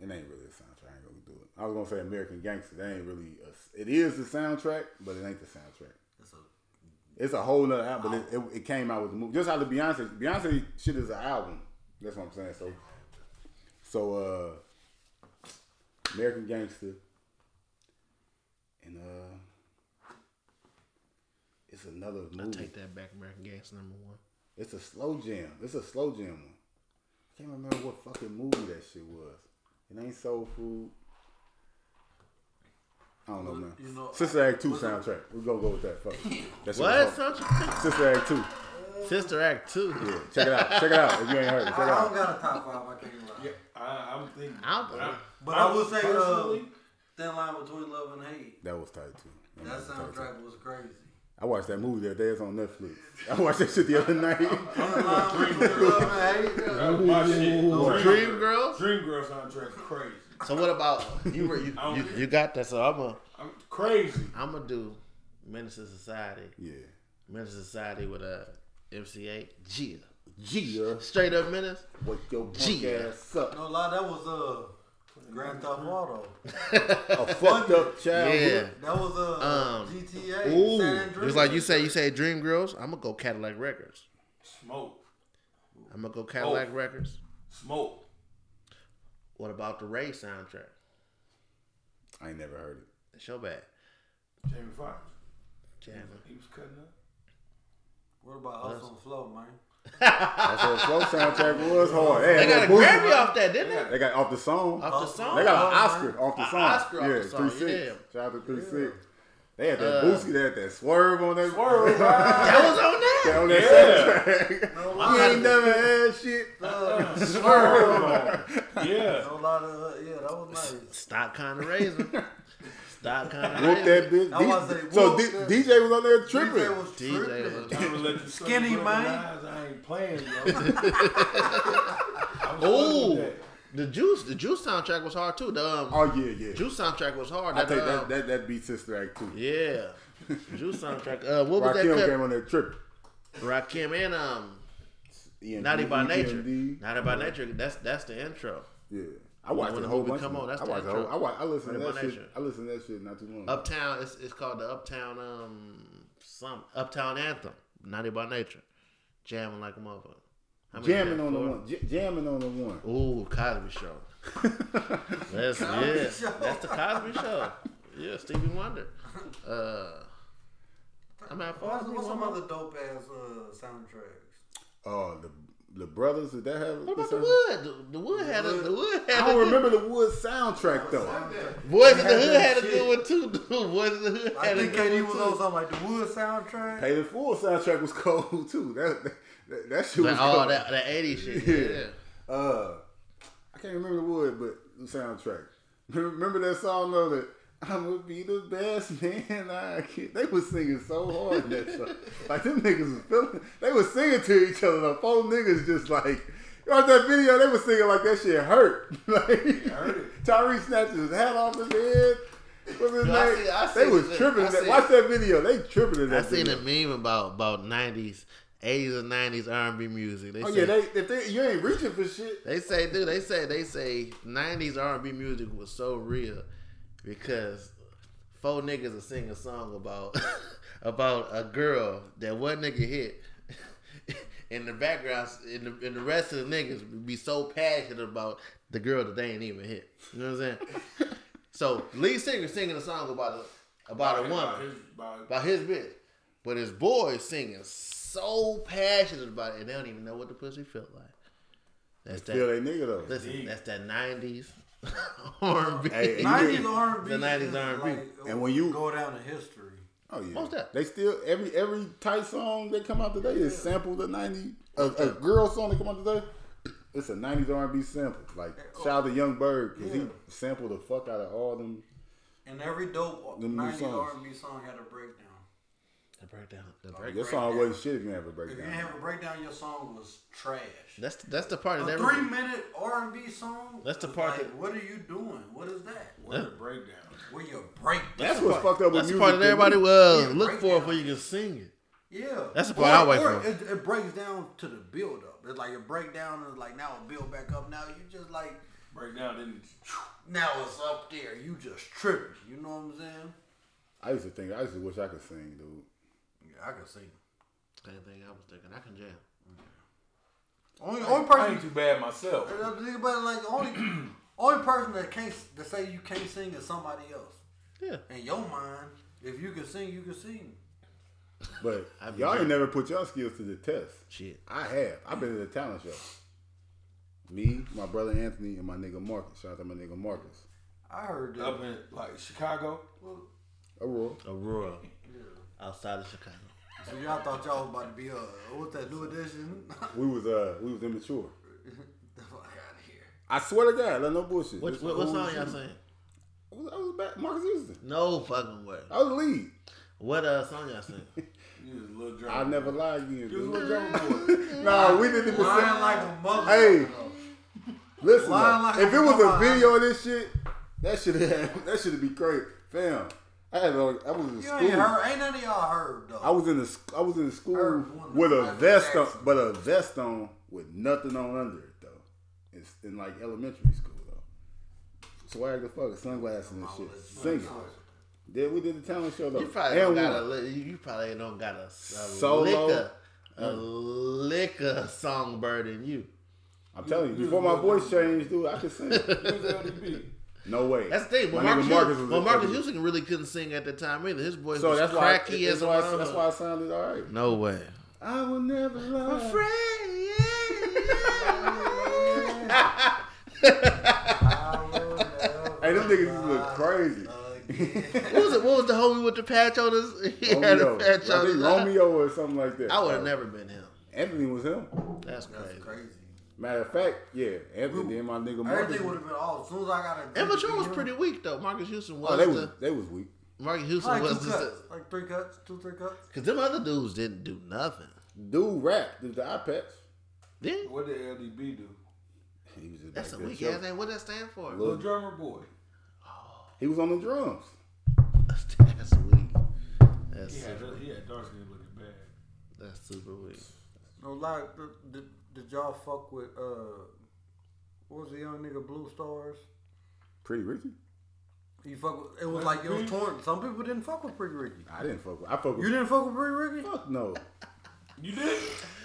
Speaker 1: ain't really a soundtrack? I ain't gonna do it. I was gonna say American Gangster. That ain't really. A, it is the soundtrack, but it ain't the soundtrack.
Speaker 2: That's a
Speaker 1: It's a whole nother album. But it, it, it came out with the movie. Just how the Beyonce Beyonce shit is an album. That's what I'm saying. So, so uh, American Gangster, and uh, it's another
Speaker 4: I
Speaker 1: movie.
Speaker 4: take that back. American Gangster number one.
Speaker 1: It's a slow jam. It's a slow jam one. I can't remember what fucking movie that shit was. It ain't Soul Food. I don't know, man.
Speaker 2: You know-
Speaker 1: Sister Act 2 soundtrack. We're gonna go with that. Fuck. it. That shit
Speaker 4: What?
Speaker 1: was hard.
Speaker 4: Soundtrack?
Speaker 1: Sister Act 2.
Speaker 4: Sister Act two.
Speaker 1: Yeah, check it out. Check it out. If you ain't heard it, check it
Speaker 2: I don't
Speaker 1: out.
Speaker 2: got a top five. I can't lie.
Speaker 6: Yeah, I, I'm thinking.
Speaker 4: I'll-
Speaker 6: but I,
Speaker 2: But I will say, uh,
Speaker 6: personally,
Speaker 2: thin line between love and hate.
Speaker 1: That was tight too.
Speaker 2: That
Speaker 1: was tight, too.
Speaker 2: soundtrack was crazy.
Speaker 1: I watched that movie the other day. It's on Netflix. I watched that shit the other night.
Speaker 2: Thin line between love and hate.
Speaker 6: that was my shit.
Speaker 4: Dream Girls?
Speaker 6: Dream Girl soundtrack, crazy.
Speaker 4: So what about you? Were, you, you, you got that? So I'm gonna
Speaker 6: I'm crazy.
Speaker 4: I'm gonna do Menace to Society.
Speaker 1: yeah.
Speaker 4: Menace to Society with a MC8 Gia.
Speaker 1: Gia,
Speaker 4: Straight up Menace.
Speaker 1: wake your punk
Speaker 4: Gia.
Speaker 1: ass up.
Speaker 2: No lie, that was uh, Grand Theft Auto.
Speaker 1: A fucked up
Speaker 4: Yeah.
Speaker 1: childhood.
Speaker 2: That was uh,
Speaker 4: Um,
Speaker 2: GTA.
Speaker 1: ooh,
Speaker 2: San
Speaker 1: it
Speaker 2: Andreas.
Speaker 4: Just like you say, you say Dream Girls. I'm gonna go Cadillac Records.
Speaker 6: Smoke,
Speaker 4: I'm gonna go Cadillac Records.
Speaker 6: smoke.
Speaker 4: What about the Ray soundtrack?
Speaker 1: I ain't never heard it.
Speaker 4: It's your bad.
Speaker 6: Jamie Foxx,
Speaker 4: Jamming.
Speaker 6: he was cutting up.
Speaker 2: What about Hustle and Flow, man?
Speaker 1: That's what slow soundtrack was hard. They, had
Speaker 4: They
Speaker 1: that
Speaker 4: got a
Speaker 1: movie-
Speaker 4: Grammy off that, didn't they?
Speaker 1: They got off the song.
Speaker 4: Off the song.
Speaker 1: They got an
Speaker 2: Oh,
Speaker 1: Oscar off the
Speaker 4: An
Speaker 1: song.
Speaker 4: Oscar off the song,
Speaker 1: three six.
Speaker 4: yeah. Uh,
Speaker 1: Shout out to three six. They had that Boosie. They had that swerve on that.
Speaker 6: Word, right?
Speaker 4: That was on there.
Speaker 1: on that
Speaker 6: Yeah.
Speaker 1: soundtrack. You ain't never had shit?
Speaker 2: Uh,
Speaker 6: Yeah.
Speaker 2: a lot of, uh, yeah, that was nice.
Speaker 4: Stop kind of razor. Stop kind of
Speaker 1: Whoop that
Speaker 4: razor.
Speaker 1: bitch.
Speaker 2: I was about to say,
Speaker 1: so
Speaker 2: whoop
Speaker 1: D-
Speaker 2: that-
Speaker 1: DJ was on there
Speaker 2: DJ
Speaker 1: tripping.
Speaker 2: was
Speaker 4: DJ
Speaker 2: tripping.
Speaker 4: was
Speaker 6: I was letting
Speaker 2: Skinny
Speaker 6: something
Speaker 2: man.
Speaker 6: recognize I ain't playing, yo. I was fucking
Speaker 4: Ooh,
Speaker 6: with
Speaker 4: the juice. The juice soundtrack was hard too. The um,
Speaker 1: Oh yeah, yeah.
Speaker 4: juice soundtrack was hard.
Speaker 1: I
Speaker 4: That,
Speaker 1: think
Speaker 4: um,
Speaker 1: that that that beat Sister Act too.
Speaker 4: yeah. Juice soundtrack. Uh, what was
Speaker 1: Rakim
Speaker 4: that?
Speaker 1: came
Speaker 4: Cut?
Speaker 1: on there tripping. E
Speaker 4: Rakim and um,
Speaker 1: EMD,
Speaker 4: Naughty by Nature.
Speaker 1: EMD.
Speaker 4: Naughty by Nature. That's that's the intro.
Speaker 1: Yeah. I watched
Speaker 4: When
Speaker 1: a
Speaker 4: the
Speaker 1: whole
Speaker 4: movie
Speaker 1: bunch.
Speaker 4: come
Speaker 1: of
Speaker 4: on,
Speaker 1: them.
Speaker 4: that's
Speaker 1: I
Speaker 4: the
Speaker 1: watched a
Speaker 4: intro.
Speaker 1: whole. I watched. I listened to
Speaker 4: Naughty
Speaker 1: that
Speaker 4: by
Speaker 1: shit.
Speaker 4: Nature.
Speaker 1: I listened to that shit not too long. ago.
Speaker 4: Uptown. It's it's called the Uptown um some Uptown Anthem. Naughty by Nature. Jamming like a motherfucker. How many
Speaker 1: Jamming
Speaker 4: is that,
Speaker 1: on the
Speaker 4: four?
Speaker 1: one. J- jamming on the one.
Speaker 4: Ooh, Cosby Show. That's yeah, that's the Cosby Show. Yeah, Stevie Wonder. Uh, I'm at
Speaker 2: What's,
Speaker 4: Cosby.
Speaker 2: what's
Speaker 4: Wonder.
Speaker 2: some other dope ass uh, soundtracks?
Speaker 1: Oh, the the brothers. Did that have?
Speaker 4: What about
Speaker 1: this
Speaker 4: the
Speaker 1: sound-
Speaker 4: Wood? The, the Wood had a the Wood had.
Speaker 1: I
Speaker 4: a
Speaker 1: don't
Speaker 4: good-
Speaker 1: remember the Wood soundtrack though.
Speaker 4: Boys in the
Speaker 2: had
Speaker 4: Hood
Speaker 2: that
Speaker 4: had a
Speaker 2: shit.
Speaker 4: good one too. Dude. Boys in the Hood
Speaker 2: I
Speaker 4: had a
Speaker 2: think
Speaker 4: good
Speaker 2: KD was
Speaker 4: one
Speaker 2: on
Speaker 4: too.
Speaker 2: something like the Wood soundtrack.
Speaker 1: Pay the Fool soundtrack was cold too. That that, that shit was
Speaker 4: Like all
Speaker 1: cold.
Speaker 4: that that '80s shit.
Speaker 1: Yeah.
Speaker 4: Yeah.
Speaker 1: Uh, I can't remember the wood, but the soundtrack. Remember that song though that I'm gonna be the best man I can. They was singing so hard in that song. Like them niggas was feeling. They was singing to each other. The four niggas just like. You watch that video, they was singing like that shit hurt. like, Tyree snatches his hat off his head. What's his
Speaker 4: Yo, I
Speaker 1: name?
Speaker 4: see- I
Speaker 1: they
Speaker 4: see
Speaker 1: was
Speaker 4: the-
Speaker 1: tripping.
Speaker 4: I
Speaker 1: in that.
Speaker 4: see-
Speaker 1: Watch that video. They tripping in
Speaker 4: I
Speaker 1: that
Speaker 4: seen
Speaker 1: video.
Speaker 4: a meme about about '90s, '80s and '90s R&B music. They
Speaker 1: Oh
Speaker 4: say,
Speaker 1: yeah, they, if they, you ain't reaching for shit.
Speaker 4: They say, dude. They say, they say, '90s R&B music was so real because four niggas are singing a song about about a girl that one nigga hit. In the background, in the, in the rest of the niggas be so passionate about the girl that they ain't even hit. You know what I'm saying? so lead singer singing a song about a about a
Speaker 6: that.
Speaker 4: woman
Speaker 6: His- about-
Speaker 4: about his bitch. But his boy is singing so passionate about it, and they don't even know what the pussy felt like. That's
Speaker 1: Feel
Speaker 4: that.
Speaker 1: they nigga though.
Speaker 4: Listen, that's that '90s R&B.
Speaker 1: Hey, you-
Speaker 2: 90s R&B.
Speaker 4: The 90s
Speaker 2: is
Speaker 4: R&B.
Speaker 1: And when you-
Speaker 2: go down in history,
Speaker 1: Oh yeah.
Speaker 4: Most def.
Speaker 1: They still every every tight song that come out today is sampled the ninety a, a girl song that come out today. It's a nineties R and B sample. Like shout out to Young Bird because he
Speaker 2: Yeah.
Speaker 1: sampled the fuck out of all them.
Speaker 2: and every dope
Speaker 1: Them new
Speaker 2: 90s
Speaker 1: songs.
Speaker 2: R&B song had a breakdown.
Speaker 4: The breakdown. The
Speaker 1: Your
Speaker 4: breakdown.
Speaker 1: song wasn't shit if you didn't have a
Speaker 2: If
Speaker 1: breakdown.
Speaker 2: you didn't have a breakdown, your song was trash.
Speaker 4: That's that's the part
Speaker 2: A
Speaker 4: that
Speaker 2: three
Speaker 4: every.
Speaker 2: minute R&B song.
Speaker 4: That's the
Speaker 2: was
Speaker 4: part
Speaker 2: Like,
Speaker 4: that-
Speaker 2: what are you doing? What is that?
Speaker 6: What a breakdown.
Speaker 2: Where your breakdown?
Speaker 1: That's what's fucked up with
Speaker 4: That's the
Speaker 1: music.
Speaker 4: part that
Speaker 1: to me.
Speaker 4: everybody will
Speaker 2: Yeah,
Speaker 4: look for
Speaker 2: breakdown.
Speaker 4: before you can sing it.
Speaker 2: Yeah.
Speaker 4: That's the part I wait
Speaker 2: or
Speaker 4: for.
Speaker 2: It, it breaks down to the build up. It's like a breakdown is like now it build back up. Now you just like
Speaker 6: Breakdown didn't.
Speaker 2: now it's up there. You just tripping. You know what I'm saying?
Speaker 1: I used to think I used to wish I could sing, dude.
Speaker 2: Yeah, I can sing.
Speaker 4: Same thing I was thinking. I can jam.
Speaker 2: Only only
Speaker 6: I ain't
Speaker 2: person
Speaker 6: too bad myself.
Speaker 2: uh, think about it, like only only person that can't that say you can't sing is somebody else.
Speaker 4: Yeah.
Speaker 2: In your mind, if you can sing, you can sing.
Speaker 1: But
Speaker 4: I be
Speaker 1: y'all ain't
Speaker 4: down.
Speaker 1: never put your skills to the test.
Speaker 4: Shit.
Speaker 1: I have. I've been to the talent show. Me, my brother Anthony, and my nigga Marcus. Shout out to my nigga Marcus.
Speaker 2: I heard that.
Speaker 6: Up in like Chicago.
Speaker 1: Aurora.
Speaker 4: Aurora. Outside of Chicago.
Speaker 2: So y'all thought y'all was about to be uh what's that new edition? Fuck out
Speaker 1: We was uh we was immature.
Speaker 2: of here.
Speaker 1: I swear to God, like no bullshit.
Speaker 4: What,
Speaker 1: This
Speaker 4: what, what
Speaker 1: whole
Speaker 4: song
Speaker 1: shit.
Speaker 4: y'all singing?
Speaker 1: I was, I was back. Marcus Houston.
Speaker 4: No fucking way.
Speaker 1: I was the lead.
Speaker 4: What uh, song y'all singing?
Speaker 6: You was a little drunk.
Speaker 1: I never lie again.
Speaker 6: You was a
Speaker 1: Dude.
Speaker 6: little drunk. boy.
Speaker 1: Nah, we didn't even
Speaker 2: Lying
Speaker 1: say.
Speaker 2: like a mother.
Speaker 1: Hey, listen. though,
Speaker 2: Lying like
Speaker 1: if
Speaker 2: a
Speaker 1: it was a
Speaker 2: mother.
Speaker 1: video of this shit, that should have that should be crazy, fam. I had a, I was in
Speaker 2: You ain't
Speaker 1: school.
Speaker 2: heard. Ain't none of y'all heard though.
Speaker 1: I was in the sc- I was in the school
Speaker 2: Heard one
Speaker 1: with a
Speaker 2: Michael
Speaker 1: vest on,
Speaker 2: Jackson.
Speaker 1: but a vest on with nothing on under it though. It's in like elementary school though. Swag the fuck, sunglasses and shit, singing. Then we did the talent show though,
Speaker 4: You probably
Speaker 1: and
Speaker 4: don't got a,
Speaker 1: won.
Speaker 4: li- you probably don't got a, a
Speaker 1: Solo.
Speaker 4: liquor, a liquor songbird in you.
Speaker 1: I'm telling you, before my voice changed, dude, I could sing.
Speaker 6: You was LDB.
Speaker 1: No way.
Speaker 4: That's the thing. But
Speaker 1: My
Speaker 4: Marcus,
Speaker 1: nigga
Speaker 4: Marcus,
Speaker 1: was
Speaker 4: but
Speaker 1: a-
Speaker 4: Marcus Houston really couldn't sing at the time either. His voice
Speaker 1: So
Speaker 4: was
Speaker 1: that's why,
Speaker 4: cracky
Speaker 1: that's
Speaker 4: as a
Speaker 1: why, that's why I
Speaker 4: motherfucker.
Speaker 1: sounded all right.
Speaker 4: No way.
Speaker 1: I will never lie. Hey, them niggas look crazy.
Speaker 4: what was it? What was the homie with the patch on his? He had a
Speaker 1: Romeo. I
Speaker 4: patch on
Speaker 1: think
Speaker 4: his.
Speaker 1: Romeo or something like that.
Speaker 4: I would have never been him.
Speaker 1: Anthony was him.
Speaker 4: That's crazy.
Speaker 2: Crazy.
Speaker 1: Matter of fact, yeah, Evan then my nigga Marcus.
Speaker 2: Everything would have been off. As soon as I got a.
Speaker 4: Evan Jones was pretty weak though. Marcus Houston was
Speaker 1: Oh, they
Speaker 4: the
Speaker 1: was they was weak.
Speaker 4: Marcus Houston
Speaker 2: Like two
Speaker 4: was
Speaker 2: cuts,
Speaker 4: the
Speaker 2: like three cuts, two three cuts.
Speaker 4: because them other dudes didn't do nothing.
Speaker 1: Dude rap, dude the iPads.
Speaker 4: Then
Speaker 6: What did LDB do?
Speaker 1: He was just
Speaker 4: that's a
Speaker 1: back there
Speaker 4: weak ass
Speaker 1: chilling.
Speaker 4: name. What does that stand for?
Speaker 6: Little drummer boy.
Speaker 1: He was on the drums.
Speaker 4: that's weak. That's
Speaker 6: He had,
Speaker 4: super,
Speaker 6: he had dark skin looking bad.
Speaker 4: that's super weak.
Speaker 2: No lie, did- did, did y'all fuck with uh, what was the young nigga Blue Stars?
Speaker 1: Pretty Ricky.
Speaker 2: You fuck with, it was like it was torn. Some people didn't fuck with Pretty Ricky.
Speaker 1: I didn't fuck with. I fuck with.
Speaker 2: You didn't fuck with Pretty Ricky?
Speaker 1: fuck no.
Speaker 6: You did?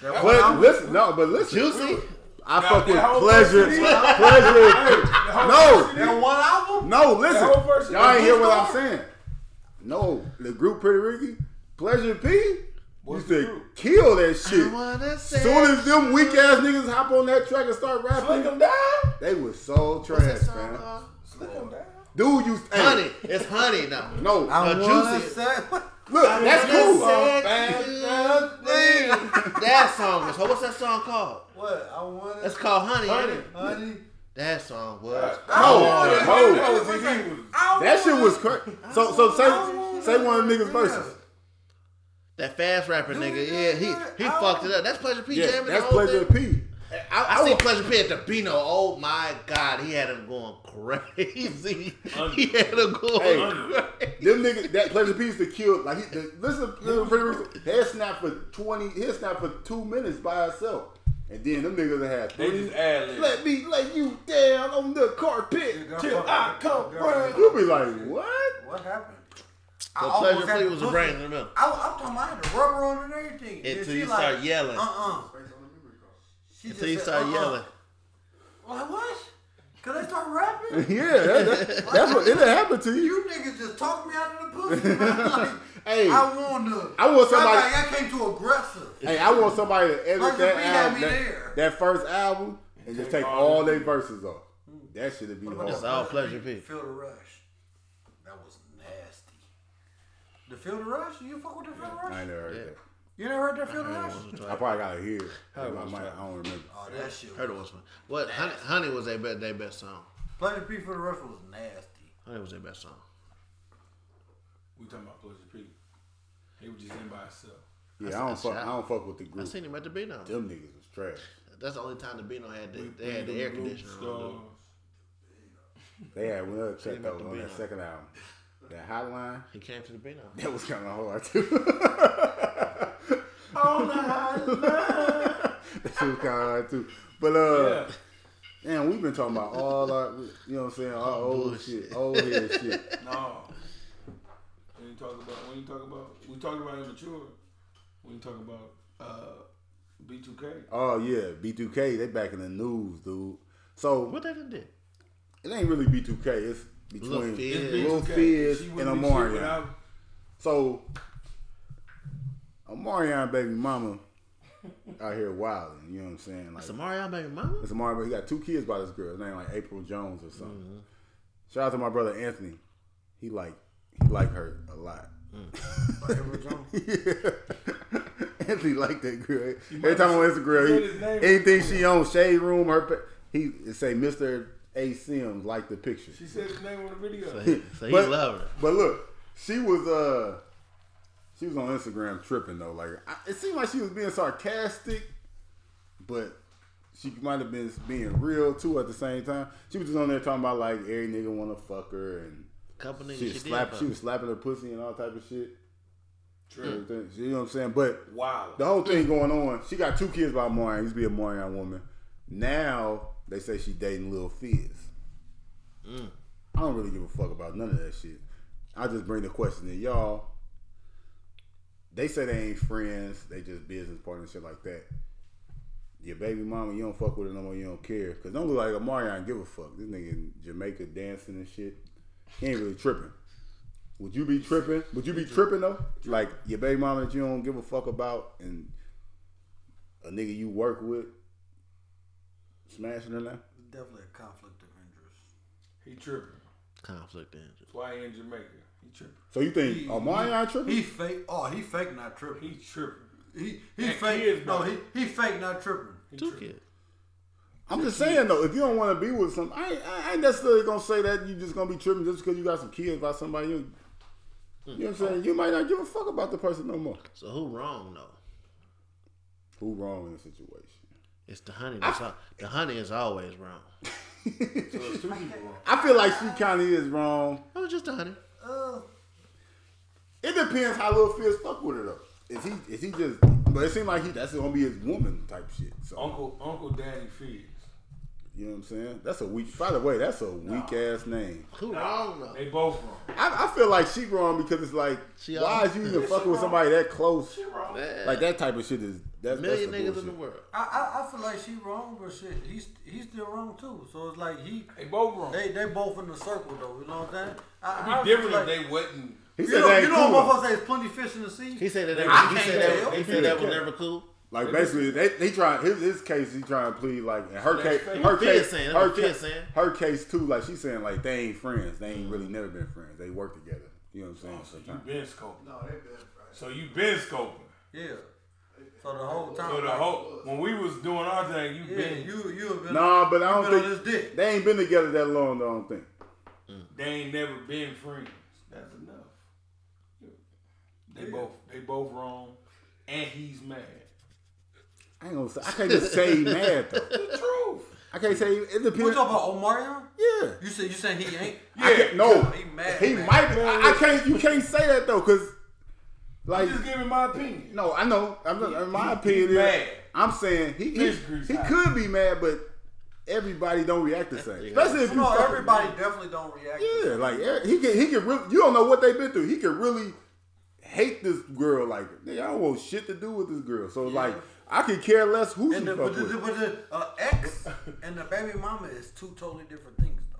Speaker 2: That was-
Speaker 1: But listen, no, but listen.
Speaker 4: Juicy.
Speaker 1: I
Speaker 6: Now,
Speaker 1: fuck
Speaker 6: that
Speaker 1: with
Speaker 6: whole
Speaker 1: pleasure.
Speaker 6: first
Speaker 1: pleasure.
Speaker 2: that one album?
Speaker 1: No, listen.
Speaker 6: whole first-
Speaker 1: Y'all ain't hear what I'm
Speaker 6: Blue
Speaker 1: saying. No, the group Pretty Ricky, Pleasure P, used
Speaker 6: What's the
Speaker 1: to
Speaker 6: group?
Speaker 1: kill that
Speaker 4: I
Speaker 1: shit.
Speaker 4: wanna say
Speaker 1: Soon as them weak ass niggas hop on that track and start
Speaker 6: Slick
Speaker 1: rapping,
Speaker 6: him down.
Speaker 1: they was so trash,
Speaker 4: What's that song
Speaker 1: man.
Speaker 2: uh,
Speaker 4: called?
Speaker 6: Slick him down.
Speaker 1: Dude, you hey,
Speaker 4: Honey. It's honey now.
Speaker 1: No,
Speaker 2: I
Speaker 4: Uh,
Speaker 2: wanna
Speaker 4: Juicy.
Speaker 2: say
Speaker 1: look, that's cool.
Speaker 4: That, that song was. What's that song called?
Speaker 2: what? I wanna.
Speaker 4: That's called Honey. ain't
Speaker 6: Honey.
Speaker 4: it?
Speaker 2: Honey.
Speaker 4: That song was.
Speaker 1: No,
Speaker 6: Oh,
Speaker 1: no,
Speaker 6: that was his equals.
Speaker 1: that shit was crazy. So, so say, say one of the niggas verses.
Speaker 4: That fast rapper nigga. Yeah, he he fucked it up. That's Pleasure P
Speaker 1: Yeah,
Speaker 4: jamming
Speaker 1: that's
Speaker 4: the whole
Speaker 1: Pleasure
Speaker 4: thing.
Speaker 1: P.
Speaker 4: I,
Speaker 1: I,
Speaker 4: I
Speaker 1: I
Speaker 4: see
Speaker 1: was-
Speaker 4: Pleasure P at the Beano. Oh my God, he had him going crazy. he had him going
Speaker 1: Hey.
Speaker 4: crazy.
Speaker 1: Them niggas, that pleasure piece to kill. Like he, the, listen, listen pretty recent. Head snap for twenty. Head snap for two minutes by itself, and then them niggas had
Speaker 6: They
Speaker 1: three.
Speaker 6: just ad lib.
Speaker 1: Let me lay you down on the carpet.
Speaker 6: Till I come round.
Speaker 1: You be like, what?
Speaker 2: What happened?
Speaker 4: So
Speaker 2: almost
Speaker 4: Pleasure
Speaker 2: had
Speaker 4: P
Speaker 2: to
Speaker 4: was a
Speaker 2: push
Speaker 4: brain
Speaker 2: it.
Speaker 4: in the middle.
Speaker 2: I, I'm talking about I had the rubber on and everything. Then
Speaker 4: Until
Speaker 2: she
Speaker 4: you
Speaker 2: like,
Speaker 4: start yelling.
Speaker 2: Uh-uh. She
Speaker 4: Until
Speaker 2: just
Speaker 4: he
Speaker 2: said,
Speaker 4: started
Speaker 2: "Uh-uh."
Speaker 4: yelling.
Speaker 2: Like, what? Could I start rapping?
Speaker 1: Yeah, that, that, that's what it happened to you.
Speaker 2: you niggas just talked me out of the pussy, man. Like,
Speaker 1: Hey,
Speaker 2: I want to.
Speaker 1: I want somebody-
Speaker 2: Like, I came too aggressive.
Speaker 1: Hey, I want somebody to edit
Speaker 2: Pleasure
Speaker 1: that
Speaker 2: P had
Speaker 1: album,
Speaker 2: me there.
Speaker 1: that, that first album, and just take all their verses off. That should have been
Speaker 2: about
Speaker 4: That's
Speaker 1: hard.
Speaker 4: all Pleasure P.
Speaker 2: Feel the rush. That was nasty. The Feel the Rush? You fuck with the Feel the
Speaker 1: I
Speaker 2: Rush?
Speaker 1: ain't never heard
Speaker 2: You never heard that Feel the Rush?
Speaker 1: that. I probably gotta hear. it. I, might, I don't remember.
Speaker 6: Uh-huh.
Speaker 2: Oh, that shit.
Speaker 4: Heard it once. man. What Honey, Honey was their best, their best song.
Speaker 2: Pleasure P Feel the Rush was nasty.
Speaker 4: Honey was their best song.
Speaker 6: We talking about Pleasure P. He was just in by himself.
Speaker 1: Yeah, I don't
Speaker 4: that's
Speaker 1: fuck.
Speaker 4: shot.
Speaker 1: I don't fuck with the
Speaker 4: I
Speaker 1: group.
Speaker 4: seen him at the Beano.
Speaker 1: Them niggas was trash.
Speaker 4: That's the only time the Beano had the, they had the air conditioner on.
Speaker 6: Stars.
Speaker 1: They had one other track though
Speaker 4: about to
Speaker 1: on
Speaker 4: be
Speaker 1: that
Speaker 4: on.
Speaker 1: second album. That hotline,
Speaker 4: He came to the Beano.
Speaker 1: that was kind of hard too.
Speaker 6: On the hotline.
Speaker 1: that shit was kind of hard too. But uh,
Speaker 6: Yeah.
Speaker 1: man, we've been talking about all our, you know what I'm saying, our old
Speaker 4: Bullshit.
Speaker 1: shit, old head shit.
Speaker 6: No. When you talk about when you talk about we talked about immature. When you talk about uh B two K.
Speaker 1: Oh yeah, B2K, they back in the news, dude. So
Speaker 4: What they done did?
Speaker 1: it ain't really B2K. It's between
Speaker 4: Lil Fizz. Yeah.
Speaker 1: Lil Fizz and Amarion.
Speaker 6: without
Speaker 1: So Amarion baby mama out here wilding. You know what I'm saying? Like
Speaker 4: It's a Mario baby mama.
Speaker 1: it's Amarion, but he got two kids by this girl. His name like April Jones or something. Shout out to my brother Anthony. He like he like her a lot. Anthony like that girl. Every time on
Speaker 6: said his
Speaker 1: Instagram,
Speaker 6: name.
Speaker 1: he, anything she on shade room, her pa- he it say Mister A Sims like the picture.
Speaker 6: She said his name on the video.
Speaker 4: So he, so he
Speaker 1: But-
Speaker 4: love her.
Speaker 1: But look, she was uh she was on Instagram tripping though. Like I, it seemed like she was being sarcastic, but she might have been being real too at the same time. She was just on there talking about like every nigga want to fuck her and
Speaker 4: Couple
Speaker 1: she,
Speaker 4: niggas she,
Speaker 1: was
Speaker 4: did.
Speaker 1: slap,
Speaker 4: fuck.
Speaker 1: she was slapping her pussy and all type of shit.
Speaker 6: True.
Speaker 1: Everything. You know what I'm saying? But
Speaker 6: Wow.
Speaker 1: the whole thing going on. She got two kids by Marion. Used to be a Marion woman. Now they say she dating Lil Fizz. I don't really give a fuck about none of that shit. I just bring the question to y'all. They say they ain't friends. They just business partners, shit like that. Your baby mama, you don't fuck with her no more. You don't care because don't look like a Marion. Give a fuck. This nigga in Jamaica dancing and shit. He ain't really tripping. Would you be tripping? Would you be tripping though? Like your baby mama that you don't give a fuck about and a nigga you work with smashing her now?
Speaker 2: Definitely a conflict of interest.
Speaker 6: He tripping.
Speaker 4: Conflict in.
Speaker 6: That's why he in Jamaica. He tripping.
Speaker 1: So you think
Speaker 6: He-
Speaker 1: Omarion tripping?
Speaker 2: He fake. Oh, he fake not tripping.
Speaker 6: He tripping.
Speaker 2: He he
Speaker 6: That
Speaker 2: fake.
Speaker 6: kid's
Speaker 2: no,
Speaker 6: brother.
Speaker 2: he he fake not tripping.
Speaker 6: He
Speaker 4: Two
Speaker 6: tripping.
Speaker 4: kids.
Speaker 1: I'm just saying though, if you don't want to be with some, I, ain't- I ain't necessarily gonna say that you just gonna be tripping just because you got some kids by somebody. You, you know what I'm
Speaker 6: Mm.
Speaker 1: saying? You might not give a fuck about the person no more.
Speaker 4: So who wrong though?
Speaker 1: Who wrong in the situation?
Speaker 4: It's the honey. That's all, the honey is always wrong.
Speaker 6: So it's two people.
Speaker 1: I feel like she kind of is wrong.
Speaker 4: Oh, just the honey.
Speaker 1: It depends how Lil Phil stuck with her though. Is he is he just? But it seems like he that's gonna be his woman type shit. So
Speaker 2: Oh.
Speaker 6: Uncle Uncle Daddy Fizz.
Speaker 1: you know what I'm saying? That's a weak. By the way, that's a weak ass name.
Speaker 4: Who wrong though?
Speaker 6: They both wrong.
Speaker 1: I, I feel like she wrong because it's like,
Speaker 4: She
Speaker 1: why
Speaker 4: all-
Speaker 1: is you even fucking with somebody that close?
Speaker 4: Man,
Speaker 1: Like that type of shit is that's
Speaker 4: a million
Speaker 1: that's
Speaker 4: niggas
Speaker 1: bullshit.
Speaker 4: in the world.
Speaker 2: I, I I feel like she wrong, but shit, he's he's still wrong too. So it's like he
Speaker 6: They both wrong.
Speaker 2: they they both in the circle though. You know what I'm saying? I, I
Speaker 6: It'd be
Speaker 2: feel
Speaker 6: different
Speaker 2: like-
Speaker 6: if they wasn't.
Speaker 1: He
Speaker 2: You
Speaker 1: said
Speaker 2: know,
Speaker 1: that
Speaker 2: you
Speaker 1: ain't
Speaker 2: know,
Speaker 1: cool.
Speaker 2: motherfuckers say it's plenty of fish in the sea.
Speaker 4: He said that.
Speaker 2: I
Speaker 4: They, he
Speaker 2: can't
Speaker 4: said that.
Speaker 2: tell.
Speaker 4: He said that was never cool.
Speaker 1: Like basically, they, they try his his case. He trying to plead like in her case,
Speaker 6: That's fake.
Speaker 1: her
Speaker 4: Phil
Speaker 1: case,
Speaker 4: saying, that's
Speaker 1: her
Speaker 4: what Phil
Speaker 1: case,
Speaker 4: saying.
Speaker 1: her case too. Like she's saying, like they ain't friends. They ain't really never been friends. They work together. You know what I'm
Speaker 2: Oh,
Speaker 1: saying?
Speaker 6: So you been scoping.
Speaker 2: No, they been right.
Speaker 6: So you been scoping.
Speaker 2: Yeah. So the whole time.
Speaker 6: So the
Speaker 2: like,
Speaker 6: whole when we was doing our thing, you
Speaker 2: Yeah,
Speaker 6: been.
Speaker 2: you you have been.
Speaker 1: Nah, but I
Speaker 2: you
Speaker 1: don't
Speaker 2: been on
Speaker 1: think
Speaker 2: this dick.
Speaker 1: they ain't been together that long. though, I don't think.
Speaker 6: They ain't never been friends. That's enough. They both they both wrong, and he's mad.
Speaker 1: I ain't gonna say. I can't just say he mad though.
Speaker 6: The truth.
Speaker 1: I can't say it
Speaker 2: What you
Speaker 1: depends.
Speaker 2: talking about, Omarion?
Speaker 1: Yeah.
Speaker 2: You said you saying he ain't.
Speaker 1: I can't- no,
Speaker 2: He mad,
Speaker 1: he
Speaker 2: man.
Speaker 1: might. Be, I, I can't. You can't say that though, cause like
Speaker 6: I'm just giving my opinion.
Speaker 1: No, I know. I'm just, in my
Speaker 6: He- he
Speaker 1: opinion,
Speaker 6: mad.
Speaker 1: I'm saying he he,
Speaker 6: His grease
Speaker 1: he
Speaker 6: hot.
Speaker 1: could be mad, but everybody don't react the same.
Speaker 4: Yeah.
Speaker 1: Especially if you
Speaker 2: No,
Speaker 1: fuck-
Speaker 2: everybody definitely don't react.
Speaker 1: Yeah, like er- he can he can really. You don't know what they've been through. He can really hate this girl. Like nigga, I don't want shit to do with this girl. So like I could care less who she
Speaker 2: And the,
Speaker 1: fuck
Speaker 2: but the,
Speaker 1: with.
Speaker 2: but the uh, ex and the baby mama is two totally different things though.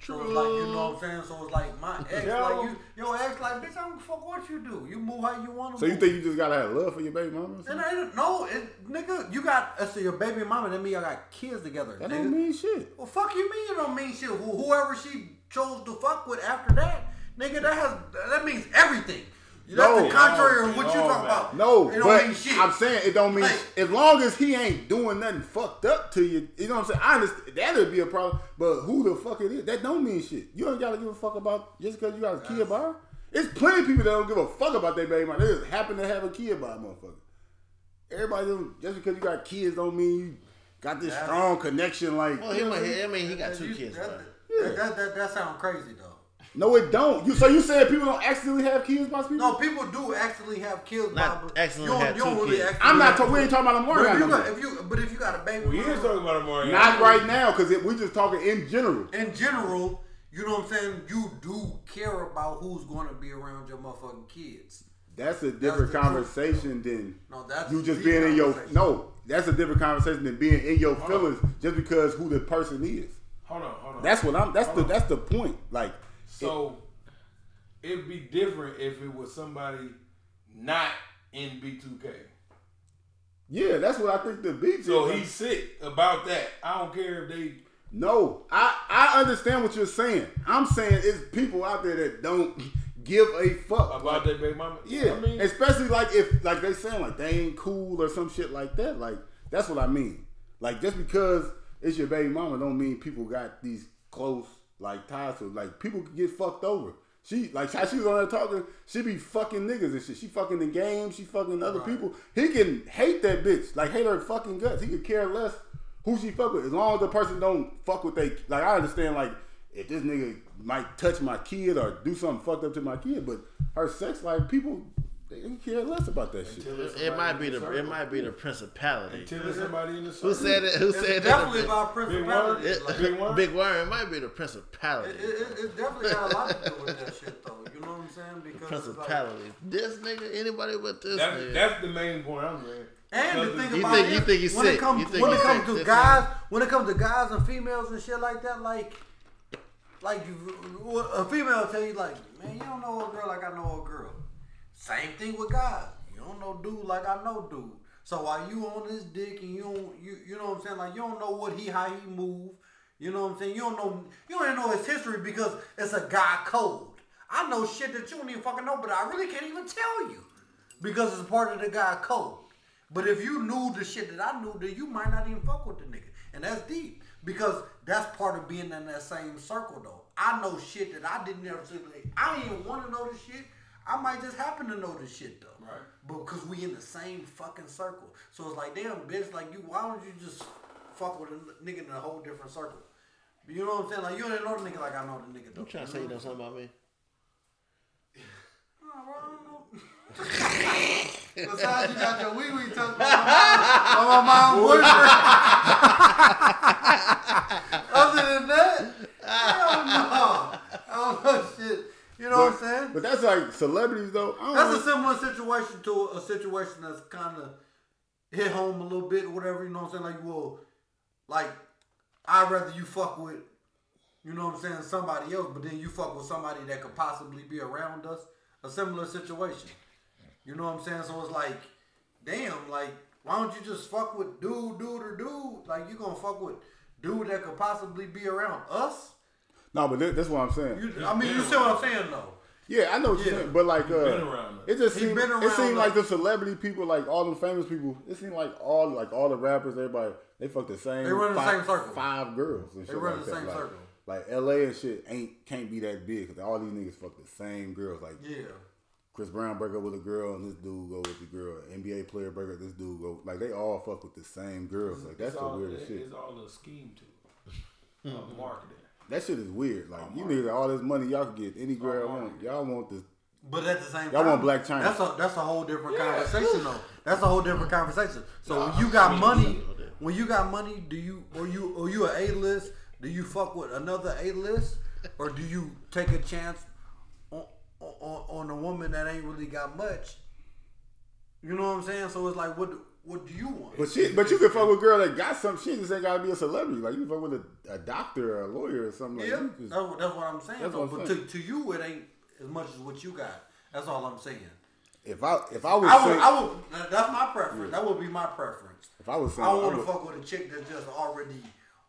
Speaker 2: So it's like you know what I'm saying. So it's like my ex, like you, your ex, like bitch, I don't fuck what you do. You move how you want to.
Speaker 1: so you think you just gotta have love for your baby mama? or
Speaker 2: And
Speaker 1: something?
Speaker 2: I didn't- no, it, nigga, you got uh, so your baby mama. That mean y'all got kids together.
Speaker 1: That
Speaker 2: nigga.
Speaker 1: don't mean shit.
Speaker 2: well, fuck you mean it don't mean shit. Who- Whoever she chose to fuck with after that, nigga, that has that means everything. That's
Speaker 1: No.
Speaker 2: the contrary of what you
Speaker 6: No,
Speaker 2: talking about.
Speaker 1: No,
Speaker 2: it don't
Speaker 1: but
Speaker 2: mean shit.
Speaker 1: I'm saying it don't mean
Speaker 2: Like-
Speaker 1: as long as he ain't doing nothing fucked up to you. You know what I'm saying? I understand that'd be a problem, but who the fuck it is? That don't mean shit. You don't gotta give a fuck about just because you got a kid by. her. It's plenty of people that don't give a fuck about their baby mama. They just happen to have a kid by a motherfucker. Everybody don't, just because you got kids don't mean you got this strong connection. Like
Speaker 4: Well, he might. I mean, he got two
Speaker 2: You-
Speaker 4: kids.
Speaker 2: That,
Speaker 4: though.
Speaker 2: that, that, that, that sounds crazy though.
Speaker 1: no, it don't. You so you saying people don't accidentally have kids by people?
Speaker 2: No, people do actually have kids.
Speaker 4: Not
Speaker 2: Bob, but
Speaker 4: actually
Speaker 2: you don't-
Speaker 4: have
Speaker 2: you don't
Speaker 4: two
Speaker 2: really
Speaker 4: kids.
Speaker 2: actually
Speaker 1: I'm not.
Speaker 2: have
Speaker 1: Talk, we
Speaker 2: kids.
Speaker 1: ain't talking about them
Speaker 2: But if
Speaker 1: worrying.
Speaker 2: you,
Speaker 1: about
Speaker 2: got,
Speaker 1: them.
Speaker 2: if you but if you got a baby,
Speaker 6: We
Speaker 2: mama,
Speaker 6: is talking about Mario.
Speaker 1: Not right now, because we just talking in general.
Speaker 2: in general, you know what I'm saying. You do care about who's going to be around your motherfucking kids.
Speaker 1: That's a different
Speaker 2: the
Speaker 1: conversation than
Speaker 2: No, that's
Speaker 1: you just
Speaker 2: the
Speaker 1: being in your
Speaker 2: conversation.
Speaker 1: no. That's a different conversation than being in your
Speaker 6: on.
Speaker 1: feelings just because who the person is.
Speaker 6: Hold on, hold on.
Speaker 1: That's what I'm. That's the
Speaker 6: Hold on.
Speaker 1: that's the point. Like
Speaker 6: So it'd be different if it was somebody not in B2K.
Speaker 1: yeah, that's what I think the beef
Speaker 6: So
Speaker 1: is.
Speaker 6: he's sick about that. I don't care if they.
Speaker 1: no. I I understand what you're saying. I'm saying it's people out there that don't give a fuck
Speaker 6: About their baby mama.
Speaker 1: Yeah,
Speaker 6: I mean,
Speaker 1: especially like if like they saying like they ain't cool or some shit like that. Like that's what I mean. Like just because it's your baby mama don't mean people got these close like ties to. Like people can get fucked over. She like how she was on there talking. She be fucking niggas and shit. She fucking the game. She fucking other people. He can hate that bitch. Like hate her fucking guts. He could care less who she fuck with as long as the person don't fuck with they. Like I understand like if this nigga might touch my kid or do something fucked up to my kid, but her sex life, people they don't care less about that shit.
Speaker 6: until it's
Speaker 4: It might
Speaker 6: somebody
Speaker 4: be
Speaker 6: in
Speaker 4: the.
Speaker 6: circle.
Speaker 4: It might be the principality.
Speaker 6: Until it's somebody in the circle.
Speaker 4: Who said it? Who
Speaker 2: It's
Speaker 4: said
Speaker 2: definitely
Speaker 4: that?
Speaker 2: about principality.
Speaker 6: Big
Speaker 4: It-
Speaker 2: Like,
Speaker 6: Big Worm?
Speaker 4: Big Worm might be the
Speaker 2: It,
Speaker 4: principality.
Speaker 2: it, it definitely got a lot to do with that shit, though. You know what I'm saying? Because it's like,
Speaker 4: Principality. This nigga, anybody but this
Speaker 6: That's,
Speaker 4: nigga.
Speaker 6: that's the main point I'm saying.
Speaker 2: and the thing
Speaker 4: You
Speaker 2: about
Speaker 4: think-
Speaker 2: it,
Speaker 4: you think he's
Speaker 2: when
Speaker 4: sick.
Speaker 2: it comes
Speaker 4: You think
Speaker 2: when it
Speaker 4: he's
Speaker 2: comes
Speaker 4: sick.
Speaker 2: to
Speaker 4: This
Speaker 2: guys, when it comes to guys and females and shit like that, like, like you, a female will tell you like, man, you don't know a girl like I know a girl. Same thing with guys. You don't know dude like I know dude. So while you on this dick and you don't, you you know what I'm saying? Like you don't know what he how he move. You know what I'm saying? You don't know you don't even know his history because it's a guy code. I know shit that you don't even fucking know, but I really can't even tell you because it's part of the guy code. But if you knew the shit that I knew, then you might not even fuck with the nigga. And that's deep. Because that's part of being in that same circle though. I know shit that I didn't ever see. Like, I ain't even wanna know this shit. I might just happen to know this shit though.
Speaker 6: Right.
Speaker 2: But because we in the same fucking circle. So it's like, damn bitch, like you why don't you just fuck with a n- nigga in a whole different circle? You know what I'm saying? Like you don't know the nigga like I know the nigga though.
Speaker 4: You trying to say you know something about me?
Speaker 2: Nah, bro, I don't know. Besides, you got your wee wee tucked by my mom, boyfriend. Other than that, I don't know. I don't know shit. You know what I'm saying?
Speaker 1: But that's like celebrities though. I don't
Speaker 2: That's a
Speaker 1: really-
Speaker 2: similar situation to a situation that's kind of hit home a little bit or whatever. You know what I'm saying? Like, well, like I'd rather you fuck with, you know what I'm saying, somebody else, but then you fuck with somebody that could possibly be around us. A similar situation. You know what I'm saying? So it's like, damn, like why don't you just fuck with dude, dude, or dude? Like you gonna fuck with dude that could possibly be around us?
Speaker 1: no, but that, that's what I'm saying.
Speaker 2: You, I mean, you see what I'm saying though.
Speaker 1: yeah, I know what you're
Speaker 2: Yeah.
Speaker 1: saying, but like, uh,
Speaker 6: been around us.
Speaker 1: it just
Speaker 2: He
Speaker 1: seemed,
Speaker 2: been
Speaker 1: it
Speaker 2: around
Speaker 1: seemed like
Speaker 2: us.
Speaker 1: the celebrity people, like all them famous people. It seemed like all like all the rappers, everybody they fuck the same.
Speaker 2: They run the
Speaker 1: five,
Speaker 2: same circle.
Speaker 1: Five girls. And shit
Speaker 2: run
Speaker 1: like
Speaker 2: the
Speaker 1: that.
Speaker 2: same
Speaker 1: like,
Speaker 2: circle.
Speaker 1: Like L.A. and shit ain't can't be that big because all these niggas fuck the same girls. Like
Speaker 2: Yeah.
Speaker 1: Chris Brown break up with a girl and this dude go with the girl. NBA player break up, this dude go like they all fuck with the same girls. Like that's
Speaker 6: it's
Speaker 1: the
Speaker 6: all,
Speaker 1: weirdest shit.
Speaker 6: It's all a scheme to it. Of marketing.
Speaker 1: That shit is weird. Like you niggas got all this money y'all can get any girl y'all want. Y'all want this
Speaker 2: But at the same
Speaker 1: Y'all
Speaker 2: time,
Speaker 1: want Black China.
Speaker 2: That's a that's a whole different
Speaker 6: Yeah.
Speaker 2: conversation though. That's a whole different conversation. So
Speaker 6: Nah,
Speaker 2: when you got
Speaker 6: I mean,
Speaker 2: money, when you got money, do you or you or you a A list? Do you fuck with another A list, or do you take a chance on, on on a woman that ain't really got much? You know what I'm saying? So it's like, what what do you want?
Speaker 1: But shit, but you can fuck with a girl that got some shit. Just ain't gotta be a celebrity. Like you can fuck with a, a doctor or a lawyer or something. Like
Speaker 2: Yeah,
Speaker 1: you
Speaker 2: that's,
Speaker 1: just-
Speaker 2: what- that's what I'm saying.
Speaker 1: That's
Speaker 2: though.
Speaker 1: what I'm
Speaker 2: but
Speaker 1: saying.
Speaker 2: To, to you, it ain't as much as what you got. That's all I'm saying.
Speaker 1: if I if I was
Speaker 2: I would,
Speaker 1: sing-
Speaker 2: I would. That's my preference. That would be my preference.
Speaker 1: if I was
Speaker 2: I
Speaker 1: single,
Speaker 2: don't
Speaker 1: I
Speaker 2: want to
Speaker 1: would-
Speaker 2: fuck with a chick that's just already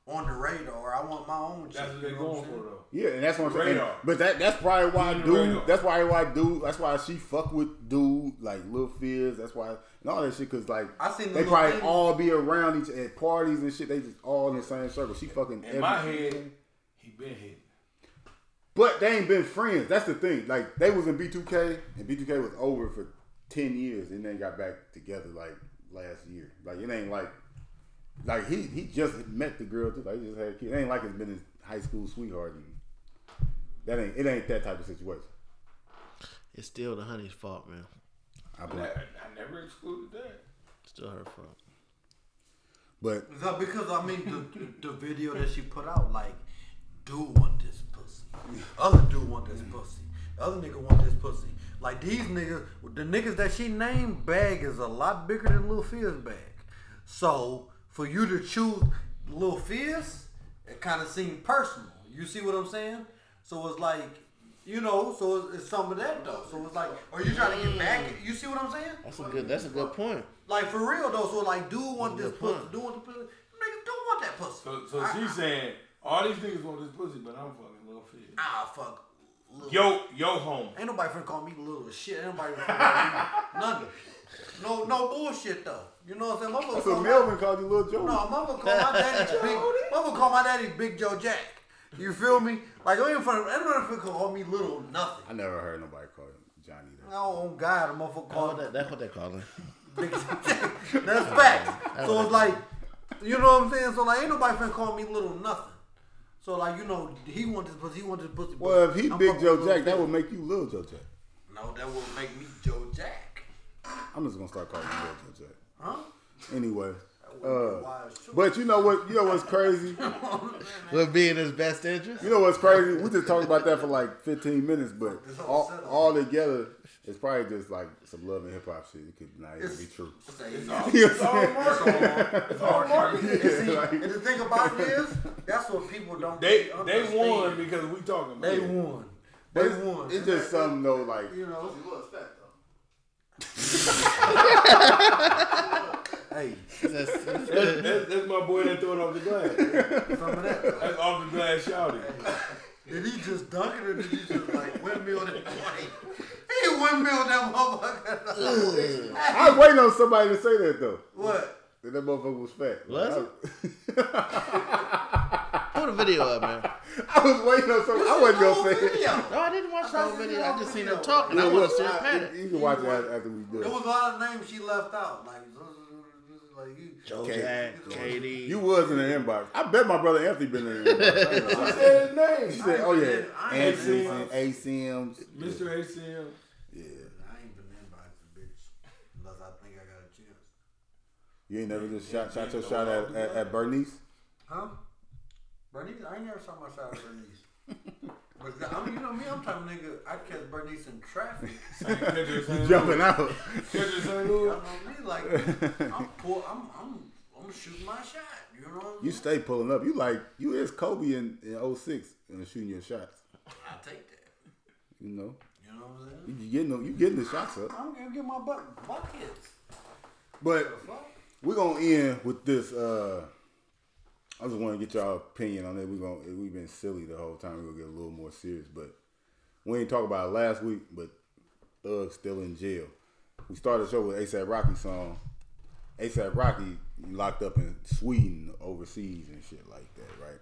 Speaker 2: on the radar. I want my own chick.
Speaker 6: That's what they're
Speaker 2: you know
Speaker 6: going
Speaker 2: I'm
Speaker 6: for
Speaker 2: saying?
Speaker 6: though.
Speaker 1: yeah, and that's what I'm saying.
Speaker 6: Radar.
Speaker 1: But that that's probably why
Speaker 6: Need the
Speaker 1: dude.
Speaker 6: radar.
Speaker 1: That's why why dude. That's why she fuck with dude like Lil Fizz. That's why and all that shit. Cause like
Speaker 2: I seen the
Speaker 1: they
Speaker 2: Lil
Speaker 1: probably
Speaker 2: Baby.
Speaker 1: all be around each at parties and shit. They just all in the same circle. She fucking
Speaker 6: In my
Speaker 1: every-
Speaker 6: head, he been hit.
Speaker 1: But they ain't been friends. That's the thing. Like they was in B2K and B2K was over for ten years and they got back together like last year. Like it ain't like like he he just met the girl too. Like he just had a kid. It ain't like it's been his high school sweetheart. And that ain't it ain't that type of situation.
Speaker 4: It's still the honey's fault, man.
Speaker 1: I
Speaker 6: I,
Speaker 1: believe.
Speaker 6: I never excluded that.
Speaker 4: It's still her fault.
Speaker 1: But
Speaker 2: Is that because I mean the, the video that she put out, like, dude want this pussy. Other dude want this pussy. The other nigga want this pussy. Like these niggas, the niggas that she named bag is a lot bigger than Lil Fizz bag. So for you to choose Lil Fizz, it kind of seemed personal. You see what I'm saying? So it's like, you know, so it's, it's some of that though. So it's like, are you trying to get back? at- You see what I'm saying?
Speaker 4: That's a good. That's a good point.
Speaker 2: Like for real though, so like, dude want this
Speaker 4: That's
Speaker 2: pussy,
Speaker 4: fine.
Speaker 2: dude want the pussy. Niggas don't want that pussy.
Speaker 6: So, so
Speaker 2: I,
Speaker 6: she's saying all these niggas want this pussy, but I'm fucking little fish.
Speaker 2: ah fuck. Little.
Speaker 6: Yo, yo, home.
Speaker 2: Ain't nobody finna call me little shit. Ain't nobody finna call me nothing. No, no bullshit though. You know what I'm saying? Motherfucker
Speaker 1: so
Speaker 2: call my-
Speaker 1: Melvin called you Lil Joe.
Speaker 2: No, motherfucker call my daddy big. Motherfucker call my daddy Big Joe Jack. You feel me? Like ain't finna, ain't nobody finna call me little
Speaker 1: I
Speaker 2: nothing.
Speaker 1: never heard nobody call him Johnny. Though.
Speaker 2: Oh oh, God, a motherfucker
Speaker 4: Oh,
Speaker 2: call
Speaker 4: that, that's what they call her.
Speaker 2: That's facts. So it's like, you know what I'm saying? So like, ain't nobody finna call me little nothing. So like, you know, he want this pussy, he want this pussy. but
Speaker 1: Well, if he
Speaker 2: I'm
Speaker 1: Big
Speaker 2: fucking
Speaker 1: Joe
Speaker 2: with Lil
Speaker 1: Jack, that
Speaker 2: Fizz.
Speaker 1: would make you Lil Joe Jack.
Speaker 2: No, that would make me Joe Jack.
Speaker 1: I'm just gonna start calling you Lil Joe Jack.
Speaker 2: Huh?
Speaker 1: Anyway.
Speaker 2: Wild
Speaker 1: Uh,
Speaker 2: shit.
Speaker 1: but you know what? You know what's crazy?
Speaker 4: Would be in his best interest.
Speaker 1: You know what's crazy? We just talked about that for like 15 minutes, but all, all together, it's probably just like some love and hip hop shit. It could not even be true.
Speaker 2: It's a-
Speaker 6: It's all marketing. It's all marketing.
Speaker 2: and, see, and the thing about it is, that's what people don't.
Speaker 6: They
Speaker 2: understand.
Speaker 6: they won because we talking.
Speaker 2: They
Speaker 6: about it.
Speaker 2: won.
Speaker 1: But
Speaker 2: They
Speaker 1: it's-
Speaker 2: won.
Speaker 1: It's just something though, like
Speaker 2: you know.
Speaker 5: He was fat though.
Speaker 2: Hey,
Speaker 4: That's-
Speaker 6: That's, that's my boy that threw it off the glass.
Speaker 2: some of that. though.
Speaker 6: That's off the glass shouting.
Speaker 2: Did he just dunk it or did he just like windmill it? He He windmilled that motherfucker.
Speaker 1: I was waiting on somebody to say that though.
Speaker 2: what?
Speaker 1: That that motherfucker was fat.
Speaker 4: Was
Speaker 1: I,
Speaker 4: Put a video up, man.
Speaker 1: I was waiting on somebody. I wasn't gonna say it.
Speaker 4: No,
Speaker 2: it.
Speaker 4: I didn't watch the whole video. I just seen them talking.
Speaker 1: It
Speaker 4: I want
Speaker 1: was-
Speaker 4: to see her
Speaker 1: I-
Speaker 4: pattern.
Speaker 1: You you can watch it after after we do
Speaker 2: There was
Speaker 1: it.
Speaker 2: a lot of names she left out. Like, like you.
Speaker 4: Joe
Speaker 1: Okay.
Speaker 4: Jack, KD.
Speaker 1: You was in the inbox. I bet my brother Anthony been in the inbox.
Speaker 6: I said his
Speaker 1: He
Speaker 6: name.
Speaker 1: said, "Oh yeah,
Speaker 2: I ain't
Speaker 1: Anthony,
Speaker 2: been in
Speaker 1: ACMs,
Speaker 6: Mr. ACM.
Speaker 1: Yeah,
Speaker 2: I ain't been invited to bitch unless I think I got a chance.
Speaker 1: you ain't never just shot shot your shot at, at, at Bernice.
Speaker 2: Huh? Bernice? I ain't never saw my shot at Bernice. But I'm, you know me, I'm type of nigga. I catch Bernice in traffic.
Speaker 6: Saint Kendrick,
Speaker 1: You
Speaker 6: Saint
Speaker 1: jumping
Speaker 6: Louis.
Speaker 1: out?
Speaker 6: Kendrick St.
Speaker 2: You
Speaker 6: Louis.
Speaker 2: know me? Like, I'm poor. I'm, I'm, I'm shooting my shot. You know what I'm
Speaker 1: You stay pulling up. You like you is Kobe in, oh in 06 and shooting your shots.
Speaker 2: I take that.
Speaker 1: You know,
Speaker 2: You know what I'm saying?
Speaker 1: you getting them, you getting the shots up.
Speaker 2: I'm gonna get my buck buckets.
Speaker 1: But
Speaker 2: Fuck.
Speaker 1: we're gonna end with this. Uh, I just want to get y'all opinion on it. We're gonna we've been silly the whole time. We're gonna get a little more serious, but we ain't talk about it last week. But Thug still in jail. We started the show with ASAP Rocky song. ASAP Rocky locked up in Sweden, overseas and shit like that, right?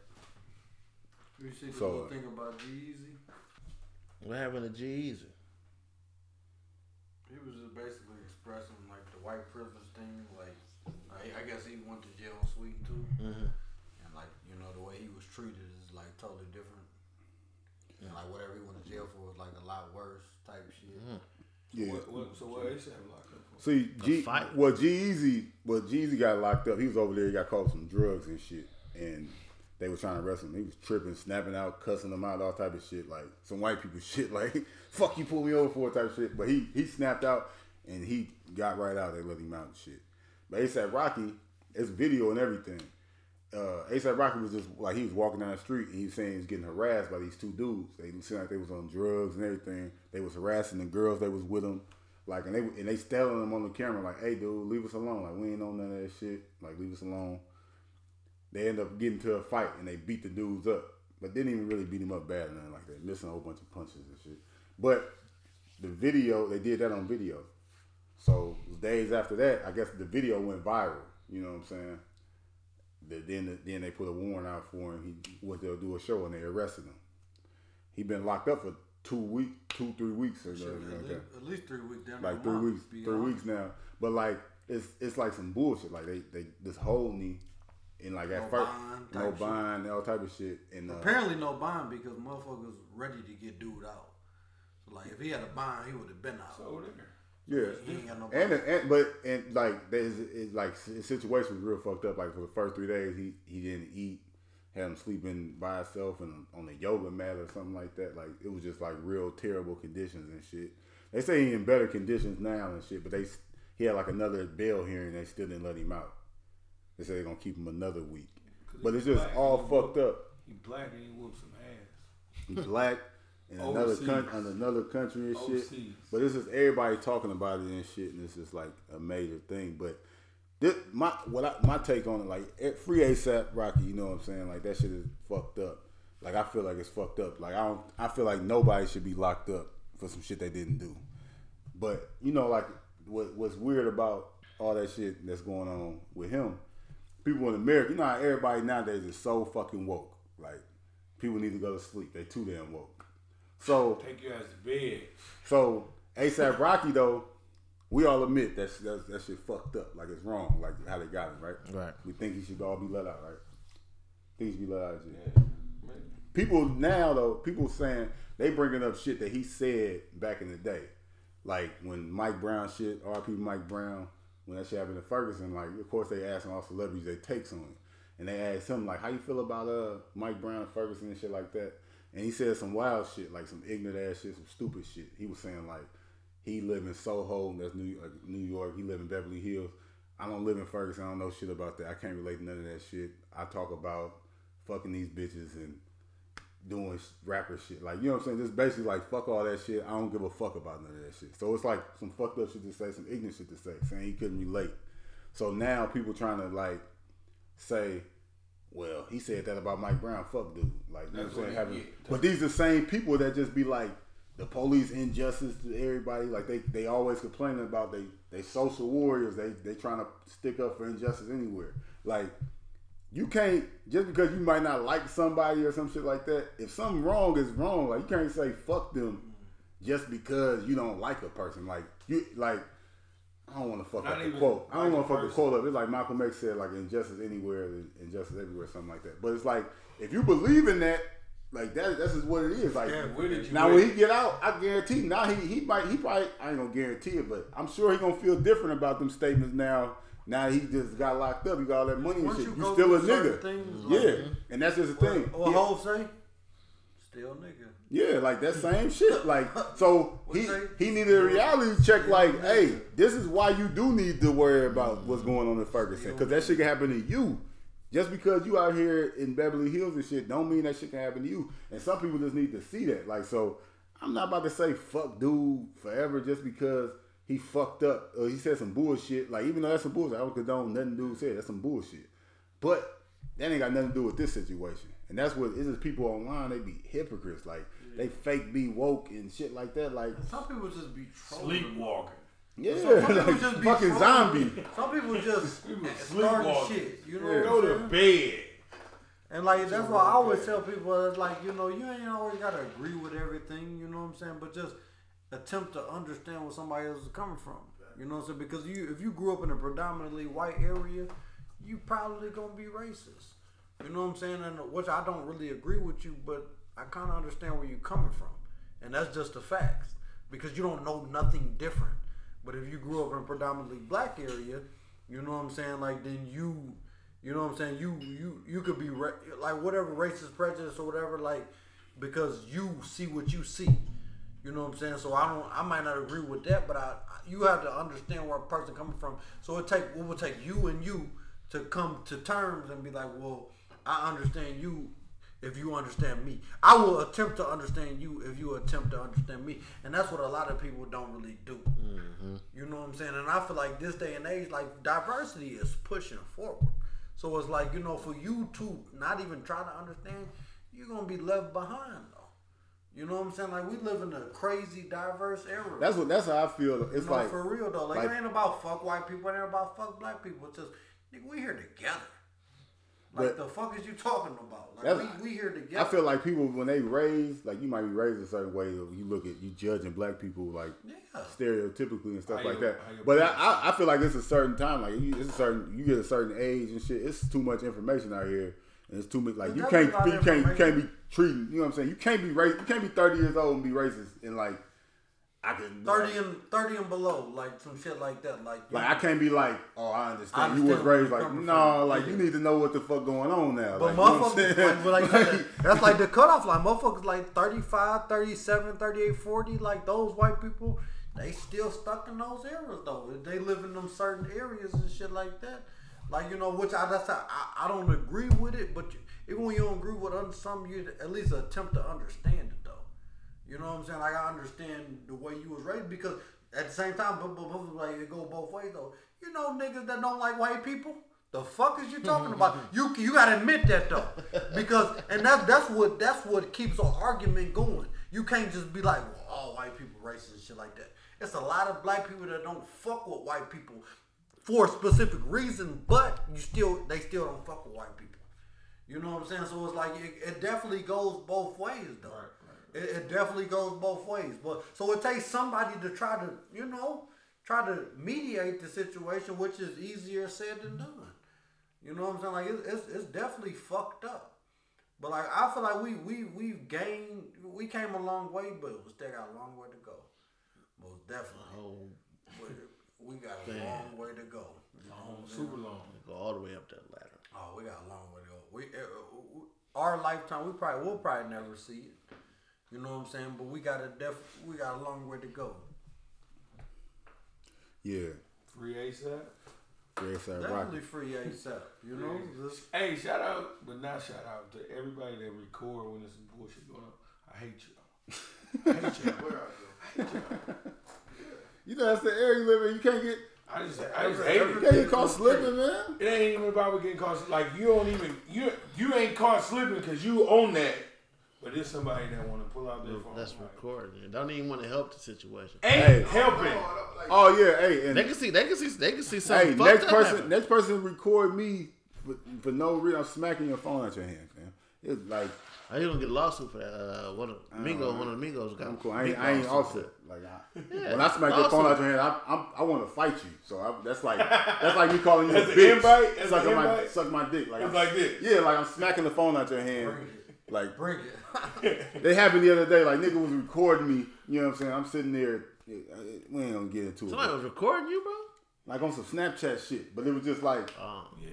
Speaker 2: You see the
Speaker 1: So,
Speaker 2: little
Speaker 1: uh,
Speaker 2: thing about Jeezy?
Speaker 4: What happened to G Easy?
Speaker 2: He was just basically expressing like the white privilege thing. Like, I, I guess he went to jail in Sweden too, and like you know the way he was treated is like totally different. And like whatever he went to jail for was like a lot worse type shit.
Speaker 1: Yeah.
Speaker 6: What, what, so what ASAP locked up for?
Speaker 1: See, G,
Speaker 4: fight.
Speaker 1: well, Jeezy, well, Jeezy got locked up. He was over there. He got caught with some drugs and shit, and they were trying to arrest him. He was tripping, snapping out, cussing them out, all type of shit, like some white people shit, like "fuck you, pull me over for" it type shit. But he he snapped out and he got right out. They let him out and shit. But ASAP Rocky, it's video and everything. Uh, ASAP Rocky was just like he was walking down the street and he was saying he was getting harassed by these two dudes. They seemed like they was on drugs and everything. They was harassing the girls. They was with him. Like and they and they telling them on the camera like, "Hey, dude, leave us alone. Like we ain't on none of that shit. Like leave us alone." They end up getting to a fight and they beat the dudes up, but didn't even really beat him up bad or nothing like that. Missing a whole bunch of punches and shit. But the video they did that on video. So days after that, I guess the video went viral. You know what I'm saying? The, then then they put a warrant out for him. He went to do a show and they arrested him. He been locked up for two week, two three weeks or
Speaker 2: Shit,
Speaker 1: something
Speaker 2: at,
Speaker 1: like
Speaker 2: least,
Speaker 1: that
Speaker 2: at least three weeks down
Speaker 1: like three weeks, three weeks now. But like it's it's like some bullshit. Like they they this whole knee and like at
Speaker 2: No
Speaker 1: first
Speaker 2: bond type
Speaker 1: no
Speaker 2: shit.
Speaker 1: bond, all type of shit. And uh,
Speaker 2: Apparently no bond because motherfuckers ready to get dude out. So like if he had a bond, he would have been out.
Speaker 6: So there.
Speaker 1: yeah,
Speaker 2: he ain't got no
Speaker 1: and,
Speaker 2: bond.
Speaker 1: and but and like there's it's like his situation was real fucked up. Like for the first three days, he he didn't eat, had him sleeping by himself and on a yoga mat or something like that. Like it was just like real terrible conditions and shit. They say he in better conditions now and shit, but they s- he had like another bail hearing. They still didn't let him out. They say they're gonna keep him another week, but it's just
Speaker 6: Black.
Speaker 1: all fucked up.
Speaker 6: He black and he whooped some ass.
Speaker 1: He black in another
Speaker 6: Overseas.
Speaker 1: country, in another country and shit.
Speaker 6: Overseas.
Speaker 1: But it's just everybody talking about it and shit, and it's just like a major thing. But this, my what I, my take on it, like eh, free ASAP Rocky, you know what I'm saying? Like that shit is fucked up. Like I feel like it's fucked up. Like I don't, I feel like nobody should be locked up for some shit they didn't do. But you know, like what, what's weird about all that shit that's going on with him, people in America, you know how everybody nowadays is so fucking woke. Like people need to go to sleep. They too damn woke. So
Speaker 6: Take your ass to bed.
Speaker 1: so ASAP Rocky though, we all admit that that, that shit fucked up. Like it's wrong. Like how they got him, right?
Speaker 4: Right.
Speaker 1: We think he should all be let out, right? Think he should be let out. of jail.
Speaker 6: Man,
Speaker 1: People now though, people saying they bringing up shit that he said back in the day, like when Mike Brown shit, R.P. Mike Brown, when that shit happened to Ferguson. Like of course they asking all celebrities their takes on it, and they asked him like, how you feel about uh Mike Brown, Ferguson, and shit like that. And he said some wild shit, like some ignorant ass shit, some stupid shit. He was saying like, he live in Soho, that's New uh, New York. He live in Beverly Hills. I don't live in Ferguson. I don't know shit about that. I can't relate to none of that shit. I talk about fucking these bitches and doing sh- rapper shit. Like, you know what I'm saying? Just basically like, fuck all that shit. I don't give a fuck about none of that shit. So it's like some fucked up shit to say, some ignorant shit to say, saying he couldn't relate. So now people trying to like say, well, he said that about Mike Brown. Fuck dude. Like, you know what I'm saying? Having- but these the same people that just be like, the police injustice to everybody. Like they, they always complaining about they they social warriors. They they trying to stick up for injustice anywhere. Like you can't just because you might not like somebody or some shit like that. If something wrong is wrong, like you can't say fuck them just because you don't like a person. Like you like. I don't want to fuck
Speaker 6: Not
Speaker 1: up the
Speaker 6: even
Speaker 1: quote. I don't
Speaker 6: like
Speaker 1: want to
Speaker 6: a
Speaker 1: fuck the
Speaker 6: person.
Speaker 1: quote up. It's like Malcolm X said, like injustice anywhere, is injustice everywhere, something like that. But it's like if you believe in that, like that, that's just what it is. Like
Speaker 6: Yeah, where did you
Speaker 1: now
Speaker 6: at?
Speaker 1: when he get out, I guarantee. Now he he might he probably I ain't gonna guarantee it, but I'm sure he gonna feel different about them statements now. Now he just got locked up. He got all that money and
Speaker 2: Once
Speaker 1: shit.
Speaker 2: you
Speaker 1: You,
Speaker 2: go
Speaker 1: still a
Speaker 2: through certain
Speaker 1: nigga,
Speaker 2: things,
Speaker 1: yeah.
Speaker 2: like-
Speaker 1: and that's just the thing.
Speaker 2: What, what
Speaker 1: yeah.
Speaker 2: Hov say? Still nigga.
Speaker 1: Yeah, like that same shit. Like so
Speaker 2: What
Speaker 1: he
Speaker 2: you say?
Speaker 1: he needed a reality check. Like, hey, this is why you do need to worry about what's going on in Ferguson because that shit can happen to you. Just because you out here in Beverly Hills and shit, don't mean that shit can happen to you. And some people just need to see that. Like, so I'm not about to say fuck dude forever just because he fucked up or he said some bullshit. Like, even though that's some bullshit, I don't condone nothing dude said. That's some bullshit. But that ain't got nothing to do with this situation. And that's what it's just people online, they be hypocrites. Like they fake be woke and shit like that. Like
Speaker 2: Some people just be trolling.
Speaker 6: Sleepwalking.
Speaker 1: yeah,
Speaker 2: Some people
Speaker 1: like
Speaker 2: just be
Speaker 1: fucking
Speaker 2: trolling.
Speaker 1: zombie.
Speaker 2: Some people just
Speaker 6: People
Speaker 2: start
Speaker 6: sleepwalking.
Speaker 2: shit. You know
Speaker 1: Yeah.
Speaker 2: what
Speaker 6: Go
Speaker 2: I'm
Speaker 6: to
Speaker 2: saying?
Speaker 6: bed.
Speaker 2: And like that's why I always tell people it's like, you know, you ain't always gotta agree with everything, you know what I'm saying? But just attempt to understand where somebody else is coming from. You know what I'm saying? Because you if you grew up in a predominantly white area, you probably gonna be racist. You know what I'm saying? And which I don't really agree with you, but I kinda understand where you're coming from. And that's just the facts. Because you don't know nothing different. But if you grew up in a predominantly black area, you know what I'm saying? Like then you you know what I'm saying? You you you could be ra- like whatever racist prejudice or whatever, like because you see what you see. You know what I'm saying? So I don't. I might not agree with that, but I you have to understand where a person coming from. So it take it will take you and you to come to terms and be like, well, I understand you if you understand me. I will attempt to understand you if you attempt to understand me, and that's what a lot of people don't really do. You know what I'm saying? And I feel like this day and age, like diversity is pushing forward. So it's like, you know, for you to not even try to understand, you're gonna be left behind though. You know what I'm saying? Like we live in a crazy diverse era.
Speaker 1: That's what that's how I feel. It's
Speaker 2: you know,
Speaker 1: like
Speaker 2: for real though. Like, it
Speaker 1: like-
Speaker 2: ain't about fuck white people, it ain't about fuck black people. It's just nigga, we here together.
Speaker 1: But-
Speaker 2: Like the fuck is you talking about? Like
Speaker 1: That's-
Speaker 2: we, we here together.
Speaker 1: I feel like people when they raised, like you might be raised a certain way. Or you look at you judging black people like
Speaker 2: Yeah.
Speaker 1: stereotypically and stuff
Speaker 6: How
Speaker 1: like
Speaker 6: your-
Speaker 1: that.
Speaker 6: how your
Speaker 1: But I,
Speaker 6: parents-
Speaker 1: I, I feel like it's a certain time. Like you, it's a certain you get a certain age and shit. It's too much information out here, and it's too much. Like
Speaker 2: There's
Speaker 1: you
Speaker 2: definitely
Speaker 1: can't
Speaker 2: a lot
Speaker 1: you
Speaker 2: of
Speaker 1: can't you can't
Speaker 2: information.
Speaker 1: be treating. You know what I'm saying? You can't be race. You can't be 30 years old and be racist and like I can
Speaker 2: thirty and thirty and below, like some shit like that. Like, you
Speaker 1: Like I can't be like, oh, I understand.
Speaker 2: I
Speaker 1: you was
Speaker 2: understand where
Speaker 1: raised
Speaker 2: you're
Speaker 1: like,
Speaker 2: coming
Speaker 1: no,
Speaker 2: from.
Speaker 1: like you
Speaker 2: Yeah.
Speaker 1: need to know what the fuck going on now.
Speaker 2: But
Speaker 1: like, you know what I'm
Speaker 2: motherfuckers,
Speaker 1: saying?
Speaker 2: like, like, that's like the cutoff line. Motherfuckers like 35, 37, 38, 40, like those white people, they still stuck in those eras though. They live in them certain areas and shit like that. Like, you know, which I, that's how, I, I don't agree with it, but you, even when you don't agree with un- some, you at least attempt to understand it though. You know what I'm saying? Like I understand the way you was raised because at the same time, but, but, but, like it go both ways though. You know niggas that don't like white people. The fuck is you talking about? You you gotta admit that though, because and that's that's what that's what keeps an argument going. You can't just be like, well, all white people racist and shit like that. It's a lot of black people that don't fuck with white people for a specific reason, but you still they still don't fuck with white people. You know what I'm saying? So it's like it, it definitely goes both ways, though. It, it definitely goes both ways. But so it takes somebody to try to, you know, try to mediate the situation, which is easier said than done. You know what I'm saying? Like it, it's it's definitely fucked up. But like I feel like we we we've gained, we came a long way, but we still got a long way to go. Most definitely,
Speaker 4: Oh,
Speaker 2: we, we got a long way to go.
Speaker 6: Long, super long.
Speaker 4: go all the way up that ladder.
Speaker 2: Oh, we got a long way to go. We, uh, uh, we- our lifetime, we probably we'll probably never see it. You know what I'm saying? But we got a def, we got a long way to go.
Speaker 1: yeah,
Speaker 6: Free ASAP.
Speaker 1: yes, I rock.
Speaker 2: Definitely
Speaker 1: it.
Speaker 2: free ASAP. You know, just
Speaker 6: Hey, shout out, but not shout out to everybody that record when there's some bullshit going on. I hate y'all. I hate y'all. Where are you? I hate y'all.
Speaker 1: You know that's the area you live in. You can't get,
Speaker 6: I just, I just hate
Speaker 1: you
Speaker 6: it.
Speaker 1: can't get caught slipping, man.
Speaker 6: It ain't even about we getting caught. Like you don't even you you ain't caught slipping because you own that. But there's somebody that want to pull out their phone.
Speaker 4: That's
Speaker 6: like,
Speaker 4: recording. Don't even want to help the situation.
Speaker 6: Ain't helping.
Speaker 1: Oh yeah, hey, and
Speaker 4: They can see. They can see. They can see something.
Speaker 1: hey,
Speaker 4: fucked
Speaker 1: next
Speaker 4: up
Speaker 1: person,
Speaker 4: happen.
Speaker 1: next person record me for, for no reason. I'm smacking your phone out your hand, man. It's like
Speaker 4: Are you gonna get a lawsuit for that? Uh, one of Migos, one of the Migos got.
Speaker 1: I'm cool. I ain't, I ain't offset. Like I, when I smack your
Speaker 4: offset.
Speaker 1: phone out your hand, I I'm, I want to fight you. So I, that's like that's like me calling you a
Speaker 6: That's an
Speaker 1: bitch.
Speaker 6: invite? That's
Speaker 1: Suck
Speaker 6: an
Speaker 1: my
Speaker 6: invite?
Speaker 1: suck my dick. Like
Speaker 6: It's
Speaker 1: I'm-
Speaker 6: like this.
Speaker 1: Yeah, like I'm smacking the phone out your hand. Like
Speaker 2: Bring it.
Speaker 1: they happened the other day. Like nigga was recording me. You know what I'm saying? I'm sitting there. yeah, I- We ain't gonna get into
Speaker 4: Somebody
Speaker 1: it.
Speaker 4: was recording you, bro.
Speaker 1: Like on some Snapchat shit, but it was just like
Speaker 6: Yeah.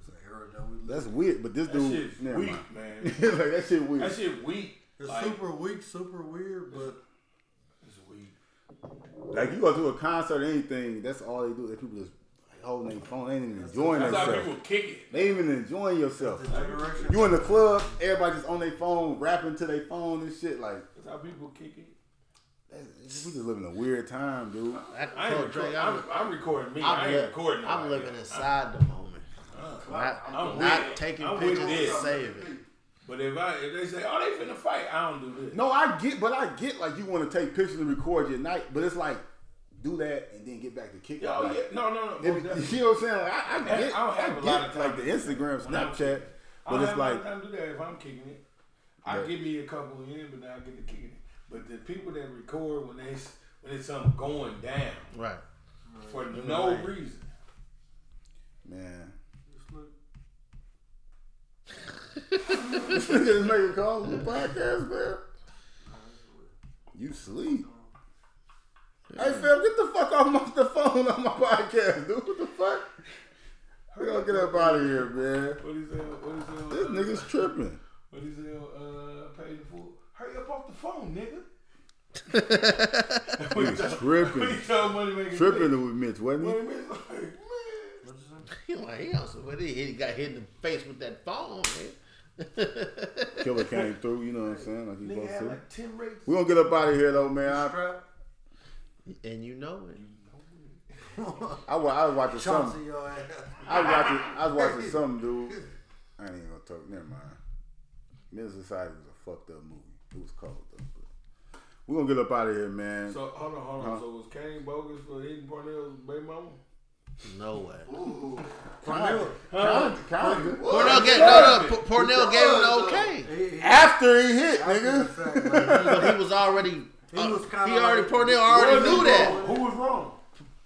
Speaker 2: It's an era that we live.
Speaker 1: that's weird. But this
Speaker 6: Um, That
Speaker 1: dude,
Speaker 6: shit's
Speaker 1: never
Speaker 6: weak,
Speaker 1: mind.
Speaker 6: man.
Speaker 1: like that shit weird.
Speaker 6: That shit weak.
Speaker 2: It's
Speaker 6: Like,
Speaker 2: super weak, super weird, but
Speaker 6: It's weak.
Speaker 1: Like you go to a concert or anything, that's all they do. That people just holding their phone, they ain't even enjoying
Speaker 6: That's how
Speaker 1: themselves.
Speaker 6: people kick it.
Speaker 1: They ain't even enjoying yourself.
Speaker 2: the generation.
Speaker 1: You in the club, everybody just on their phone, rapping to their phone and shit. Like
Speaker 6: That's how people kick it.
Speaker 1: that's- we just living a weird time, dude.
Speaker 4: I can
Speaker 6: I ain't
Speaker 4: call
Speaker 6: record,
Speaker 4: Drake.
Speaker 6: I'm,
Speaker 4: I'm,
Speaker 6: I'm recording me. I
Speaker 4: I'm,
Speaker 6: ain't
Speaker 4: li-
Speaker 6: recording.
Speaker 4: I'm
Speaker 6: nobody. Uh,
Speaker 4: living inside the moment. Not,
Speaker 6: I'm
Speaker 4: not
Speaker 6: with it.
Speaker 4: taking
Speaker 6: I'm with
Speaker 4: pictures to
Speaker 6: this.
Speaker 4: save it.
Speaker 6: But if I if they say, oh, they finna fight, I don't do this.
Speaker 1: No, I get, but I get like you want to take pictures and record your night, but it's like do that and then get back to kick. it.
Speaker 6: Yo,
Speaker 1: Like,
Speaker 6: yeah, no, no, no.
Speaker 1: it
Speaker 6: most
Speaker 1: be-
Speaker 6: definitely.
Speaker 1: you know what I'm saying? Like, I, I
Speaker 6: I
Speaker 1: get,
Speaker 6: don't
Speaker 1: I,
Speaker 6: have a
Speaker 1: get
Speaker 6: lot of time
Speaker 1: like the
Speaker 6: to do
Speaker 1: Instagram,
Speaker 6: When I'm-
Speaker 1: Snapchat,
Speaker 6: I
Speaker 1: but
Speaker 6: don't
Speaker 1: it's
Speaker 6: have
Speaker 1: like
Speaker 6: no time to do that if I'm kicking it. I give me a couple in, but then I get to kicking it. But the people that record when they s- when it's something going down
Speaker 4: Right.
Speaker 6: for no reason.
Speaker 1: man. This nigga is making calls on the podcast, man. You sleep. Hey, fam, get the fuck off my the phone on my podcast, dude. What the fuck? We gonna get up out of here, man.
Speaker 6: What is that? What is that?
Speaker 1: This nigga's tripping.
Speaker 6: What is it? Uh, paid for. Hurry up off the phone, nigga.
Speaker 1: Nigga's tripping.
Speaker 6: We told money making
Speaker 1: Tripping with Mitch, wasn't
Speaker 6: Money
Speaker 1: he?
Speaker 6: Maker, like, man.
Speaker 4: He like he also, but he, he got hit in the face with that phone. Man.
Speaker 1: Killer came through, you know what I'm saying? Like he
Speaker 6: Nigga
Speaker 1: supposed
Speaker 6: had
Speaker 1: to.
Speaker 6: like ten rates.
Speaker 1: We gonna get up out of here though, man. I,
Speaker 2: Strap.
Speaker 4: And you know it.
Speaker 1: I, wa- I was watching
Speaker 2: Chauncey,
Speaker 1: something.
Speaker 2: your ass.
Speaker 1: I was watching. I was watching something, dude. I ain't even gonna talk. Never mind. Men's Society was a fucked up movie. It was cold though. but- We gonna get up out of here, man.
Speaker 6: So hold on, hold on. So was Kane bogus for hitting Parnell's baby mama?
Speaker 4: No way.
Speaker 2: Cornell.
Speaker 1: Kinda- kinda.
Speaker 4: Pornell gave no, no. P- Pornell gave him the okay.
Speaker 2: He, he,
Speaker 1: After he hit, nigga.
Speaker 2: nigga.
Speaker 4: But he was already.
Speaker 2: He
Speaker 4: He,
Speaker 2: was kinda
Speaker 4: he already.
Speaker 2: like-
Speaker 4: Pornell already
Speaker 6: Was it
Speaker 4: knew that.
Speaker 6: wrong? Who was wrong?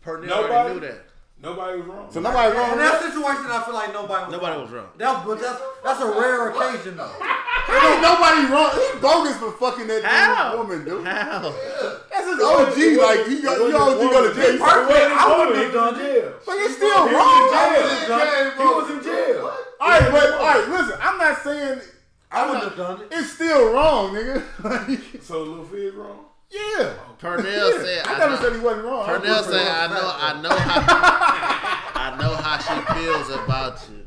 Speaker 4: Pornell
Speaker 6: Nobody?
Speaker 4: already knew that.
Speaker 6: Nobody was wrong.
Speaker 1: So nobody wrong.
Speaker 2: In
Speaker 1: with
Speaker 2: that situation, I feel like nobody was
Speaker 4: Nobody
Speaker 2: wrong.
Speaker 4: was wrong.
Speaker 2: That, but that's, that's a rare occasion, though.
Speaker 1: that? Ain't nobody wrong. He bogus for fucking that
Speaker 4: How?
Speaker 1: woman, dude.
Speaker 4: How?
Speaker 1: That's his OG. Like you got, you OG go to jail.
Speaker 6: I wouldn't have done jail.
Speaker 1: But it's still
Speaker 6: He
Speaker 1: wrong.
Speaker 6: was in jail. He was in jail.
Speaker 1: All right, but all right, listen. I'm not saying
Speaker 2: I wouldn't have done it.
Speaker 1: it's still wrong, nigga.
Speaker 6: So Lil Fizz wrong.
Speaker 1: yeah.
Speaker 4: Pornell
Speaker 1: Yeah,
Speaker 4: said.
Speaker 1: I,
Speaker 4: I,
Speaker 1: never
Speaker 4: know,
Speaker 1: said he wasn't wrong. I was
Speaker 4: Pornell
Speaker 1: just saying-
Speaker 4: said. I know. I know how. I know how she feels about you.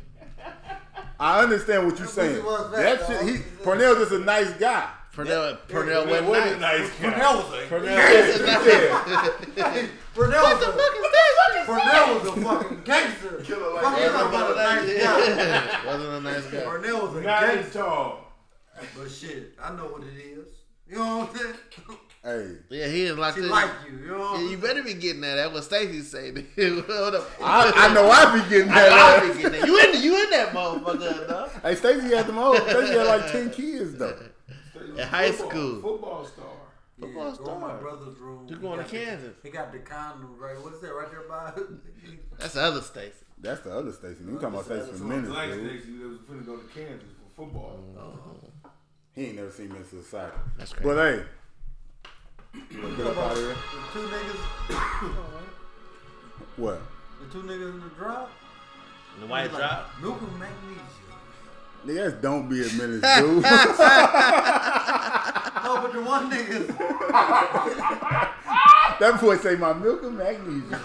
Speaker 1: I understand what you're saying.
Speaker 2: He was
Speaker 1: That
Speaker 2: back, dog.
Speaker 1: shit, he Pornell just a nice guy.
Speaker 4: Pornell. Pornell
Speaker 6: That
Speaker 4: went
Speaker 6: was a
Speaker 4: nice.
Speaker 6: nice guy.
Speaker 2: Cornell was a.
Speaker 4: Pornell was nice.
Speaker 2: Cornell was a.
Speaker 4: that?
Speaker 2: Cornell was a fucking gangster.
Speaker 3: Killer like
Speaker 2: Fuck you talking about a nice guy.
Speaker 4: Wasn't a nice guy.
Speaker 2: Cornell was a
Speaker 6: Not as
Speaker 2: gangster.
Speaker 6: tall.
Speaker 2: But shit, I know what it is. You know what I'm saying?
Speaker 1: Hey,
Speaker 4: Yeah, he didn't like
Speaker 2: She
Speaker 4: that.
Speaker 2: like you. You know what
Speaker 4: Yeah,
Speaker 2: I'm
Speaker 4: you
Speaker 2: saying?
Speaker 4: better be getting that. That's what Stacy said. Hold up.
Speaker 1: I, I know I be getting
Speaker 4: I gotta
Speaker 1: that.
Speaker 4: be getting that. You in you in that motherfucker enough.
Speaker 1: hey, Stacey had them old. Stacey had like ten kids though.
Speaker 6: In
Speaker 4: high school.
Speaker 6: Football star.
Speaker 4: Football
Speaker 2: yeah, go in my
Speaker 4: star.
Speaker 2: brother's room.
Speaker 4: You going
Speaker 2: He got
Speaker 4: to
Speaker 2: the-
Speaker 4: Kansas.
Speaker 2: He got the condom right. What is that right there by?
Speaker 4: That's the other Stacy.
Speaker 1: That's the other Stacey. You talking about Stacey for minutes,
Speaker 6: Black
Speaker 1: dude?
Speaker 6: Stacy that was finna go to Kansas for football.
Speaker 4: Mm.
Speaker 1: He ain't never seen Miss Society.
Speaker 4: That's crazy.
Speaker 1: But hey, you wanna get up out of here.
Speaker 2: the two niggas.
Speaker 1: What?
Speaker 2: The two niggas in the drop.
Speaker 4: the white drop.
Speaker 2: Milk and magnesia.
Speaker 1: Nigga, that's don't be a menace, dude.
Speaker 2: No, but the one nigga.
Speaker 1: that boy say my milk and magnesia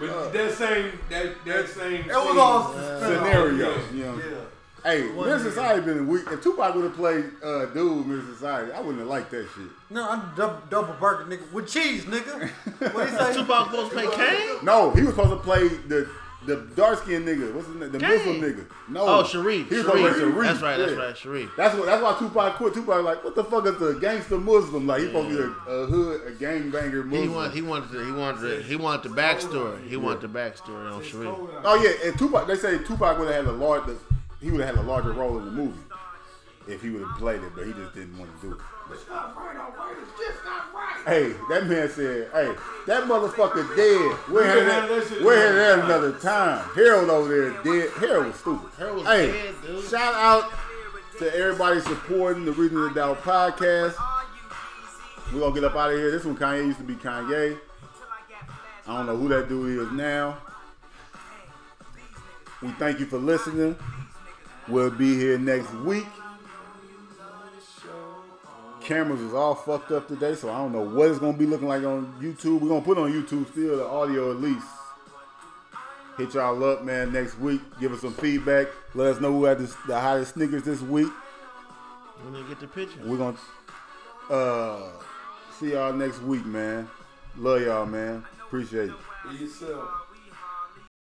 Speaker 6: But that same that that same
Speaker 2: It was all suspended.
Speaker 1: scenario. You know.
Speaker 2: Yeah.
Speaker 1: Hey,
Speaker 2: One
Speaker 1: Miss
Speaker 2: nigga.
Speaker 1: Society been weak. If Tupac would have played uh, Dude, Miss Society, I wouldn't have liked that shit.
Speaker 2: No, I'm double, double burger nigga with cheese, nigga. What he say?
Speaker 4: Tupac supposed to play Kane?
Speaker 1: No, he was supposed to play the the dark skinned nigga. What's his name? The
Speaker 4: Dang.
Speaker 1: Muslim nigga. No.
Speaker 4: Oh, Sharif.
Speaker 1: He was
Speaker 4: Sharif.
Speaker 1: over Sharif.
Speaker 4: That's right, that's
Speaker 1: yeah.
Speaker 4: right, Sharif.
Speaker 1: That's what. That's why Tupac quit. Tupac like, what the fuck is the gangster Muslim? Like he supposed to be a, a hood, a gangbanger Muslim.
Speaker 4: He wanted, he wanted, to, he wanted, to, he wanted the backstory. He wanted the backstory on Sharif.
Speaker 1: Oh yeah, and Tupac. They say Tupac would have had a larger. He would have had a larger role in the movie if he would have played it, but he just didn't want to do it. But- Hey, that man said, "Hey, that motherfucker dead. We're here,
Speaker 6: had that
Speaker 1: that,
Speaker 6: shit
Speaker 1: we're here that another time." Harold over there dead. Harold was stupid.
Speaker 4: Harold was
Speaker 1: hey,
Speaker 4: dead, dude.
Speaker 1: shout out to everybody supporting the Reason to Doubt podcast. We're gonna get up out of here. This one Kanye used to be Kanye. I don't know who that dude is now. We thank you for listening. We'll be here next week. Cameras is all fucked up today, so I don't know what it's gonna be looking like on YouTube. We're gonna put on YouTube still the audio at least. Hit y'all up, man, next week. Give us some feedback. Let us know who had the, the hottest sneakers this week.
Speaker 4: When they get the picture.
Speaker 1: We're gonna uh, see y'all next week, man. Love y'all, man. Appreciate it.
Speaker 6: Be yourself.